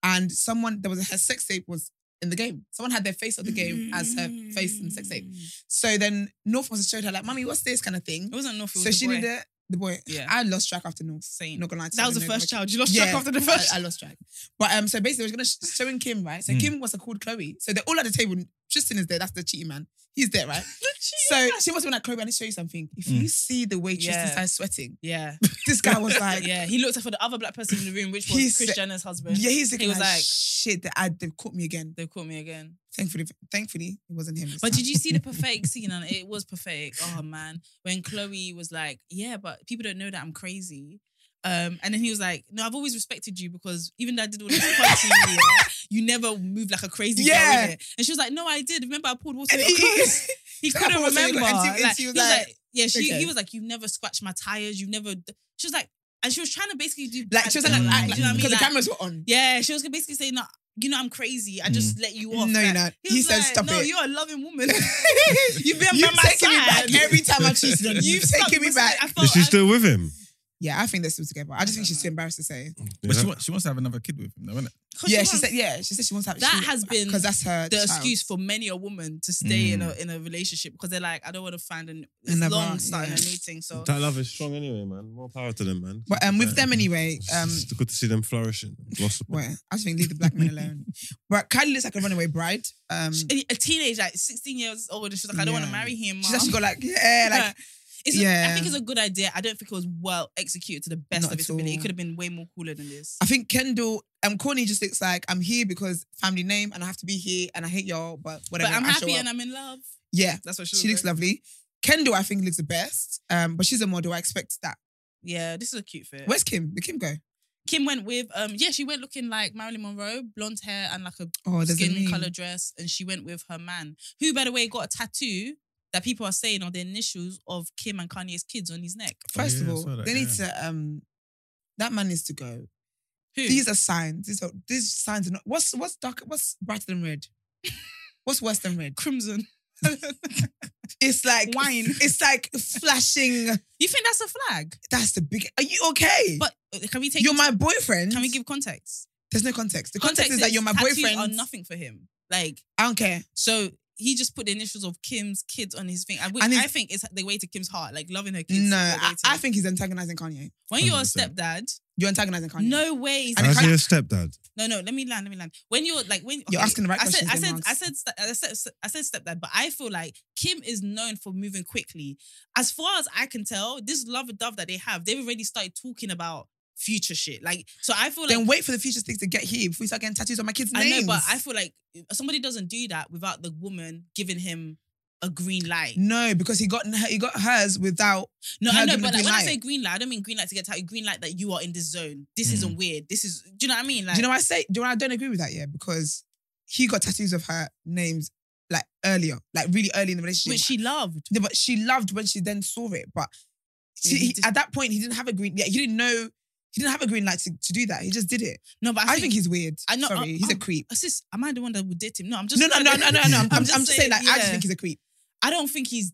C: And someone there was a, her sex tape was in the game. Someone had their face of the game as her face in the sex tape.
A: It
C: So then North must have showed her like, "Mommy, what's this kind of thing?"
A: wasn't North. Mm. It was
C: So
A: the
C: she
A: boy.
C: did it. The boy.
A: Yeah.
C: I lost track after North.
A: Saint.
C: Not gonna lie to you,
A: That was
C: I
A: the
C: know
A: first
C: what-
A: child. You lost
C: Yeah.
A: track after the first. Hmm.
C: I, I lost track. But um, so basically, I was gonna sh- showing Kim right. So
D: Mm.
C: Kim was called Chloe. So they're all at the table. Tristan is there. That's the cheating man. He's there, right? So she must have been like, Chloe, I need to show you something. If you see the way Tristan
A: Hmm. Yeah.
C: started sweating,
A: Yeah,
C: this guy was like, yeah,
A: yeah. He looked for the other black person in the room, which was
C: He
A: Chris
C: said-
A: Jenner's husband.
C: he's
A: He
C: thinking
A: was
C: like,
A: like-
C: shit, they, I, they've caught me again.
A: They caught me again.
C: Thankfully, thankfully, it wasn't him. this
A: But
C: time.
A: did you see the pathetic scene? And it was pathetic. Oh man, when Chloe was like, "Yeah, but people don't know that I'm crazy," um, and then he was like, "No, I've always respected you because even though I did all this fun to you, yeah, you never moved like a crazy
C: Yeah.
A: girl." Innit? And she was like, "No, I did. Remember, I poured water."
C: And
A: in
C: he,
A: your clothes." He
C: That
A: couldn't
C: part was really
A: remember.
C: good. And she- and
A: Like,
C: she
A: he
C: was
A: was like, "Yeah." She
C: okay.
A: he was like, "You've never scratched my tires. You've never." d-" She was like, and she was trying to basically Mm. do
C: like,
A: bad
C: she was like,
A: things,
C: act
A: you know what I
C: like,
A: mean?
C: because the
A: Like,
C: cameras were on.
A: yeah, she was basically saying, "No, you know, I'm crazy. I just let you off."
C: Mm. No,
A: Like,
C: you're not. He,
A: was
C: said,
A: like,
C: stop
A: no,
C: it.
A: you're a loving woman.
C: You've been
A: You've
C: by my
A: taken me
C: side.
A: back
C: every time I cheated on you. You've
A: Stop,
C: taken me
A: was like,
C: back.
A: I felt,
B: Is she
A: I-
B: still with him?
C: Yeah, I think they're still together. I just think she's too embarrassed to say.
D: But she, wants, she wants to have another kid with him, though, isn't it?
A: Cause
C: Yeah,
A: you
C: she
A: want
C: said. Yeah, she said she wants to have.
A: That has been
C: because that's her
A: the
C: child.
A: excuse for many a woman to stay in a
D: Mm.
A: in a relationship because they're like, I don't want to find an it's
C: Another-
A: long starting
C: yeah.
A: a meeting. So
B: That love is strong anyway, man. More power to them, man.
C: But um, with them anyway,
B: It's
C: um,
B: just good to see them flourishing, blossom.
C: well, I just think leave the black man alone. But Kylie looks like a runaway bride. Um, she's
A: a a teenage like 16 years old, and she's like, I don't want
C: Yeah.
A: to marry him. Mom.
C: actually got like yeah, like
A: It's a-
C: yeah.
A: I think it's a good idea. I don't think it was well executed to the best
C: Not
A: of its
C: at
A: ability.
C: all.
A: It could have been way more cooler than this.
C: I think Kendall. Um, Courtney just looks like I'm here because family name, and I have to be here, and I hate y'all, but whatever.
A: But I'm
C: I show
A: happy
C: up.
A: and I'm in love.
C: yeah,
A: That's what she,
C: she looks lovely. Kendall, I think, looks the best. Um, but she's a model. I expect that.
A: Yeah, this is a cute fit.
C: Where's Kim? Did Kim go?
A: Kim went with um yeah, she went looking like Marilyn Monroe, blonde hair and like a
C: Oh, there's a
A: skin
C: meme.
A: color dress, and she went with her man, who by the way got a tattoo that people are saying are the initials of Kim and Kanye's kids on his neck.
C: First
D: Oh, yeah,
C: of
D: I
C: all,
D: saw that,
C: they need to um that man needs to go.
A: Who?
C: These are signs. These are these signs are not what's what's dark what's brighter than red? What's worse than red?
A: crimson.
C: It's like
A: Wine.
C: It's like flashing.
A: You think that's a flag?
C: That's the big are you okay?
A: But uh, can we take?
C: you're my boyfriend.
A: Can we give context?
C: there's no context. The context, is, that you're my
A: tattoos
C: boyfriend.
A: Are nothing for him. Like
C: I don't care.
A: so. He just put the initials of Kim's kids on his thing, and which
C: And it's-
A: I think is the way to Kim's heart, like loving her kids. is
C: No,
A: the way
C: I,
A: to-
C: I think he's antagonizing Kanye.
A: when you're a
D: 100%.
A: stepdad,
C: You're antagonizing Kanye.
A: no way.
C: And
B: How's
C: Kylie-
B: he a stepdad?
A: No, no. Let me land. Let me land. When you're like when
C: You're asking the right
A: I said,
C: questions,
A: I
C: then,
A: said,
C: Marks.
A: I said, st- I said, I said, stepdad. But I feel like Kim is known for moving quickly. As far as I can tell, this love and dove that they have, they've already started talking about future shit. Like, so I feel like
C: Then wait for the future things to get here before you start getting tattoos on my kids'
A: I
C: names.
A: know, but I feel like eh, somebody doesn't do that without the woman giving him a green light.
C: no, because he got he got hers without
A: No,
C: Her
A: I know,
C: giving
A: but like,
C: the green
A: when I
C: light.
A: say green light, I don't mean green light to get out. Green light that you are in this zone. This isn't weird. This is, do you know what I mean? Like,
C: Mm. do you know what I say? Do you know what I don't agree with that? Yeah, because he got tattoos of her names like earlier, like really early in the relationship.
A: which she loved.
C: Yeah, but she loved when she then saw it. But she,
A: Yeah, he
C: he-
A: just-
C: at that point, he didn't have a green. Yeah, he didn't know. He didn't have a green light to, to do that. He just did it.
A: No, but I,
C: I, think, he's weird.
A: I know-
C: Sorry,
A: I-
C: he's a
A: I'm
C: creep.
A: Sis, am I the one that would date him? No, I'm just
C: No, no, no, no, no, no. I'm, I'm just, saying that. I just
A: yeah.
C: think he's a creep.
A: I don't think he's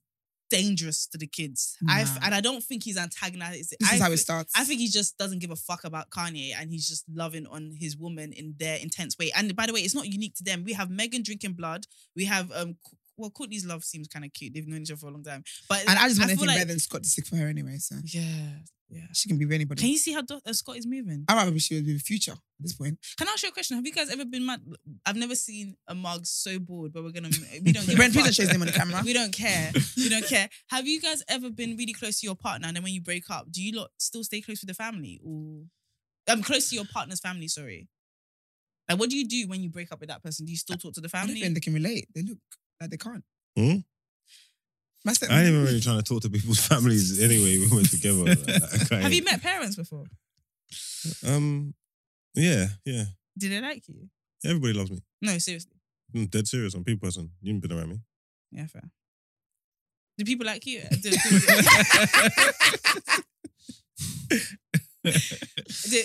A: dangerous to the kids. I f-
C: Nah.
A: and I don't think he's antagonizing.
C: This
A: I
C: is how
A: thi-
C: it starts.
A: I think he just doesn't give a fuck about Kanye and he's just loving on his woman in their intense way. And by the way, it's not unique to them. We have Megan drinking blood. We have um K- well, Courtney's love seems kind of cute. They've known each other for a long time. But
C: and I just want
A: feel
C: anything
A: like-
C: better than Scott to stick for her anyway. So
A: Yeah. Yeah.
C: she can be with
A: Can
C: anybody.
A: you see how Do- uh, Scott is moving?
C: I'd rather be she was with Future at this point.
A: Can I ask you a question? Have you guys ever been mad? I've never seen a mug so bored, but we're gonna we don't give
C: Brent,
A: a
C: please
A: fuck.
C: don't show his name on the camera.
A: We don't care. We don't care. Have you guys ever been really close to your partner and then when you break up, do you lot still stay close with the family? Or I'm close to your partner's family, sorry. Like what do you do when you break up with that person? Do you still talk to the
C: I don't think
A: family?
C: they can relate. They look like they can't.
B: Hmm?
C: My step-
B: I ain't even really trying to talk to people's families anyway. We went together. like, I
A: Have you
B: ain't-
A: met parents before?
B: Um, yeah, yeah.
A: Did they like you?
B: Everybody loves me.
A: No, seriously.
B: I'm dead serious. I'm a people person. You've been around me.
A: Yeah, fair. Do people like you? Do, do-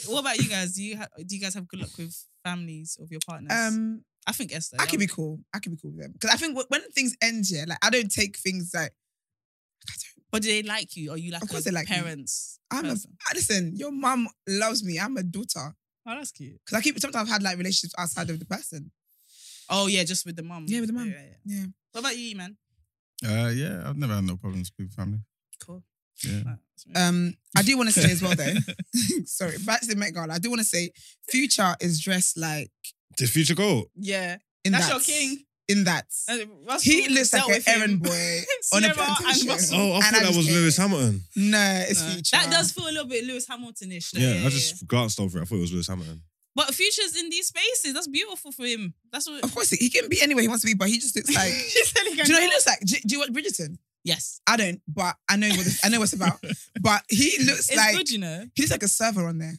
A: what about you guys? Do you ha- do you guys have good luck with families of your partners?
C: um,
A: I think Esther.
C: I could be cool. I could be cool with them because I think wh- when things end, yeah, like I don't take things like
A: But do they like you? Or you like
C: Of course
A: a
C: they like me.
A: parents?
C: I'm a,
A: person?
C: I- "Ah, listen. Your mom loves me. I'm a daughter
A: Oh, that's cute.
C: because I keep sometimes I've had like relationships outside of the person.
A: Oh yeah, just with the mum.
C: Yeah, with the mum.
A: yeah.
C: Yeah,
A: What about you, man?
D: Uh, yeah, I've never had no problems with family.
A: Cool.
D: Yeah.
C: um, I do want to say as well though. sorry, back to the Met Gala. I do want to say Future is dressed like
B: Did Future go?
A: yeah,
C: in
A: that's
C: that.
A: your king.
C: in that.
A: Uh, Russell
C: He looks
A: dealt with
C: like an
A: him.
C: errand boy on a
A: Sierra and
C: plantation.
A: Russell.
B: Oh, I
C: And
B: thought that
C: just
B: was
C: hate
B: Lewis
C: it.
B: Hamilton.
C: No, it's
A: No.
C: future.
A: That does feel a little bit Lewis Hamilton-ish. like,
B: Yeah, I just glanced over it. I thought it was Lewis Hamilton.
A: But Future's in these spaces. That's beautiful for him. That's what.
C: Of course, he can be anywhere he wants to be, but he just looks like.
A: She said he
C: do
A: can
C: you know he
A: go-
C: looks like? Do, do you watch Bridgerton?
A: Yes,
C: I don't, but I know what the, I know what's about. But he looks
A: it's
C: like
A: good, you know.
C: he looks like a server on there.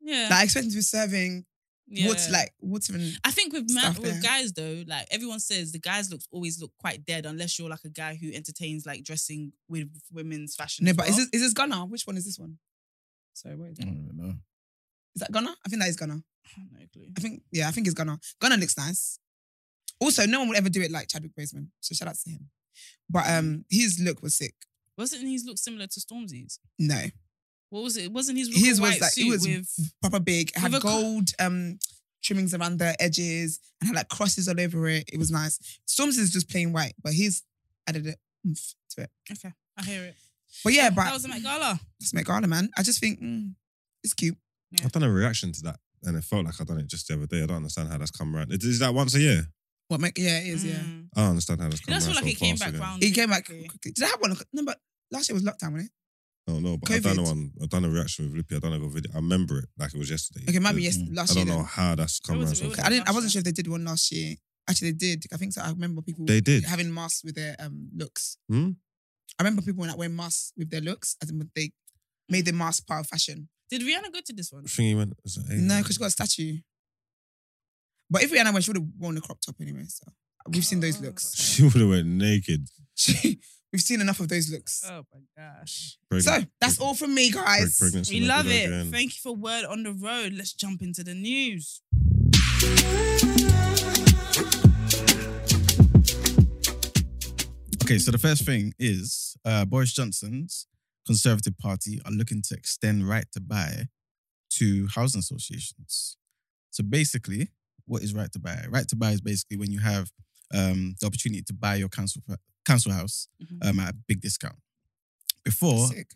A: Yeah,
C: Like I expect him to be serving
A: yeah.
C: water, like water and
A: I think with man,
C: stuff
A: with
C: there.
A: guys though, like everyone says, the guys looks always look quite dead unless you're like a guy who entertains like dressing with women's fashion.
C: no.
A: as
C: But
A: well.
C: is this is this Ghana? Which one is this one?
A: sorry, what is
D: I
A: that?
D: don't even know.
C: Is that Ghana? I think that is Ghana.
A: I have no clue.
C: I think yeah, I think it's Ghana. Ghana looks nice. Also, no one would ever do it like Chadwick Boseman, so shout out to him. But um, his look was sick.
A: Wasn't his look similar to Stormzy's?
C: No,
A: What was it? Wasn't his look
C: His
A: a
C: was
A: white
C: like- it
A: suit
C: was-
A: with?
C: proper big. It had
A: With a cr-
C: gold um trimmings around the edges and had like crosses all over it. It was nice. Storms is just plain white, but he's added it oomph to it.
A: Okay, I hear it.
C: But yeah,
A: that
C: but
A: was Met Gala.
C: that's Met Gala, man. I just think mm, it's cute.
B: I've done a reaction to that, and it felt like I've done it just the other day. I don't understand how that's come around. Is, is that once a year?
C: What Met? Yeah, it is. Yeah,
A: Mm.
B: I don't understand how that's
A: It
B: come
A: does
B: around.
A: feel like
B: so
A: it came
B: fast
A: back
B: again.
A: round.
C: it came back
A: quickly.
C: quickly. Did I have one? No, but last year was lockdown, wasn't it?
B: No, no, but I've done
C: COVID.
B: one. I've done a reaction with Lippy. I've done a video. I remember it like it was yesterday.
C: Okay, maybe yes.
D: Mm.
B: I
C: Last year.
B: don't know
C: then.
B: how that's come
A: It was-
B: around.
A: it
B: So
A: was-
B: fast.
C: I didn't. I wasn't sure if they did one last year. Actually, they did. I think so. I remember people.
B: They did.
C: having masks with their um looks.
B: Hmm?
C: I remember people not wearing masks with their looks, as in they made the mask part of fashion.
A: Did Rihanna go to this one?
B: Thingy went. was it eight?
C: No, because she got a statue. But if Rihanna went, she would have worn a crop top anyway. So we've seen those looks.
B: she would have went naked.
C: we've seen enough of those looks.
A: Oh my gosh.
C: So
B: Pregnant.
C: that's all from me,
B: Preg-
C: guys.
B: pregnancy
A: We
B: might
A: love
B: be
A: it.
B: going.
A: Thank you for Word on the Road. Let's jump into the news.
D: Okay, so the first thing is uh, Boris Johnson's Conservative Party are looking to extend right to buy to housing associations. So basically, what is right to buy? Right to buy is basically when you have um, the opportunity to buy your council council house
C: Mm-hmm.
A: Mhm.
D: um, at a big discount. Before,
C: Sick.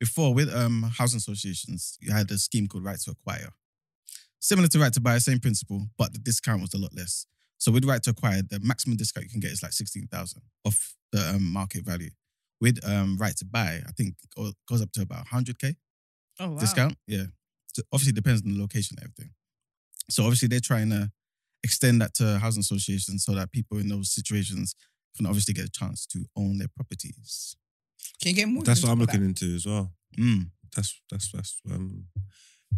D: before with um housing associations, you had a scheme called Right to Acquire. Similar to Right to Buy, same principle, but the discount was a lot less. So with Right to Acquire, the maximum discount you can get is like sixteen thousand off the um, market value. With um, Right to Buy, I think go- goes up to about hundred k
A: Oh wow.
D: discount. Yeah, so obviously it depends on the location and everything. So obviously they're trying to extend that to housing associations so that people in those situations can obviously get a chance to own their properties.
C: Can you get more?
B: That's
C: than
B: what I'm
C: that?
B: looking into as well.
D: Mm.
B: That's that's that's. Um,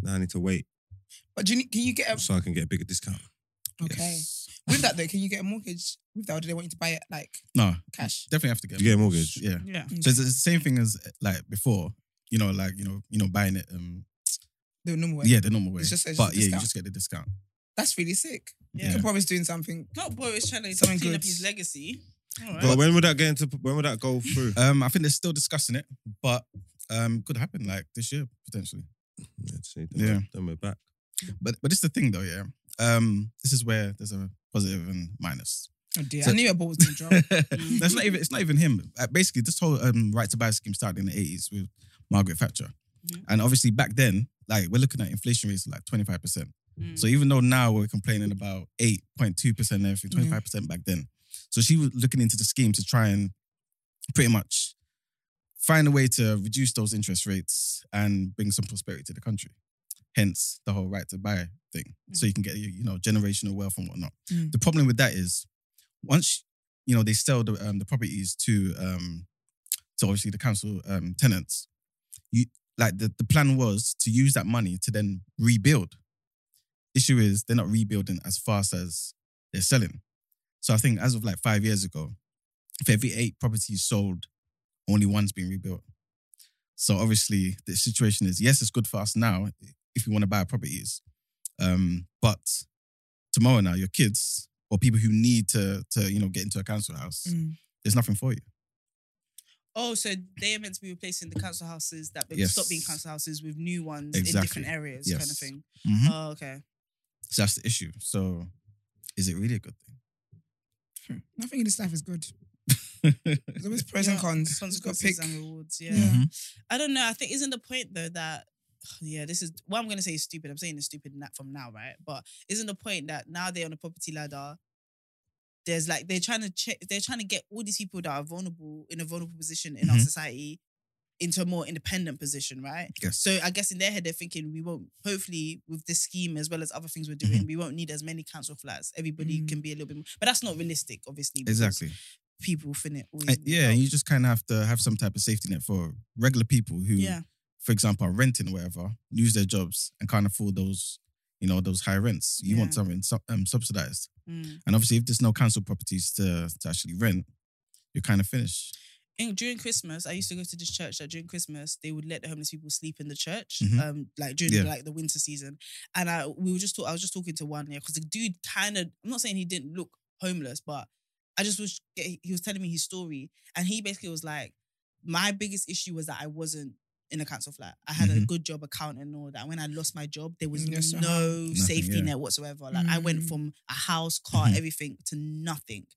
B: now I need to wait
C: But do you, need- can you get a
B: so I can get a bigger discount.
C: okay
D: Yes.
C: with that though? Can you get a mortgage with that? Or do they want you to buy it like
D: No,
C: cash?
D: definitely have to get
B: You get a mortgage.
D: Yeah.
A: Yeah.
D: So it's the same thing as like before, you know, like you know, you know, buying it. Um,
C: The normal way.
D: yeah, the normal way.
C: It's just- it's
D: but
C: just a
D: yeah, you
C: discount.
D: just get the discount.
C: That's really sick.
A: Yeah.
C: The Boris doing something.
A: Not Boris trying to
C: Something
A: clean up
C: good.
A: his legacy. All right.
B: But when would that get into? When would that go through?
D: Um, I think they're still discussing it, but um, could happen like this year potentially.
B: Let's see. Then
D: Yeah.
B: we're- Then we're back.
D: But but it's the thing though, yeah. Um, this is where there's a positive and minus.
C: Oh dear.
D: So-
C: I knew your ball was going to drop.
D: That's not even. It's not even him. Uh, basically, this whole um, right to buy scheme started in the eighties with Margaret Thatcher,
A: Mhm.
D: and obviously back then, like we're looking at inflation rates of like twenty five percent.
A: Mm.
D: So even though now we're complaining about 8.2% and everything,
C: Yeah.
D: 25% back then. So she was looking into the scheme to try and pretty much find a way to reduce those interest rates and bring some prosperity to the country. Hence the whole right to buy thing. So you can get you know generational wealth and whatnot.
C: Mm.
D: The problem with that is once you know they sell the um, the properties to um to obviously the council um tenants, you like the, the plan was to use that money to then rebuild issue is they're not rebuilding as fast as they're selling. So I think as of like five years ago, for every eight properties sold, only one's been rebuilt. So obviously the situation is yes, it's good for us now if you want to buy properties, um, but tomorrow now your kids or people who need to to you know get into a council house,
C: Mm.
D: there's nothing for you.
A: Oh, so they are meant to be replacing the council houses that
D: Yes.
A: stop being council houses with new ones in
D: Exactly.
A: different areas,
D: Yes.
A: kind of thing.
D: Mhm.
A: Oh, okay.
D: So that's the issue. So is it really a good
C: Nothing in this life is good.
D: thing?
C: There's always pros and
A: Yeah,
C: cons. You've got to pick.
A: Consequences and rewards. Yeah.
D: Mm-hmm.
C: Yeah.
A: I don't know. I think isn't the point though that yeah, this is what I'm gonna say is stupid. I'm saying it's stupid na- from now, right? But isn't the point that now they're on a property ladder, There's like they're trying to check, they're trying to get all these people that are vulnerable in a vulnerable position in our
D: Mhm.
A: society into a more independent position, right?
D: Yes.
A: So I guess in their head they're thinking we won't. Hopefully, with this scheme as well as other things we're
D: Mm-hmm.
A: doing, we won't need as many council flats. Everybody
C: Mm.
A: can be a little bit, more, but that's not realistic, obviously. because
D: Exactly.
A: People finna always.
D: Uh,
A: need
D: yeah,
A: help.
D: you just kind of have to have some type of safety net for regular people who,
A: yeah.
D: for example, are renting or whatever, lose their jobs and can't afford those, you know, those high rents. You want
A: Yeah.
D: something sub- um, subsidized.
A: Mm.
D: And obviously, if there's no council properties to, to actually rent, you're kind of finished.
A: in, during Christmas, I used to go to this church that during Christmas they would let the homeless people sleep in the church,
D: Mhm.
A: um, like during
D: Yeah.
A: like the winter season. And I we were just talk, I was just talking to one yeah, because the dude kind of I'm not saying he didn't look homeless, but I just was he was telling me his story, and he basically was like, my biggest issue was that I wasn't. In a council flat, I had a
D: Mhm.
A: good job account and all that. When I lost my job, there was
C: Yes, sir.
A: no safety
D: yeah.
A: net whatsoever. Like I went
C: Mm.
A: from a house, car,
D: Mhm.
A: everything to nothing.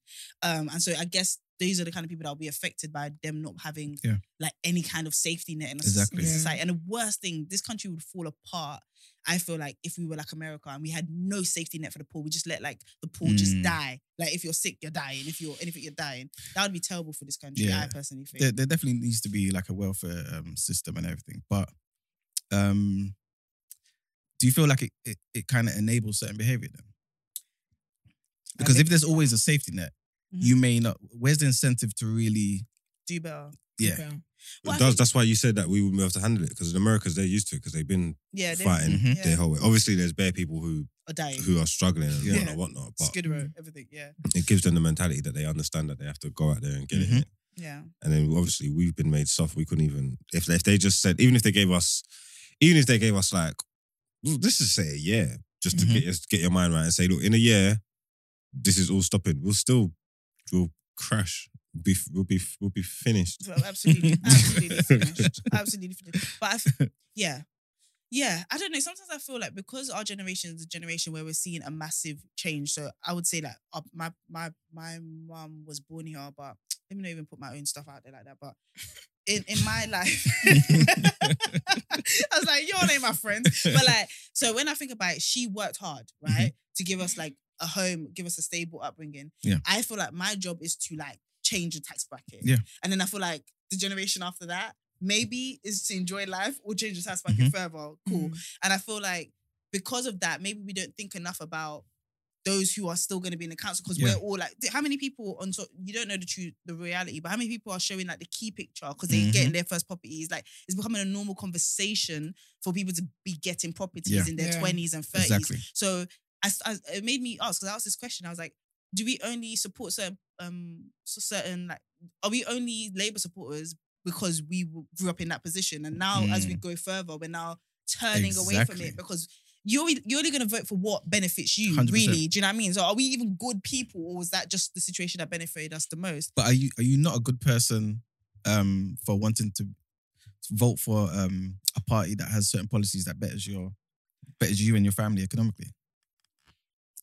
A: Um, and so I guess these are the kind of people that will be affected by them not having
D: Yeah.
A: like any kind of safety net in a soc-
D: Exactly.
C: Yeah.
A: society. And the worst thing, this country would fall apart. I feel like if we were like America and we had no safety net for the poor, we just let like the poor just
D: Mm.
A: die. Like if you're sick, you're dying. If you're anything, you're dying. That would be terrible for this country.
D: Yeah.
A: I personally think.
D: There, there definitely needs to be like a welfare um, system and everything. But um, do you feel like it, it, it kind of enables certain behavior then? Because if
A: think
D: there's
A: so.
D: always a safety net,
A: Mhm.
D: you may not. Where's the incentive to really?
A: do better.
D: Yeah,
A: Well, I
B: That's-
A: think-
B: that's why you said that we would be able to handle it because in America's they're used to it because they've been
A: Yeah, they Mm-hmm.
B: fighting
D: Mhm.
A: yeah.
B: their whole way. Obviously, there's bare people who
A: are dying.
B: who are struggling and
D: Yeah.
B: whatnot, whatnot. But
A: Skid row, everything. Yeah,
B: it gives them the mentality that they understand that they have to go out there and get
D: Mhm.
B: it.
A: yeah.
B: And then obviously we've been made soft. We couldn't even if if they just said even if they gave us even if they gave us like well, this is say a year just to
D: Mhm.
B: get us- get your mind right and say look in a year this is all stopping. We'll still we'll crash. Be we'll be we'll be finished.
A: So absolutely, absolutely
D: Mm.
A: finished. Absolutely finished. But I f- yeah. Yeah, I don't know. Sometimes I feel like because our generation is a generation where we're seeing a massive change. So I would say like uh, my my my mum was born here, but let me not even put my own stuff out there like that. But in in my life, I was like, "Y'all ain't my friends." But like, so when I think about it, she worked hard, right, to give us like a home, give us a stable upbringing.
D: Yeah.
A: I feel like my job is to like change the tax bracket.
D: Yeah.
A: and then I feel like the generation after that maybe is to enjoy life or change the tax
D: Mm-hmm.
A: bracket further. Cool. And I feel like because of that, maybe we don't think enough about those who are still going to be in the council because
D: Yeah.
A: we're all like, how many people on so you don't know the true the reality, but how many people are showing like the key picture because they're
D: Mhm.
A: getting their first properties? Like it's becoming a normal conversation for people to be getting properties
D: Yeah.
A: in their
C: Yeah.
A: twenties and thirties.
D: exactly.
A: So I, s- I s- it made me ask because I asked this question. I was like, do we only support certain um so certain like are we only Labour supporters because we w- grew up in that position and now as we go further we're now turning away from
D: Exactly.
A: it because. You're, only- you're only going to vote for what benefits you,
D: 100%.
A: really. Do you know what I mean? So, are we even good people, or was that just the situation that benefited us the most?
D: But are you are you not a good person um, for wanting to vote for um, a party that has certain policies that betters your betters you and your family economically?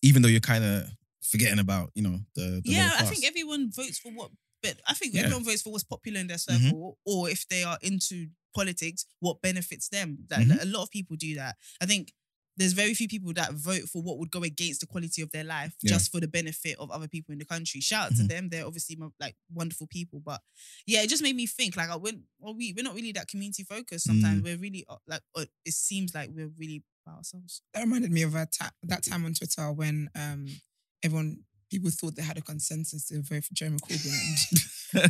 D: Even though you're kind of forgetting about you know the, the
A: yeah,
D: lower
A: I
D: class.
A: think everyone votes for what, but I think
D: Yeah.
A: everyone votes for what's popular in their circle,
D: Mhm.
A: or if they are into politics, what benefits them. That
D: Mhm.
A: a lot of people do that. I think there's very few people that vote for what would go against the quality of their life
D: Yeah.
A: just for the benefit of other people in the country. Shout out to
D: Mhm.
A: them; they're obviously mo- like wonderful people. But yeah, it just made me think. Like, I went, well, we we're not really that community focused. Sometimes we're really uh, like uh, it seems like we're really about ourselves.
C: That reminded me of a ta- that time on Twitter when um everyone people thought they had a consensus to vote for Jeremy Corbyn. And,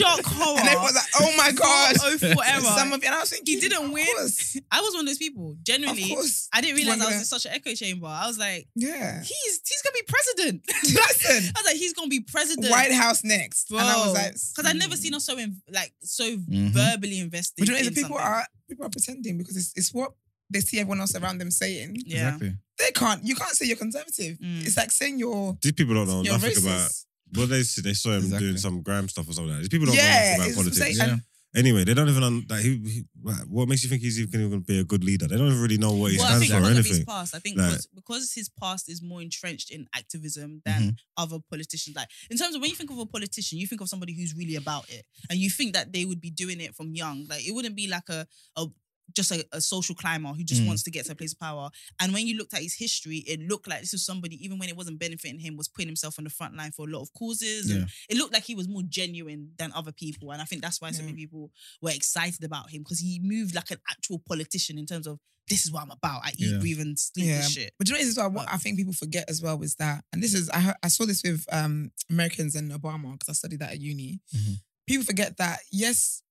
A: Shock horror.
C: and everyone's like, oh my god.
A: Oh, for error.
C: Some of you, and I was thinking,
A: He didn't
C: of
A: win.
C: Course,
A: I was one of those people.
C: of
A: Generally,
C: course.
A: I didn't realize I was
C: Remember-
A: in such an echo chamber. I was like,
C: Yeah.
A: he's he's gonna be president.
C: Listen,
A: I was like, he's gonna be president.
C: White House next. And I was like, "Hmm." Mm-hmm.
A: because I never seen us so in, like so
D: Mhm.
A: verbally invested.
C: But you know,
A: in
C: the people
A: something.
C: are people are pretending because it's, it's what they see everyone else around them saying.
A: yeah.
D: Exactly.
C: They can't. You can't say you're conservative.
A: Mm.
C: It's like saying you're
B: These people don't know
C: you're
B: nothing
C: racist.
B: about Well, they they saw him
D: Exactly.
B: doing some gram stuff or something. Like that. These people don't
C: Yeah,
B: know anything
C: it's
B: about politics.
C: insane.
D: Yeah.
B: Anyway, they don't even un- like he, he, like, what makes you think he's even going to be a good leader? They don't even really know what he
A: well, I
B: stands
A: think
B: for or
A: because of his
B: anything.
A: past, I think
B: Like-
A: because, because his past is more entrenched in activism than
B: Mm-hmm.
A: other politicians. Like in terms of when you think of a politician, you think of somebody who's really about it, and you think that they would be doing it from young. Like it wouldn't be like a a just a, a social climber who just
D: Mm.
A: wants to get to a place of power. And when you looked at his history, it looked like this was somebody, even when it wasn't benefiting him, was putting himself on the front line for a lot of causes.
D: Yeah.
A: And it looked like he was more genuine than other people. And I think that's why so
C: Yeah.
A: many people were excited about him because he moved like an actual politician in terms of this is what I'm about. I eat,
D: Yeah.
A: breathe, and sleep
C: Yeah.
A: this shit.
C: But do you know what, it is as well? what I think people forget as well was that, and this is I heard, I saw this with um, Americans and Obama because I studied that at uni.
D: Mhm.
C: People forget that yes,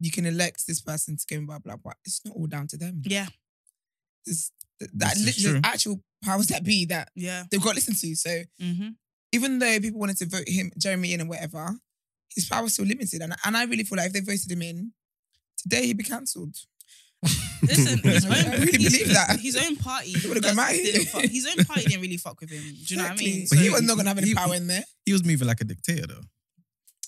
C: you can elect this person to go and blah blah blah. It's not all down to them.
A: Yeah,
C: It's, th- that
D: This is
C: literally
D: true.
C: actual powers that be that
A: yeah.
C: they've got to listen to. So
A: Mm-hmm.
C: even though people wanted to vote him, Jeremy in and whatever, his power's still limited. And and I really feel like if they voted him in today, he'd be cancelled.
A: Listen, his own,
C: I really
A: his-
C: believe that.
A: His own party
C: would've come out here.
A: didn't fuck, his own party didn't really fuck with him. Do you know what I mean?
C: So
D: But
C: he,
D: he-
C: was not gonna have any
D: he-
C: power in there.
D: He was moving like a dictator, though.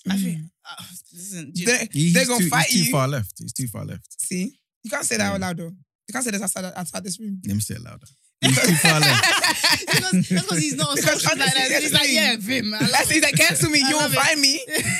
A: I think- uh, listen, do you-
C: They-
D: He,
C: they're
D: he's
C: gonna
D: too,
C: fight
D: he's too
C: you.
D: far left. He's too far left.
C: See, you can't say that
D: Mm.
C: out loud though. You can't say this outside outside this room.
D: Let me say it louder. He's too far left.
A: because, that's because he's not on
C: Because
A: social Oh, like that.
C: honestly,
A: He's like, yeah, Vim. I
C: That's
A: love
C: he's like cancel me,
A: I
C: you
A: love
C: won't
A: it.
C: find me.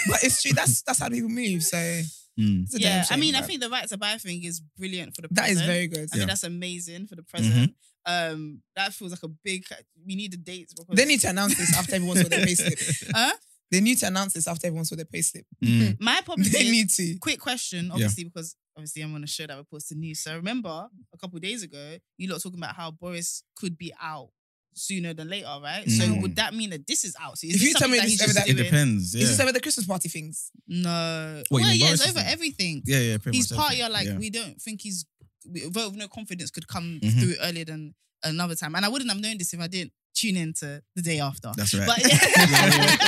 C: But it's true. That's that's how people move. So it's
D: Mm.
C: a
A: it. Yeah,
C: damn
A: I
C: shame,
A: mean, I
C: but
A: think the right to buy thing is brilliant for the
C: that
A: present.
C: is very good.
A: I mean,
D: Yeah. Mm-hmm.
A: that's amazing for the present. Um, that feels like a big. We need the dates. Because,
C: They need to announce this after everyone saw their payslip.
A: Huh?
C: They need to announce this after everyone saw their payslip.
D: Mm.
A: My problem is
C: They need to.
A: quick question, obviously, because obviously I'm on a show that reports the news. So I remember a couple of days ago, you lot talking about how Boris could be out sooner than later, right? So
D: Mm.
A: would that mean that this is out? So is
C: If
A: this
C: you tell
A: something
C: me
A: that
C: this
A: he's
C: ever
A: just
C: that-
D: It
A: doing?
D: depends. Yeah.
C: It's just over the Christmas party things.
A: no.
D: What, you
A: well,
D: mean
A: yeah,
D: Boris
A: it's
D: is
A: over
D: out?
A: everything.
D: yeah, yeah. Pretty
A: He's
D: much
A: part
D: everything.
A: you're like
D: Yeah.
A: we don't think he's we- vote of no confidence could come
D: Mhm.
A: through earlier than another time. And I wouldn't have known this if I didn't tune in to the day after.
D: That's right.
A: But,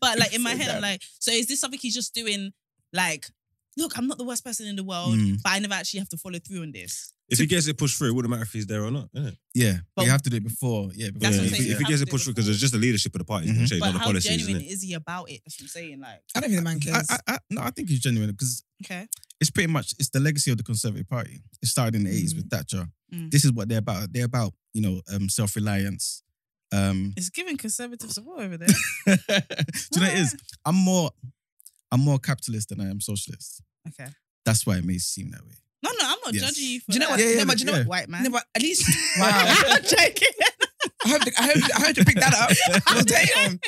A: but like in my
C: So
A: head, I'm
C: bad.
A: like, so is this something he's just doing? Like, look, I'm not the worst person in the world,
D: Mm.
A: but I never actually have to follow through on this.
B: If he gets it pushed through, it wouldn't matter if he's there or not. innit?
D: yeah,
A: But-
D: but you have to do it before. Yeah, before
A: That's what I'm
B: if,
A: saying,
B: he- if
A: you
B: he
A: have
B: gets
A: to
B: it
A: do
B: pushed through,
A: before.
B: because it's just the leadership of the party.
D: Mhm.
B: It's not
A: but
B: the
A: how
B: policies,
A: genuine
B: isn't it?
A: is he about it? That's what I'm saying. Like,
C: I don't think the man cares.
D: I, I, I, no, I think he's genuine because
A: okay,
D: it's pretty much it's the legacy of the Conservative Party. It started in the 80s with Thatcher.
A: Mm.
D: This is what they're about. They're about you know um, self reliance. Um,
A: it's giving conservative support over there.
D: do you know what it is? I'm more I'm more capitalist than I am socialist.
A: okay,
D: That's why it may seem that way.
A: no, no, I'm not
D: Yes.
A: judging you for
C: Do you know
A: that.
C: what?
D: Yeah, yeah,
C: no, but do you know
D: yeah.
C: what?
A: White man.
C: No, but at least wow.
A: I'm joking.
C: I hope I hope I hope to pick that up. Well, damn.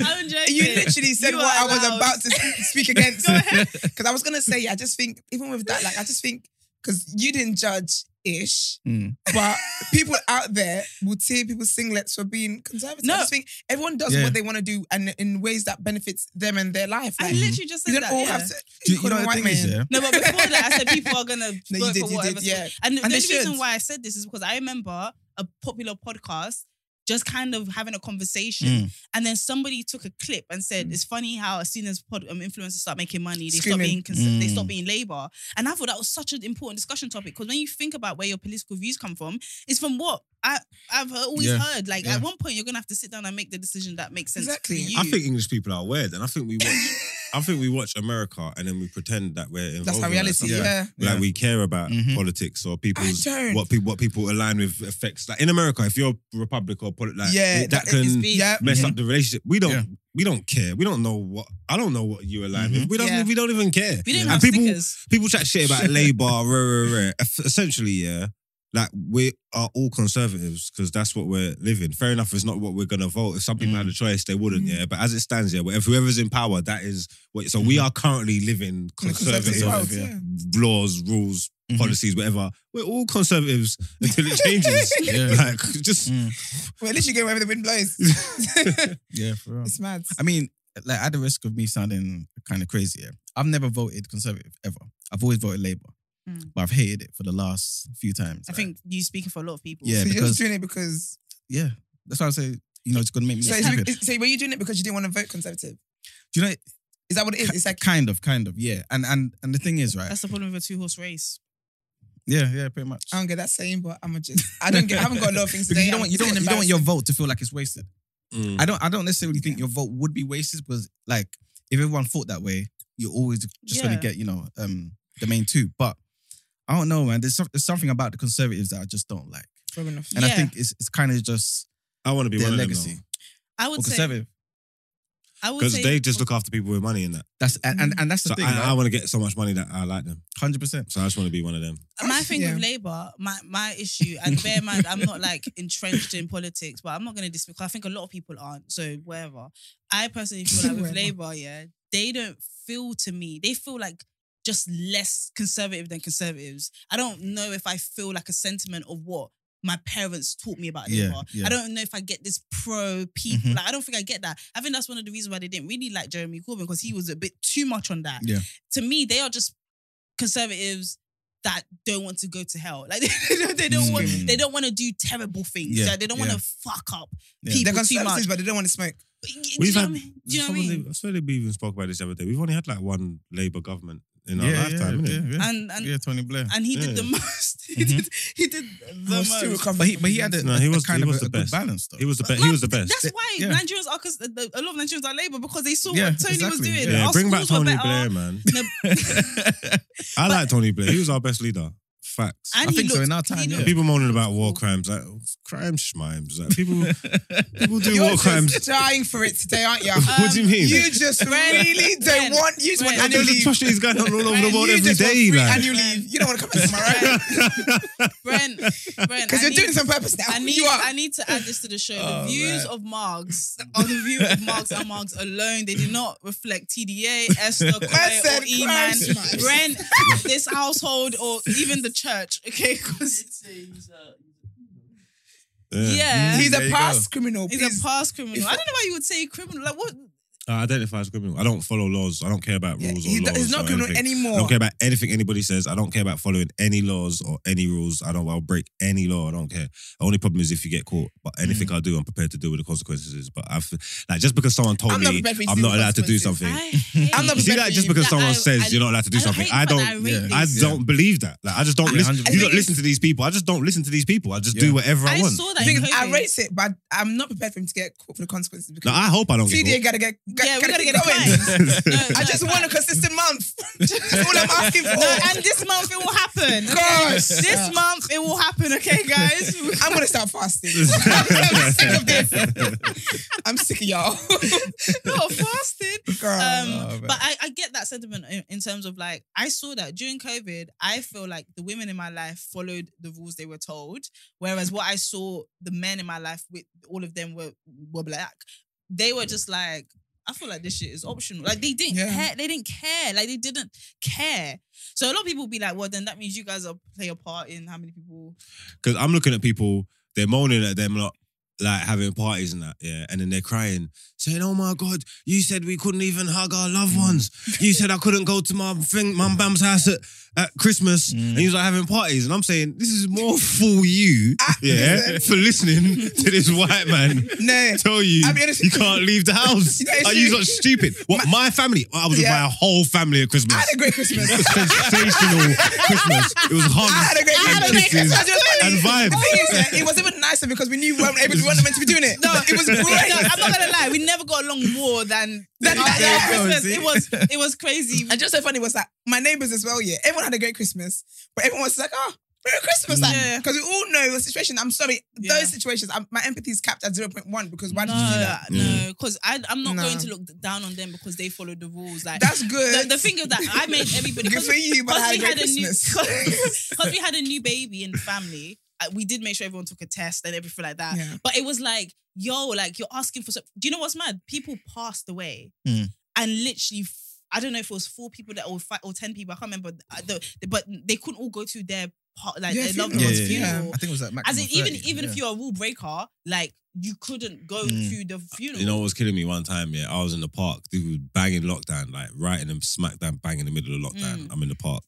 A: I'm joking.
C: You literally said
A: You
C: what
A: are
C: I was
A: allowed.
C: about to speak against.
A: Go ahead.
C: Because I was gonna say, I just think even with that, like I just think because you didn't judge ish,
D: Mm.
C: but people out there will tear people's singlets for being conservative.
A: No.
C: I just think everyone does
D: Yeah.
C: what they want to do and in ways that benefits them and their life.
A: I
C: Like,
A: literally just
C: you
A: said
C: don't
A: that.
C: all
A: yeah.
C: have to.
D: Do you,
C: call
D: you know
C: them
D: what the
C: white
D: thing is?
C: men.
D: Yeah,
A: No, but before that, I said people are gonna
C: No,
A: vote
C: you did,
A: for
C: you
A: whatever.
C: did, yeah.
A: And, the
C: And
A: the
C: they
A: only
C: should.
A: reason why I said this is because I remember a popular podcast just kind of having a conversation,
D: Mm.
A: and then somebody took a clip and said, "It's funny how as soon as pod, um, influencers start making money, they stop
C: Screaming.
A: being cons- they
D: Mm.
A: stop being labor." And I thought that was such an important discussion topic because when you think about where your political views come from, it's from what I I've always
D: Yeah.
A: heard. Like
D: Yeah.
A: at one point, you're gonna have to sit down and make the decision that makes sense
C: Exactly.
A: for you.
B: I think English people are weird, and I think we watch. I think we watch America, and then we pretend that we're involved.
C: That's
B: in
C: our
B: that
C: reality.
B: stuff.
C: Yeah.
D: Yeah.
B: Like
D: Yeah.
B: we care about
A: Mm-hmm.
D: Mhm.
B: politics or
C: I
B: people's
C: don't.
B: what people what people align with affects. Like in America, if you're Republic or polit, like
C: yeah,
B: it- that,
C: that- it's
B: can
C: big. Yeah.
B: mess
D: Mhm.
B: up the relationship. We don't
D: Yeah. Mm-hmm.
B: we don't care. We don't know what I don't know what you align with. We don't
A: Yeah.
B: we don't even care.
A: we didn't
B: and
A: have
B: people
A: stickers.
B: people chat shit about Labour, rah, rah, rah. Eff- Essentially, yeah, like we are all conservatives because that's what we're living. Fair enough, it's not what we're gonna vote. If some people
D: Mm.
B: had a choice, they wouldn't,
C: Mm.
B: yeah. But as it stands, yeah, whoever- whoever's in power, that is what. So we
D: Mhm.
B: are currently living
C: In the
B: conservative
D: world,
C: yeah.
B: laws, rules,
D: Mhm.
B: policies, whatever. We're all conservatives until it changes.
D: Yeah.
B: Like just
D: Mm.
C: We're literally going wherever the wind blows.
D: yeah, for real.
C: it's mad.
D: I mean, like at the risk of me sounding kind of crazy, yeah, I've never voted Conservative ever. I've always voted Labour,
A: Mm.
D: but I've hated it for the last few times.
A: I
D: right?
A: think you speaking for a lot of people.
D: Yeah,
C: so you're
D: because-
C: just doing it because.
D: yeah, that's why I say you know it's gonna make me
C: So,
D: look
C: it's,
D: stupid.
C: it's- so were you doing it because you didn't want to vote conservative?
D: Do you know?
C: Is that what it is? It's like
D: Kind of, kind of, yeah. And and and the thing is, right?
A: That's the problem with a two horse race.
D: yeah, yeah, pretty much.
C: I don't get that saying, but I'm just. I don't get. I haven't got a lot of things
D: Because
C: today.
D: you don't
C: I'm
D: want you don't
C: feeling
D: you don't want your
C: embarrassed.
D: vote to feel like it's wasted.
B: Mm.
D: I don't I don't necessarily think your vote would be wasted because like if everyone thought that way, you're always just
A: Yeah.
D: gonna get you know um the main two. But I don't know, man. There's, some, there's something about the conservatives that I just don't like,
C: Fair enough.
D: and I
A: Yeah.
D: think it's it's kind of just
B: I want to be
D: their
B: one of them.
D: legacy.
A: I
B: though.
A: would
D: Or
A: say
D: conservative.
A: I would
B: because
A: say
B: they just look after people with money in that.
D: That's and and, and that's the
B: So
D: thing.
B: I, I want to get so much money that I like them.
D: Hundred percent.
B: So I just want to be one of them.
A: Uh, my thing
C: Yeah.
A: with Labour, my my issue, and bear in mind, I'm not like entrenched in politics, but I'm not going to dismiss. 'cause I think a lot of people aren't. So whatever. I personally feel like with
C: Whatever.
A: Labour, yeah, they don't feel to me. They feel like just less conservative than conservatives. I don't know if I feel like a sentiment of what my parents taught me about
D: Yeah,
A: Labour.
D: yeah.
A: I don't know if I get this pro people.
D: Mhm.
A: Like I don't think I get that. I think that's one of the reasons why they didn't really like Jeremy Corbyn because he was a bit too much on that.
D: Yeah.
A: To me, they are just conservatives that don't want to go to hell. Like they don't, they don't want
D: Mm.
A: they don't want to do terrible things.
D: Yeah,
A: Like, they don't want
D: yeah.
A: to fuck up
C: They're
D: Yeah.
A: people too much.
C: conservatives, but they don't want to smoke.
A: Do you
B: We've
A: know
B: had-
A: what I mean? Do you know what I
B: someone-
A: mean?
B: I swear they even spoke about this the other day. We've only had like one Labour government in
D: Yeah,
B: our
D: yeah,
B: lifetime,
D: yeah,
B: innit?
D: yeah,
A: And and
D: yeah, Tony Blair.
A: and he did
B: Yeah.
A: the
B: Mm-hmm.
A: most. He did he did the
C: We're
A: most.
C: still recovering
D: But he
C: from
D: but he
C: the
D: had a,
B: No, he
D: a
B: was-
D: kind
B: he
D: of
B: was
D: a,
B: the
D: a good
B: best.
D: balance though.
B: He was the best.
A: Like,
B: He was the best.
A: That's why
D: Yeah.
A: Nigerians are because a lot of Nigerians are Labour because they saw
D: Yeah,
A: what Tony was
D: exactly.
A: doing.
B: Yeah,
A: Our
B: bring back
A: schools were
B: Tony
A: better.
B: Blair, man.
A: No,
B: I like Tony Blair. He was our best leader. Facts.
A: and
D: I
A: he
D: think so,
A: looked-
D: in our
A: he
D: time,
A: looked-
D: yeah.
B: People moaning about war crimes, like crime schmimes. Like people, people do
C: You're
B: war crimes.
C: just dying for it today, aren't you?
B: what do you mean?
C: You just really don't
A: Ren,
C: want. You just want
A: Ren.
C: annual
B: There's
C: leave.
B: atrocities going on all over the
C: Ren,
B: world
C: you
B: every
C: just want
B: day,
C: free
B: man.
C: Annual leave. You don't want to come back tomorrow, right?
A: Brent, Brent,
C: Because
A: I
C: you're doing
A: need-
C: this on purpose now.
A: I need,
C: you are.
A: I need to add this to the show.
D: Oh,
A: the views
D: man.
A: of Margs are the view of Margs and Margs alone. They do not reflect TDA, Esther, Koi,
C: said
A: or E-Man,
C: Christ, man.
A: Brent, this household, or even the church. Okay, 'Cause- yeah.
C: He's
D: There
C: a
D: you
C: past criminal.
A: He's
C: Oh, Please.
A: a past criminal. I don't know why you would say criminal. Like what?
B: Uh, I identify as criminal. I don't follow laws. I don't care about
D: Oh,
C: Yeah,
B: rules
C: he
B: or
C: do-
B: laws.
C: he's not
B: or
C: criminal
B: anything. I
C: anymore.
B: don't care about anything anybody says. I don't care about following any laws or any rules. I don't. I'll break any law. I don't care. The only problem is if you get caught. But
C: Mm.
B: anything I do, I'm prepared to deal with the consequences. But I've like just because someone told
C: I'm not
B: me
C: prepared for you to
B: I'm
C: deal
B: not
C: with
B: allowed to do something.
C: consequences.
A: I hate
C: I'm not
B: You see
C: prepared
B: that
C: for
B: just
C: you.
B: because
A: Like,
B: someone
A: I-
B: says
A: I-
B: you're not allowed to do
A: I
B: something,
A: hate
B: I
A: that
B: don't.
A: I rate
D: yeah,
A: these.
B: I don't believe that. Like I just don't
A: I-
B: listen.
A: I
B: You
A: think
B: don't listen to these people. I just don't listen to these people. I just
D: Yeah.
B: do whatever I,
A: I
B: want.
A: saw
C: The
A: that.
C: thing
A: in
C: is, I
A: COVID.
C: rate it, but I'm not prepared for him to get caught for the consequences
B: Like,
C: because
B: I hope I don't get
C: TDA
B: caught.
C: gotta get, got,
A: Yeah, we gotta
C: gotta keep
A: get
C: going.
A: fines. No,
C: I
A: no,
C: just want a
A: fines.
C: consistent month. That's all I'm asking for.
A: No, and this month it will happen. okay?
C: Gosh.
A: This month it will happen, okay, guys?
C: I'm gonna start fasting. I'm sick of this. I'm sick of y'all.
A: Um, Not fasting.
C: Girl.
A: Um,
D: Oh, man.
A: but I, I get that sentiment in, in terms of like, I saw that during COVID, I feel like the women in my life followed the rules they were told. Whereas what I saw the men in my life with all of them were, were black. They were just like, I feel like this shit is optional. Like they didn't
C: Yeah.
A: care. They didn't care. Like they didn't care. So a lot of people be like, well, then that means you guys are play a part in how many people
B: Because I'm looking at people, they're moaning at them not like having parties and that, yeah. And then they're crying, saying, Oh my god, you said we couldn't even hug our loved
C: Mm.
B: ones. You said I couldn't go to my thing, my bam's house at, at Christmas.
D: Mm.
B: And you was like having parties. And I'm saying, this is more fool you,
C: Ah,
B: yeah,
C: listen.
B: for listening to this white man.
C: no.
B: Tell you,
C: I'll be honest-
B: you can't leave the house.
C: You know, it's
B: Are you
C: true.
B: not stupid? What my family? I was
C: Yeah.
B: with my whole family at Christmas.
C: I had a great Christmas.
B: It was sensational Christmas. It was hugs.
C: I had a great
B: and
C: Christmas.
B: kisses
C: I had a great Christmas.
B: and
C: The
B: vibes.
C: thing is, yeah, it was even nicer because we knew we weren't able we weren't meant to be doing it. No, it was great.
A: No, I'm not gonna lie, we never got along more than
C: Than
A: than after
C: that.
A: Christmas.
D: Yeah,
A: It was it was crazy.
C: And just so funny was that my neighbors as well, yeah, everyone had a great Christmas, but everyone was like, oh, Merry Christmas.
A: Yeah.
C: Like, because we all know the situation. I'm sorry,
A: Yeah.
C: those situations, I'm, my empathy is capped at 0.1 because why
A: no,
C: did you do that?
A: no, because I'm not
C: Nah.
A: going to look down on them because they followed the rules. Like
C: That's good.
A: the, the thing is that I made everybody
C: Good
A: because
C: for you, but I had a
A: we
C: great
A: had a new
C: Christmas.
A: because we had a new baby in the family. uh, We did make sure everyone took a test and everything like that.
C: Yeah.
A: But it was like, yo, like you're asking for. some- Do you know what's mad? People passed away,
D: Mm.
A: and literally, f- I don't know if it was four people that or five or ten people. I can't remember. uh, the- but they couldn't all go to their part, like
C: Yeah,
A: their loved
C: funeral.
A: one's
C: Yeah, yeah, yeah.
A: funeral.
D: I think it was like
A: As
D: maximum
A: in, even
D: 30,
A: even
D: yeah.
A: if you're a rule breaker, like you couldn't go
D: Mm.
A: to the funeral.
B: You know what was killing me one time? Yeah, I was in the park. Dude was banging lockdown, like right in the smack down, bang in the middle of lockdown.
A: Mm.
B: I'm in the park.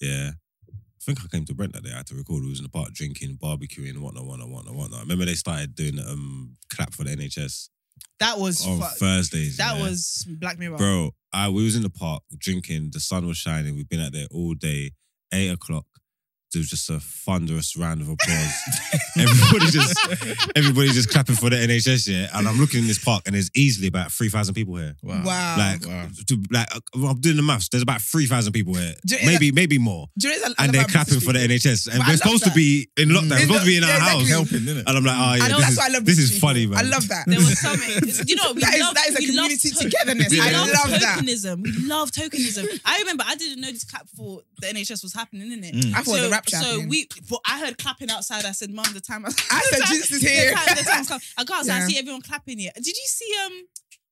B: Yeah. I think I came to Brent that day. I had to record. We was in the park drinking, barbecuing, whatnot, whatnot, whatnot, whatnot. I remember they started doing um clap for the NHS
A: that was
B: on
A: fu-
B: Thursdays.
A: that
B: yeah.
A: was Black Mirror.
B: Bro, I we was in the park drinking. The sun was shining. We've been out there all day. Eight o'clock. there was just a thunderous round of applause. everybody just everybody just clapping for the NHS, yeah. And I'm looking in this park, and there's easily about three thousand people here.
D: Wow.
C: Wow.
B: Like,
D: Wow.
B: to, like uh, I'm doing the maths. There's about three thousand people here,
C: Do you-
B: maybe maybe more,
C: Do you know it's- I
B: and
C: love
B: they're
C: how British
B: clapping for the
C: people-
B: NHS, and
C: But I
B: we're
C: love
B: supposed
C: that.
B: to be in lockdown.
C: In
B: We're supposed to be in our
C: yeah,
B: house,
C: exactly.
D: Helping, innit?
B: and I'm like, oh yeah,
C: I know
B: this
C: that's
B: is
C: what I love.
B: this
C: British
B: is funny,
C: people.
B: man.
C: I love that.
A: There was some, you know, we
C: That is-
A: love,
C: that is a
A: we love
C: community
A: to-
C: togetherness.
B: I
A: We
B: love
C: that.
A: tokenism. We love tokenism. I remember I didn't know this clap before the NHS was happening, innit?
D: Mm.
C: I thought the rap
A: so
C: champion.
A: we, but I heard clapping outside. I said, "Mum, the time." I,
C: I said,
A: the time-
C: "Jesus is here."
A: The time, the time's come. I go outside.
C: Yeah.
A: I see everyone clapping here. Did you see um,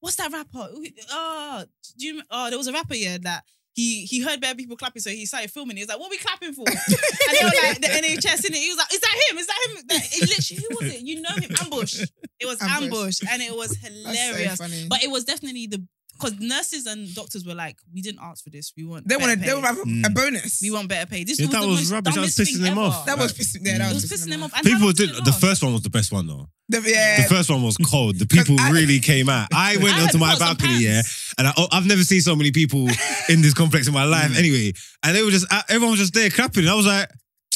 A: what's that rapper? Who- Oh, do you? Oh, there was a rapper here that. He, he heard bad people clapping, so he started filming. He was like, "What are we clapping for?" and they were like, "The NHS in it." He was like, "Is that him? Is that him?" That, it literally, who was it? You know him, Ambush. It was
C: Ambush.
A: Ambush, and it was
C: That's so
A: hilarious.
C: funny.
A: but it was definitely the because nurses and doctors were like, "We didn't ask for this. We want
C: they
A: better
C: want to. They
A: pay.
C: want to have a, a
D: Mm.
C: bonus.
A: We want better pay. This
B: Yeah,
A: was
B: that
A: the
B: was
A: most
B: rubbish. That was
A: dumbest thing
B: pissing them
A: ever.
B: off.
C: That was pissing. Yeah, that
A: It was
C: was,
A: pissing them off. And how
B: People
A: long
B: did
A: it
B: the
A: last?
B: first one was the best one though.
C: The, yeah.
B: The first one was cold. The people
C: 'Cause Um, I-
B: really came out. I went
A: I had
B: onto my
A: pots and
B: balcony, yeah,
A: pans.
B: and I, oh, I've never seen so many people in this complex in my life.
C: Mm.
B: Anyway, and they were just uh, everyone was just there clapping. I was like,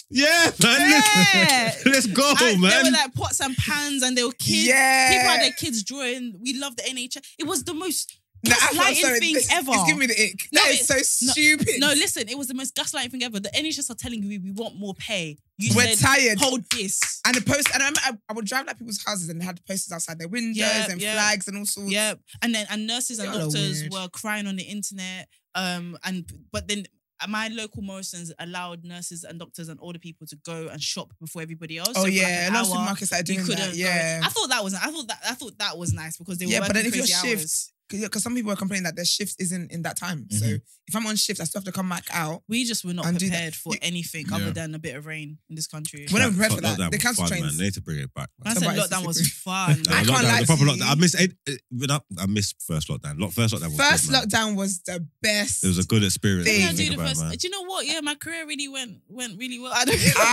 B: yeah, man,
A: Yeah.
B: let's, let's go,
A: I-
B: man.
A: They were like pots and pans, and they were kids.
C: Oh, Yeah.
A: People had their kids drawing. We love the NHS. It was the most
C: Nah, I felt
A: gaslighting
C: sorry.
A: thing
C: This-
A: ever.
C: It's giving me the ick.
A: No,
C: That is so
A: no,
C: stupid.
A: no, listen, it was the most gaslighting thing ever. The NHS are telling you we want more pay. You
C: We're
A: said,
C: tired.
A: Hold this.
C: And the post, and I, remember I, I would drive like people's houses and they had posters outside their windows
A: Yeah,
C: and
A: yeah.
C: flags and all sorts.
A: Yeah, and then and nurses and
C: Y'all are
A: doctors
C: weird.
A: were crying on the internet. Um, and but then my local Morrison's allowed nurses and doctors and older people to go and shop before everybody else.
C: Oh
A: So for like
C: yeah,
A: an
C: a lot of
A: hour,
C: supermarkets that are
A: you
C: doing
A: couldn't.
C: that.
A: go.
C: Yeah,
A: I thought that was. I thought that. I thought that was nice because they were.
C: Yeah, but then
A: working
C: if your
A: crazy
C: shift-
A: hours.
C: because some people are complaining that their shift isn't in that time. So
B: Mm-hmm.
D: Mhm.
C: if I'm on shift, I still have to come back out.
A: we just were not
C: And do that.
A: prepared for
C: You-
A: anything
D: Yeah.
A: other than a bit of rain in this country.
C: When I
B: Like,
C: read for
B: fuck,
C: that,
B: lockdown
C: they
B: was
C: cancelled
B: fun,
C: trains.
B: man. They need to bring it back. man.
A: I said
C: Somebody's
A: lockdown was
C: disagree.
A: fun.
B: Nah,
C: I can't
B: lockdown-
C: lie
B: the proper
C: to
B: lockdown.
C: you.
B: I missed. It, it, when I, I missed first lockdown. Lock, first lockdown was
C: First
B: good, man.
C: lockdown was the best.
B: It was a good experience.
C: Thing.
B: when you
A: I
C: Didn't
A: do
B: think
A: the
B: about it,
A: first.
B: man.
A: Do you know what? Yeah, my career really went went really well. I don't. think
C: I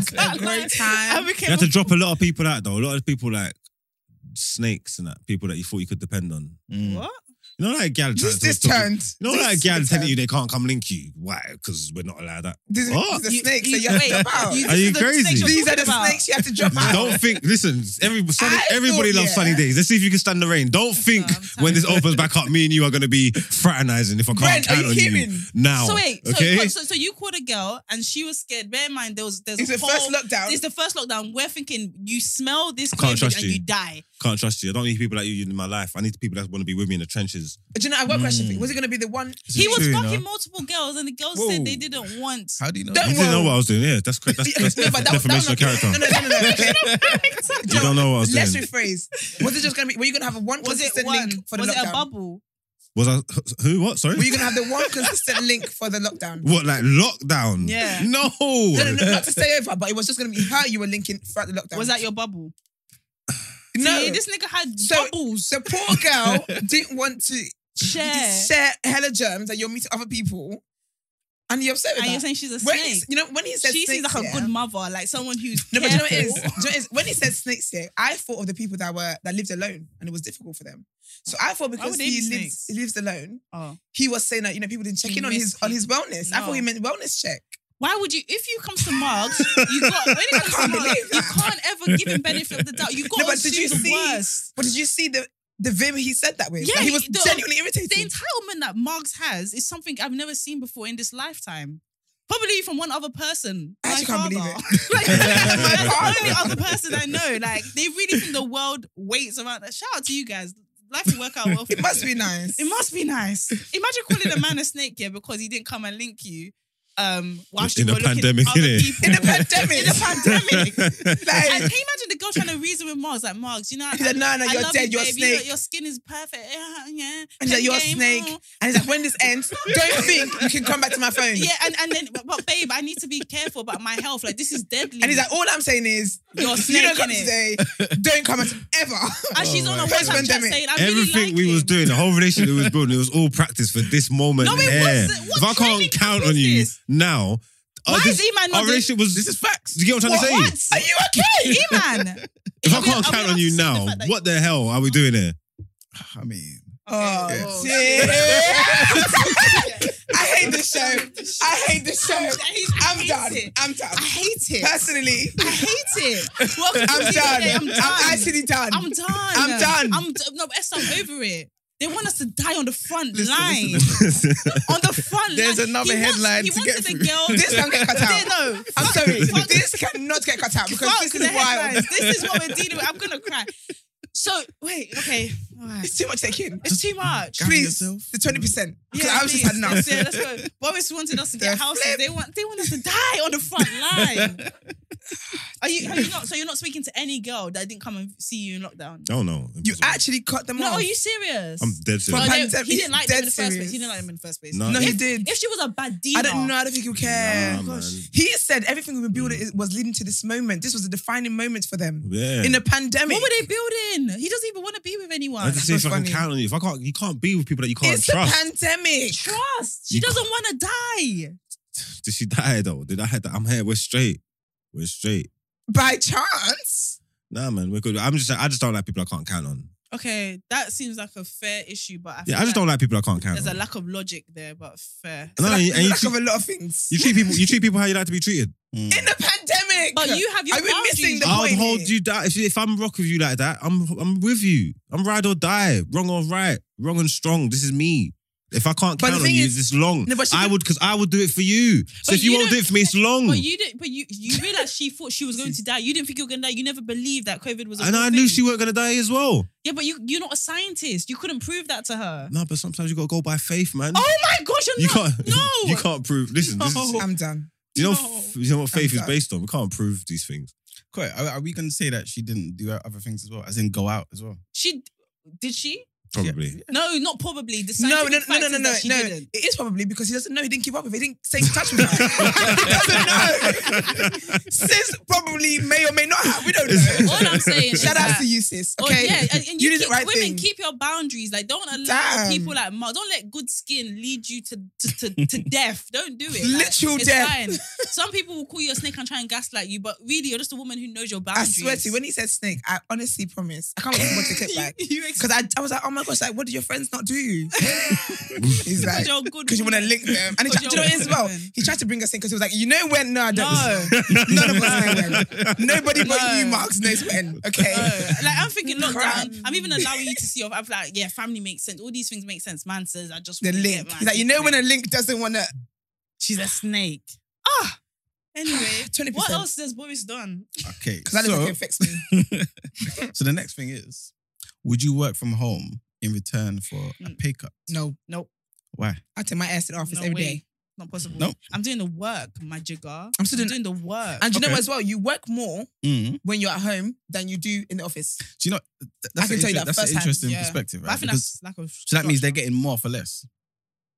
A: was-
C: had a great
A: I
C: time.
A: became
B: You had
A: a
B: to drop a lot of people out though. A lot of people like snakes and that. People that you thought you could depend on.
D: Mm.
A: what?
B: You know, like gal.
C: This this turned.
B: You know,
C: this
B: like
C: is
B: gal
C: the
B: telling
C: turn.
B: you they can't come link you. Why? Because we're not allowed that.
C: This is
B: What?
C: the
A: You-
C: snakes
A: you-
C: that you have
A: wait,
C: to jump out.
A: you-
B: Are
A: this
B: you
A: is the snakes
B: crazy?
A: you're
C: These are the
A: talking about.
C: snakes you have to jump out.
B: Don't think. Listen, every sunny,
C: I
B: everybody
C: thought,
B: loves
C: yeah.
B: sunny days. Let's see if you can stand the rain. Don't think
A: I'm tired.
B: when this opens back up, me and you are going to be fraternizing if I can't
C: Brent, are
B: count
C: you
B: on
C: kidding?
B: you now.
A: So wait,
B: okay.
A: so, so so you called a girl and she was scared. Bear in mind there was there's
C: It's
A: a
C: the
A: whole,
C: first lockdown.
A: It's the first lockdown. We're thinking you smell this
B: Can't
A: COVID
B: trust
A: and
B: you.
A: you, die.
B: can't trust you. I don't need people like you in my life. I need people that want to be with me in the trenches.
C: Do you know? I have one question for you.
D: Mm.
C: Was it going to be the one?
A: he was
D: true,
A: fucking
D: you know?
A: multiple girls and the girls
B: Whoa.
A: said they didn't want.
D: How do you know?
C: Don't
B: You didn't know
C: Whoa.
B: what I was doing. Yeah, that's cra- that's, that's,
C: No, but that was- that was
B: defamation of character.
C: No, no, no, no, no. okay.
B: You don't know what I was
C: Let's
B: doing.
C: rephrase. Was it just going to be? Were you going to have a one
A: Was it
C: consistent
A: one?
C: link for the
A: Was it a
C: lockdown?
A: bubble?
B: Was I who? What? Sorry.
C: Were you going to have the one consistent link for the lockdown?
B: What like lockdown?
A: Yeah.
B: No.
C: No, no, no, not to stay over, but it was just going to be her you were linking throughout the lockdown.
A: Was that your bubble?
C: no?
A: See, this nigga had
C: So-
A: bubbles.
C: the poor girl didn't want to
A: share.
C: share hella germs that you're meeting other people, and you're upset with
A: And you're
C: that.
A: saying she's a
C: when
A: snake.
C: he- you know when he said
A: She seems
C: snakes,
A: like a
C: yeah,
A: good mother, like someone who's
C: No, but do you know what it
A: careful.
C: is? Do you know what it is? When he said snakes here, I thought of the people that were that lived alone and it was difficult for them. So I thought because
A: would they
C: he
A: be
C: lives
A: snakes?
C: he lives alone,
A: Oh.
C: he was saying that you know people didn't check
A: He
C: in on his
A: missed
C: on his wellness. I thought
A: No.
C: he meant wellness check.
A: Why would you? If you comes to mugs, you got when it comes to
C: can't
A: mugs,
C: believe
A: you
C: that.
A: can't ever give him benefit of the doubt. You got
C: No,
A: to
C: but did you
A: assume the
C: see-
A: worst.
C: But did you see the the vim he said that with?
A: Yeah,
C: Like, he
A: he-
C: was
A: the-
C: genuinely irritated.
A: The entitlement that Marx has is something I've never seen before in this lifetime. Probably from one other person.
C: I
A: my
C: actually can't believe
A: father. like, that's the only other person I know. Like they really think the world waits around. Shout out to you guys. Life will work out well. For
C: it must be nice.
A: It must be nice. Imagine calling a man a snake, yeah, because he didn't come and link you. Um, whilst
B: In
A: you
B: a
A: were looking
B: pandemic,
A: at other
B: innit?
A: people.
C: In the pandemic.
A: In the pandemic.
C: Like-
A: And can you imagine the girl trying to reason with Margs? Like, Margs, you know,
C: He's like, no, no,
A: I
C: you're
A: love
C: dead,
A: you,
C: you're a
A: babe. You know,
C: snake.
A: your skin is perfect. Yeah, yeah.
C: And he's like,
A: Pen
C: you're a
A: game,
C: snake.
A: oh.
C: And he's like, when this ends, don't think you can come back to my phone.
A: Yeah, and, and then, but, but babe, I need to be careful about my health. Like, this is deadly.
C: And he's like, all I'm saying is,
A: You're a
C: if you
A: snake,
C: don't come Oh,
A: innit?
C: today, don't come at ever.
A: and she's on a
D: my
A: WhatsApp chat
C: God.
A: saying, I really
B: Everything
A: like
B: we was
A: him.
B: doing, the whole relationship we was building, it was all practice for this moment.
A: No, it
B: here.
A: wasn't. What
B: if I
A: training
B: can't count
A: camp
B: on
A: is
B: you
A: this?
B: now,
A: Why
B: our-
A: is
B: this,
A: E-Man not
B: our
A: doing-
B: relations was.
D: This is facts.
B: Do you get what I'm trying to say?
A: Are you okay? E-Man.
B: If I
A: Are we- are
B: can't
A: we
B: count
A: allowed
B: on
A: to
B: you
A: see the
B: now,
A: fact that-
B: what the hell are we doing here? Mm.
D: I mean,
A: Okay.
C: Oh,
A: Yeah.
C: dear. I hate this show. I hate this show.
A: He's-
C: I'm
A: he's
C: done.
A: it.
C: I'm done.
A: I hate it.
C: Personally,
A: I hate it. Welcome to
C: I'm
A: the
C: done.
A: day.
C: I'm,
A: I'm done.
C: actually done.
A: I'm done.
C: I'm done.
A: I'm d- no, but Esther, I'm over it. They want us to die on the front
D: Listen,
A: line.
D: listen,
A: On the front
D: There's
A: line.
D: another
A: He wants-
D: headline
A: he
D: to
A: wanted
D: get
A: the
D: through.
A: girl-
C: this can't get cut
A: Yeah,
C: out.
A: no.
C: I'm sorry.
A: Fuck-
C: This cannot get cut out because
A: Fuck
C: this
A: the
C: is wild.
A: headlines. This is what we're dealing with. I'm gonna cry. So wait, okay, all right.
C: It's too much taking.
A: It's too much.
D: Gather
C: Please.
D: yourself.
C: The 20%. Because
A: Yeah,
C: I was
A: please.
C: just had enough.
A: Let's, yeah, let's go. Boris wanted us to get
C: The
A: houses.
C: flip.
A: They want they want us to die on the front line. Are you, are you not? So you're not speaking to any girl that didn't come and see you in lockdown?
B: Oh no. Impossible.
C: You actually cut them
A: No,
C: off.
A: are you serious?
B: I'm dead serious.
A: No,
C: But-
A: they-
C: Pandemic
A: he didn't like them in the
C: dead
A: first place.
C: serious.
A: He didn't like them in the first place.
B: No.
C: no, he
A: If-
C: did.
A: If she was a bad diva,
C: I don't know. I don't think you care.
B: Nah, man.
C: He said everything we were building is- was leading to this moment. This was a defining moment for them
B: Yeah.
C: in a pandemic.
A: What were they building? He doesn't even want to be with
B: I
A: anyone.
B: just say if
C: so
B: I can
C: funny.
B: count on you. If I can't, you can't be with people that you can't
C: it's
B: trust.
C: a pandemic.
A: Trust. She
B: You
A: doesn't want to die.
B: Did she die though? Did I have that? I'm here. We're straight. We're straight.
C: By chance.
B: Nah, man. We're good. I'm just. I just don't like people I can't count on.
A: Okay, that seems like a fair issue, but I
B: Yeah,
A: feel
B: I just
A: like
B: don't like people I can't count
A: There's a
B: on.
A: lack of logic there, but fair.
B: No,
C: Like,
B: and you- and you
C: lack
B: treat-
C: of a lot of things.
B: you treat people. You treat people how you like to be treated.
D: Mm.
C: in the pandemic.
A: But you have your
C: Are we
A: boundaries.
C: missing the
B: I'll
C: point
B: hold
C: here.
B: you down. If, if I'm rock with you like that, I'm I'm with you. I'm ride or die, wrong or right, wrong and strong. This is me. If I can't
C: But the
B: count on
C: thing
B: you
C: is-
B: this long,
C: No, but she
B: I
C: did-
B: would because I would do it for you. So
A: But
B: if you,
A: you
B: won't do
A: don't-
B: it for me, it's long.
A: But you didn't. But you you realized she thought she was going to die. You didn't think you were going to die. You never believed that COVID was. A
B: and
A: real
B: I knew
A: thing.
B: she weren't gonna die as well.
A: Yeah, but you you're not a scientist. You couldn't prove that to her.
B: No, but sometimes you gotta go by faith, man.
A: Oh my gosh! You're
B: you
A: not.
B: can't.
A: no.
B: you can't prove. Listen, this is,
A: No.
C: I'm done.
B: you know,
A: No.
B: f- you know what faith
C: I'm
B: is
C: done.
B: based on. We can't prove these things.
D: Quite. Are, are we going to say that she didn't do other things as well? As in go out as well?
A: She did she?
B: Probably.
A: No, not probably. The
C: No, no,
A: scientific
C: no, no,
A: fact
C: no,
A: is
C: no,
A: that she
C: no.
A: didn't.
C: It is probably because he doesn't know. He didn't keep up with. It. He didn't stay in touch with her. he doesn't know. Sis probably may or may not have. We don't know.
A: All I'm saying is
C: Shout out
A: that-
C: to you, sis.
A: Oh,
C: Okay.
A: yeah, and, and you,
C: you did the
A: keep,
C: right
A: women
C: thing.
A: keep your boundaries. Like, don't allow
C: Damn.
A: people like Mar. Don't let good skin lead you to to to, to death. Don't do it. Like,
C: Literal
A: it's
C: death.
A: Fine. Some people will call you a snake and try and gaslight you, but really, you're just a woman who knows your
C: I
A: boundaries.
C: swear to you, when he said snake, I honestly promise. I can't wait for to clip back.
A: you, you ex-
C: Because I, I was like, oh my gosh, like, what did your friends not do? He's like,
A: because you're a good.
C: because you want to
A: woman.
C: link them. And he
A: Because
C: tried, do you know
A: you're
C: what it is as well?
A: women.
C: He tried to bring us in because he was like, you know when? No, I don't.
A: No,
C: None of us know when. Nobody but
A: No.
C: you, Marks, knows when. Okay.
A: no. Like I'm thinking
C: Crap.
A: lockdown. I'm even allowing you to see. off. I'm like, yeah, family makes sense. All these things make sense. Man says, I just
C: the
A: wanna
C: link.
A: get my
C: He's like, you know when
A: dick
C: a link doesn't want to.
A: She's a snake. Ah. Anyway,
C: 20%.
A: what else has Boris done?
D: Okay.
C: Because that
D: so-
C: doesn't affect me.
D: so the next thing is, would you work from home in return for a
A: Mm.
D: pay cut?
C: No,
A: Nope.
D: Why?
C: I take my ass to the office
A: No
C: every
A: way.
C: day.
A: Not possible.
D: Nope.
A: I'm doing the work, my jigger.
C: I'm still doing-
A: doing the work.
C: And you know
D: Okay.
C: what as well? You work more
D: Mm.
C: when you're at home than you do in the office.
D: Do you know? th- That's
C: can
D: an
C: tell you
D: inter-
C: that
D: that's
C: firsthand,
D: an interesting
A: yeah.
D: perspective,
A: But
D: right?
A: I think
D: Because-
A: that's lack of.
D: so that means they're
A: structure.
D: getting more for less,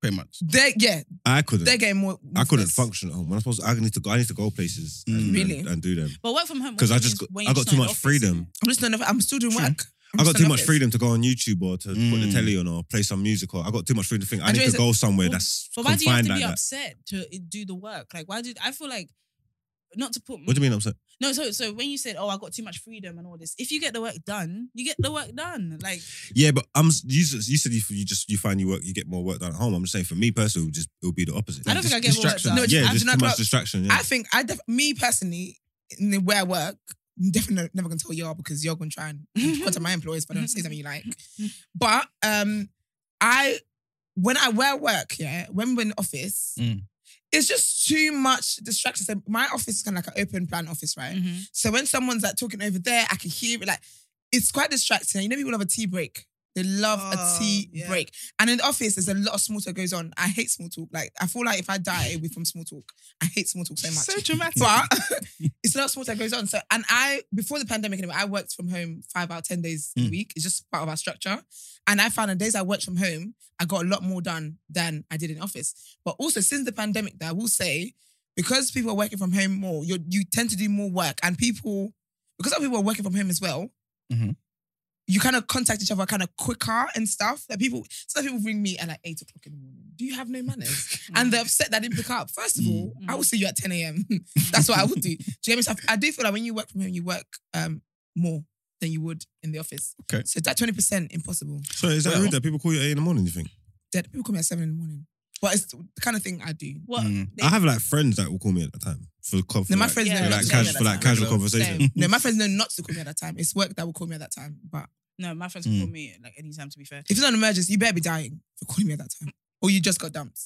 D: pretty much.
A: Mm.
C: They're, yeah,
B: I couldn't.
C: they're getting more.
B: I couldn't
C: less.
B: function at home. When I'm supposed, to, I need to go. I need to go places and-
D: Mm.
B: and,
C: Really?
B: and do them.
A: But work from home
B: 'Cause I
A: also
B: just
A: means
B: got-
A: when
B: I
A: you're
B: got
A: just
B: too
A: not
B: much
A: in the office,
B: freedom.
A: isn't
C: I'm just not. I'm still doing
D: True.
C: work. I'm
B: I
C: just
B: got
C: in
B: too
C: the
B: much
C: office.
B: freedom to go on YouTube or to put the
D: Mm.
B: telly on or play some music or I got too much freedom to think I
C: And
B: need
C: you
B: to
C: know,
B: go somewhere
A: Well,
B: that's
A: But why do you have
B: confined
A: to be
B: like that.
A: upset to uh, do the work? Like, why did I feel like not to put
B: What do you mean upset?
A: no? So, so when you said, "Oh, I got too much freedom" and all this, if you get the work done, you get the work done. Like,
B: Yeah, but I'm you, s- you said you, you just you find you work you get more work done at home. I'm just saying for me personally, it would just it would be the opposite.
A: I don't
D: Dis-
A: think I get more work
D: distraction.
A: done.
C: No,
B: yeah, just
C: I do
B: too
C: not
B: much
C: clock-
B: distraction. Yeah.
C: I think I def- me personally in the where I work. I'm definitely no- never gonna tell y'all because y'all gonna try and contact my employers if I don't say something you like. But um, I when I wear work, yeah, when we're in office,
D: Mm.
C: it's just too much distraction. So my office is kind of like an open plan office, right?
A: Mhm.
C: So when someone's like talking over there, I can hear it. Like it's quite distracting. You know, people love a tea break. They love
A: Oh,
C: a tea
A: yeah.
C: break. And in the office, there's a lot of small talk goes on. I hate small talk. Like I feel like if I die, it'll be from small talk. I hate small talk so much.
A: so dramatic.
C: but it's a lot of small talk goes on. So and I before the pandemic, anyway, I worked from home five out of ten days a
D: Mm.
C: week. It's just part of our structure. And I found the days I worked from home, I got a lot more done than I did in office. But also since the pandemic, that I will say, because people are working from home more, you you tend to do more work, and people because other people are working from home as well.
D: Mhm.
C: You kind of contact each other kind of quicker and stuff. That people, some people ring me at like eight o'clock in the morning. Do you have no manners? and they're upset that I didn't pick up. First of all,
A: Mm.
C: I will see you at ten a.m. That's what I would do. Do you get me? So I- I do feel like when you work from home, you work um, more than you would in the office.
D: Okay.
C: So that twenty percent impossible.
B: so is that
D: Well-
B: rude that people call you at eight in the morning? You think?
C: Dead people call me at seven in the morning, but it's the kind of thing I do.
A: What?
D: Mm.
A: they-
B: I have like friends that will call me at that time. for, co- for
C: No, my
B: like,
C: friends
A: Yeah,
B: for
C: know
A: yeah,
C: not
B: like,
C: to
A: yeah,
C: call me
A: yeah,
B: casual,
C: at
B: for
C: that
B: like
C: time.
B: casual conversation.
A: Same.
C: No, my friends know not to call me at that time. It's work that will call me at that time. But
A: No, my friends call me like anytime. To be fair,
C: if it's not an emergency, you better be dying for calling me at that time. Or you just got dumped.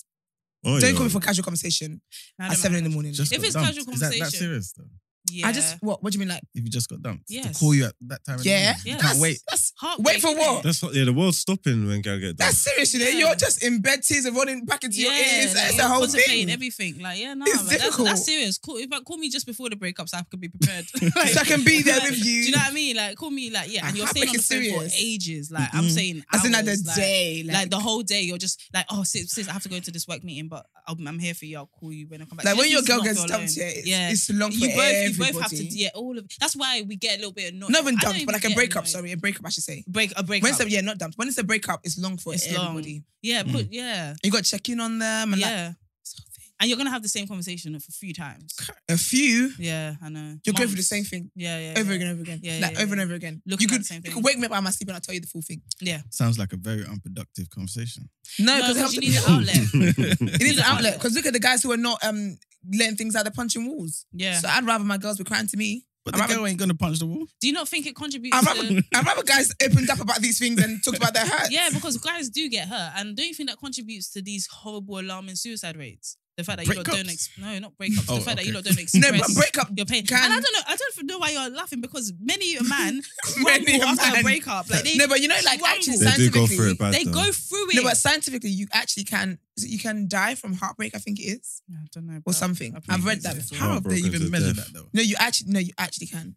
B: Oh,
C: Don't
B: yeah.
C: call me for casual conversation
A: No, I
C: at
A: don't
C: seven in
A: mind.
C: the morning.
D: Just
A: If
D: got
A: it's
D: dumped.
A: casual
D: Is that, that
A: conversation.
D: serious though?
A: yeah.
C: I just what? What do you mean? Like
D: If you just got dumped, to
A: Yes.
D: call you at that time. in the
C: Yeah.
D: morning, you
A: Yeah.
D: can't wait.
A: that's hard.
C: Wait for what?
B: That's not, yeah, the world's stopping when girl get done.
C: that's serious, you know.
A: Yeah.
C: You're just in bed, tears are running back into your ears.
A: like,
C: That's
A: you're
C: the whole
A: contemplating
C: thing.
A: Everything like yeah, no,
C: It's
A: man, that's,
C: difficult.
A: that's serious. Call, if I, call me just before the breakup, so I could be prepared. Like,
C: So I can be there
A: like,
C: with
A: Do
C: you.
A: you know what I mean? Like call me like yeah,
C: Ah,
A: and you're staying on the
C: heartbreak
A: phone for
C: is serious.
A: ages. Like I'm
D: Mhm.
A: saying,
C: That's another
A: hours, like-
C: day.
A: Like, the whole day, you're just like, oh, sis, sis, I have to go into this work meeting, but I'm, I'm here for you. I'll call you when I come back.
C: Like
A: Just
C: when your
A: to
C: girl
A: not
C: gets
A: feel
C: dumped,
A: alone.
C: yeah, it's,
A: yeah.
C: it's long
A: you
C: for
A: both, you
C: everybody.
A: both have to, yeah, all of. That's why we get a little bit annoyed.
C: Not even
A: I don't
C: dumped, but like a
A: get
C: breakup.
A: annoyed.
C: Sorry, a breakup, I should say.
A: break a breakup.
C: When it's a, yeah, not dumped. When it's a breakup, it's long for
A: It's long.
C: everybody.
A: yeah, put,
C: mm.
A: yeah,
C: You got to check in on them and like
A: yeah. And you're gonna have the same conversation for a few times.
C: a few.
A: Yeah, I know.
C: You're going through the
A: Months.
C: same thing
A: Yeah, yeah.
C: over
A: yeah.
C: again, over again,
A: Yeah,
C: like
A: yeah,
C: over and
A: yeah.
C: over again.
A: Looking
C: you
A: at
C: could
A: the same
C: you
A: thing.
C: could wake me up out of my sleep and I'll tell you the full thing.
D: Sounds like a very unproductive conversation.
C: No,
A: No, because
C: because
A: you
C: it
A: need an outlet. need
C: it is an
A: an
C: outlet.
A: outlet.
C: Because look at the guys who are not um letting things out, they're punching walls.
A: Yeah.
C: So I'd rather my girls be crying to me.
D: But
C: I'm
D: the
C: having-
D: girl ain't gonna punch the wall.
A: Do you not think it contributes?
C: I'd rather,
A: to...
C: I'd rather guys opened up about these things and talked about their hurts.
A: Yeah, because guys do get hurt, and don't you think that contributes to these horrible, alarming suicide rates? The fact that you lot
D: Breakups.
A: don't ex- no, not breakups.
D: Oh,
A: the fact that you
D: okay.
A: lot don't express.
C: no, but breakup.
A: your pain,
C: can-
A: and I don't know. I don't know why you're laughing because many a man
C: Many
A: many
C: a
A: after
C: man.
A: a breakup, like they,
C: No, but you know, like
A: Crumble.
C: actually
A: They
B: They do go
C: scientifically,
B: through it bad.
A: they
B: though.
A: go through it.
C: no, but scientifically, you actually can. is it- You can die from heartbreak. I think it is
A: Yeah, I don't know,
C: or
A: but
C: something.
A: Oh, I
C: I've
A: think
C: read
A: it's-
C: that before.
D: How have they
B: Heartbroken to
D: even measured
B: death.
D: that though?
C: No, you actually, no, you actually can.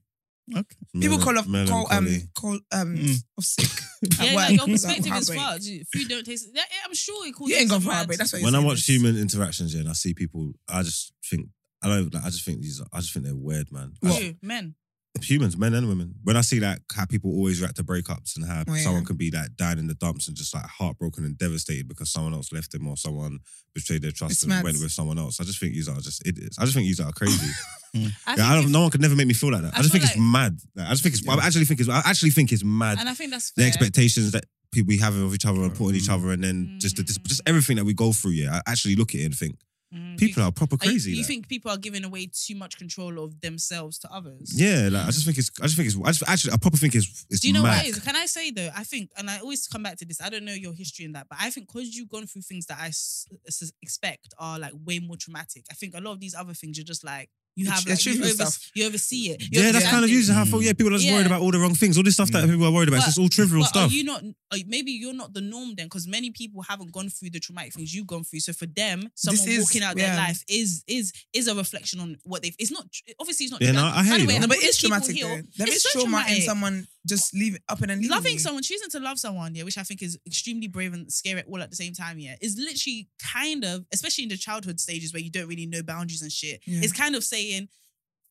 D: Okay.
C: People call off,
B: Melan-
C: call um,
B: melancholy.
C: call um,
D: Mm.
C: off sick. at
A: Hmm. Yeah,
C: work
A: like your
C: because of
A: perspective is
C: heartbreak.
A: far. If you don't taste it, I'm sure it causes
C: You ain't gone
A: some
C: for
A: mad-
C: heartbreak. That's why.
B: when I
C: you're
B: watch
C: serious.
B: human interactions, yeah, and I see people, I just think I don't like. I just think these. I just think they're weird, man. I
C: What?
B: just-
A: True, men.
B: humans, men and women. When I see like how people always react to breakups and how
C: Oh, yeah.
B: someone can be like down in the dumps and just like heartbroken and devastated because someone else left them or someone betrayed their trust
C: It's
B: and
C: mad.
B: went with someone else. I just think these are just idiots. I just think these are crazy.
A: I
B: yeah, I
A: think
B: don't,
A: if-
B: no one could never make me feel like that. I,
A: I
B: just
A: feel
B: think it's
A: like-
B: mad. Like, I just think it's. I actually think it's. I actually think it's mad.
A: and I think that's
B: the
A: fair.
B: expectations that people we have of each other and put on each
D: Mm.
B: other, and then just the,
A: Mm.
B: just everything that we go through. Yeah, I actually look at it and think
A: Mm, you-
B: people are proper
A: Are you-
B: crazy.
A: You,
B: like.
A: think people are giving away too much control of themselves to others?
B: Yeah, like I just think it's. I just think it's. I just actually. I proper think it's. It's
A: Do you know
B: mad.
A: what it is? Can I say though? I think, and I always come back to this. I don't know your history in that, but I think because you've gone through things that I s- s- expect are like way more traumatic. I think a lot of these other things you're just like you
C: It's-
A: have
C: it's
A: like, you,
C: trivial
A: over,
C: stuff.
A: you oversee it. You
B: Yeah, that's
A: understand
B: kind of
A: it.
B: usually how I feel. Yeah, people are just
A: Yeah.
B: worried about all the wrong things. All this stuff that people are worried about. it's
A: But-
B: just all trivial
A: But
B: stuff.
A: are you not? Are, maybe you're not the norm then, because many people haven't gone through the traumatic things you've gone through. So for them, someone
C: is-
A: walking out
C: yeah.
A: their life is is is a reflection on what they've. It's not obviously it's not.
B: Yeah,
A: true.
B: no, I hear
A: By the
B: you.
A: way,
B: No,
A: and
C: No, but
A: all
C: it's
A: these people
C: traumatic.
A: here-
C: though. There
A: It's
C: is
A: so
C: trauma in
A: traumatic.
C: someone just leave up and then leaving
A: loving
C: you.
A: someone, choosing to love someone, yeah, which I think is extremely brave and scary all at the same time, yeah, is literally kind of, especially in the childhood stages where you don't really know boundaries and shit,
C: Yeah.
A: it's kind of saying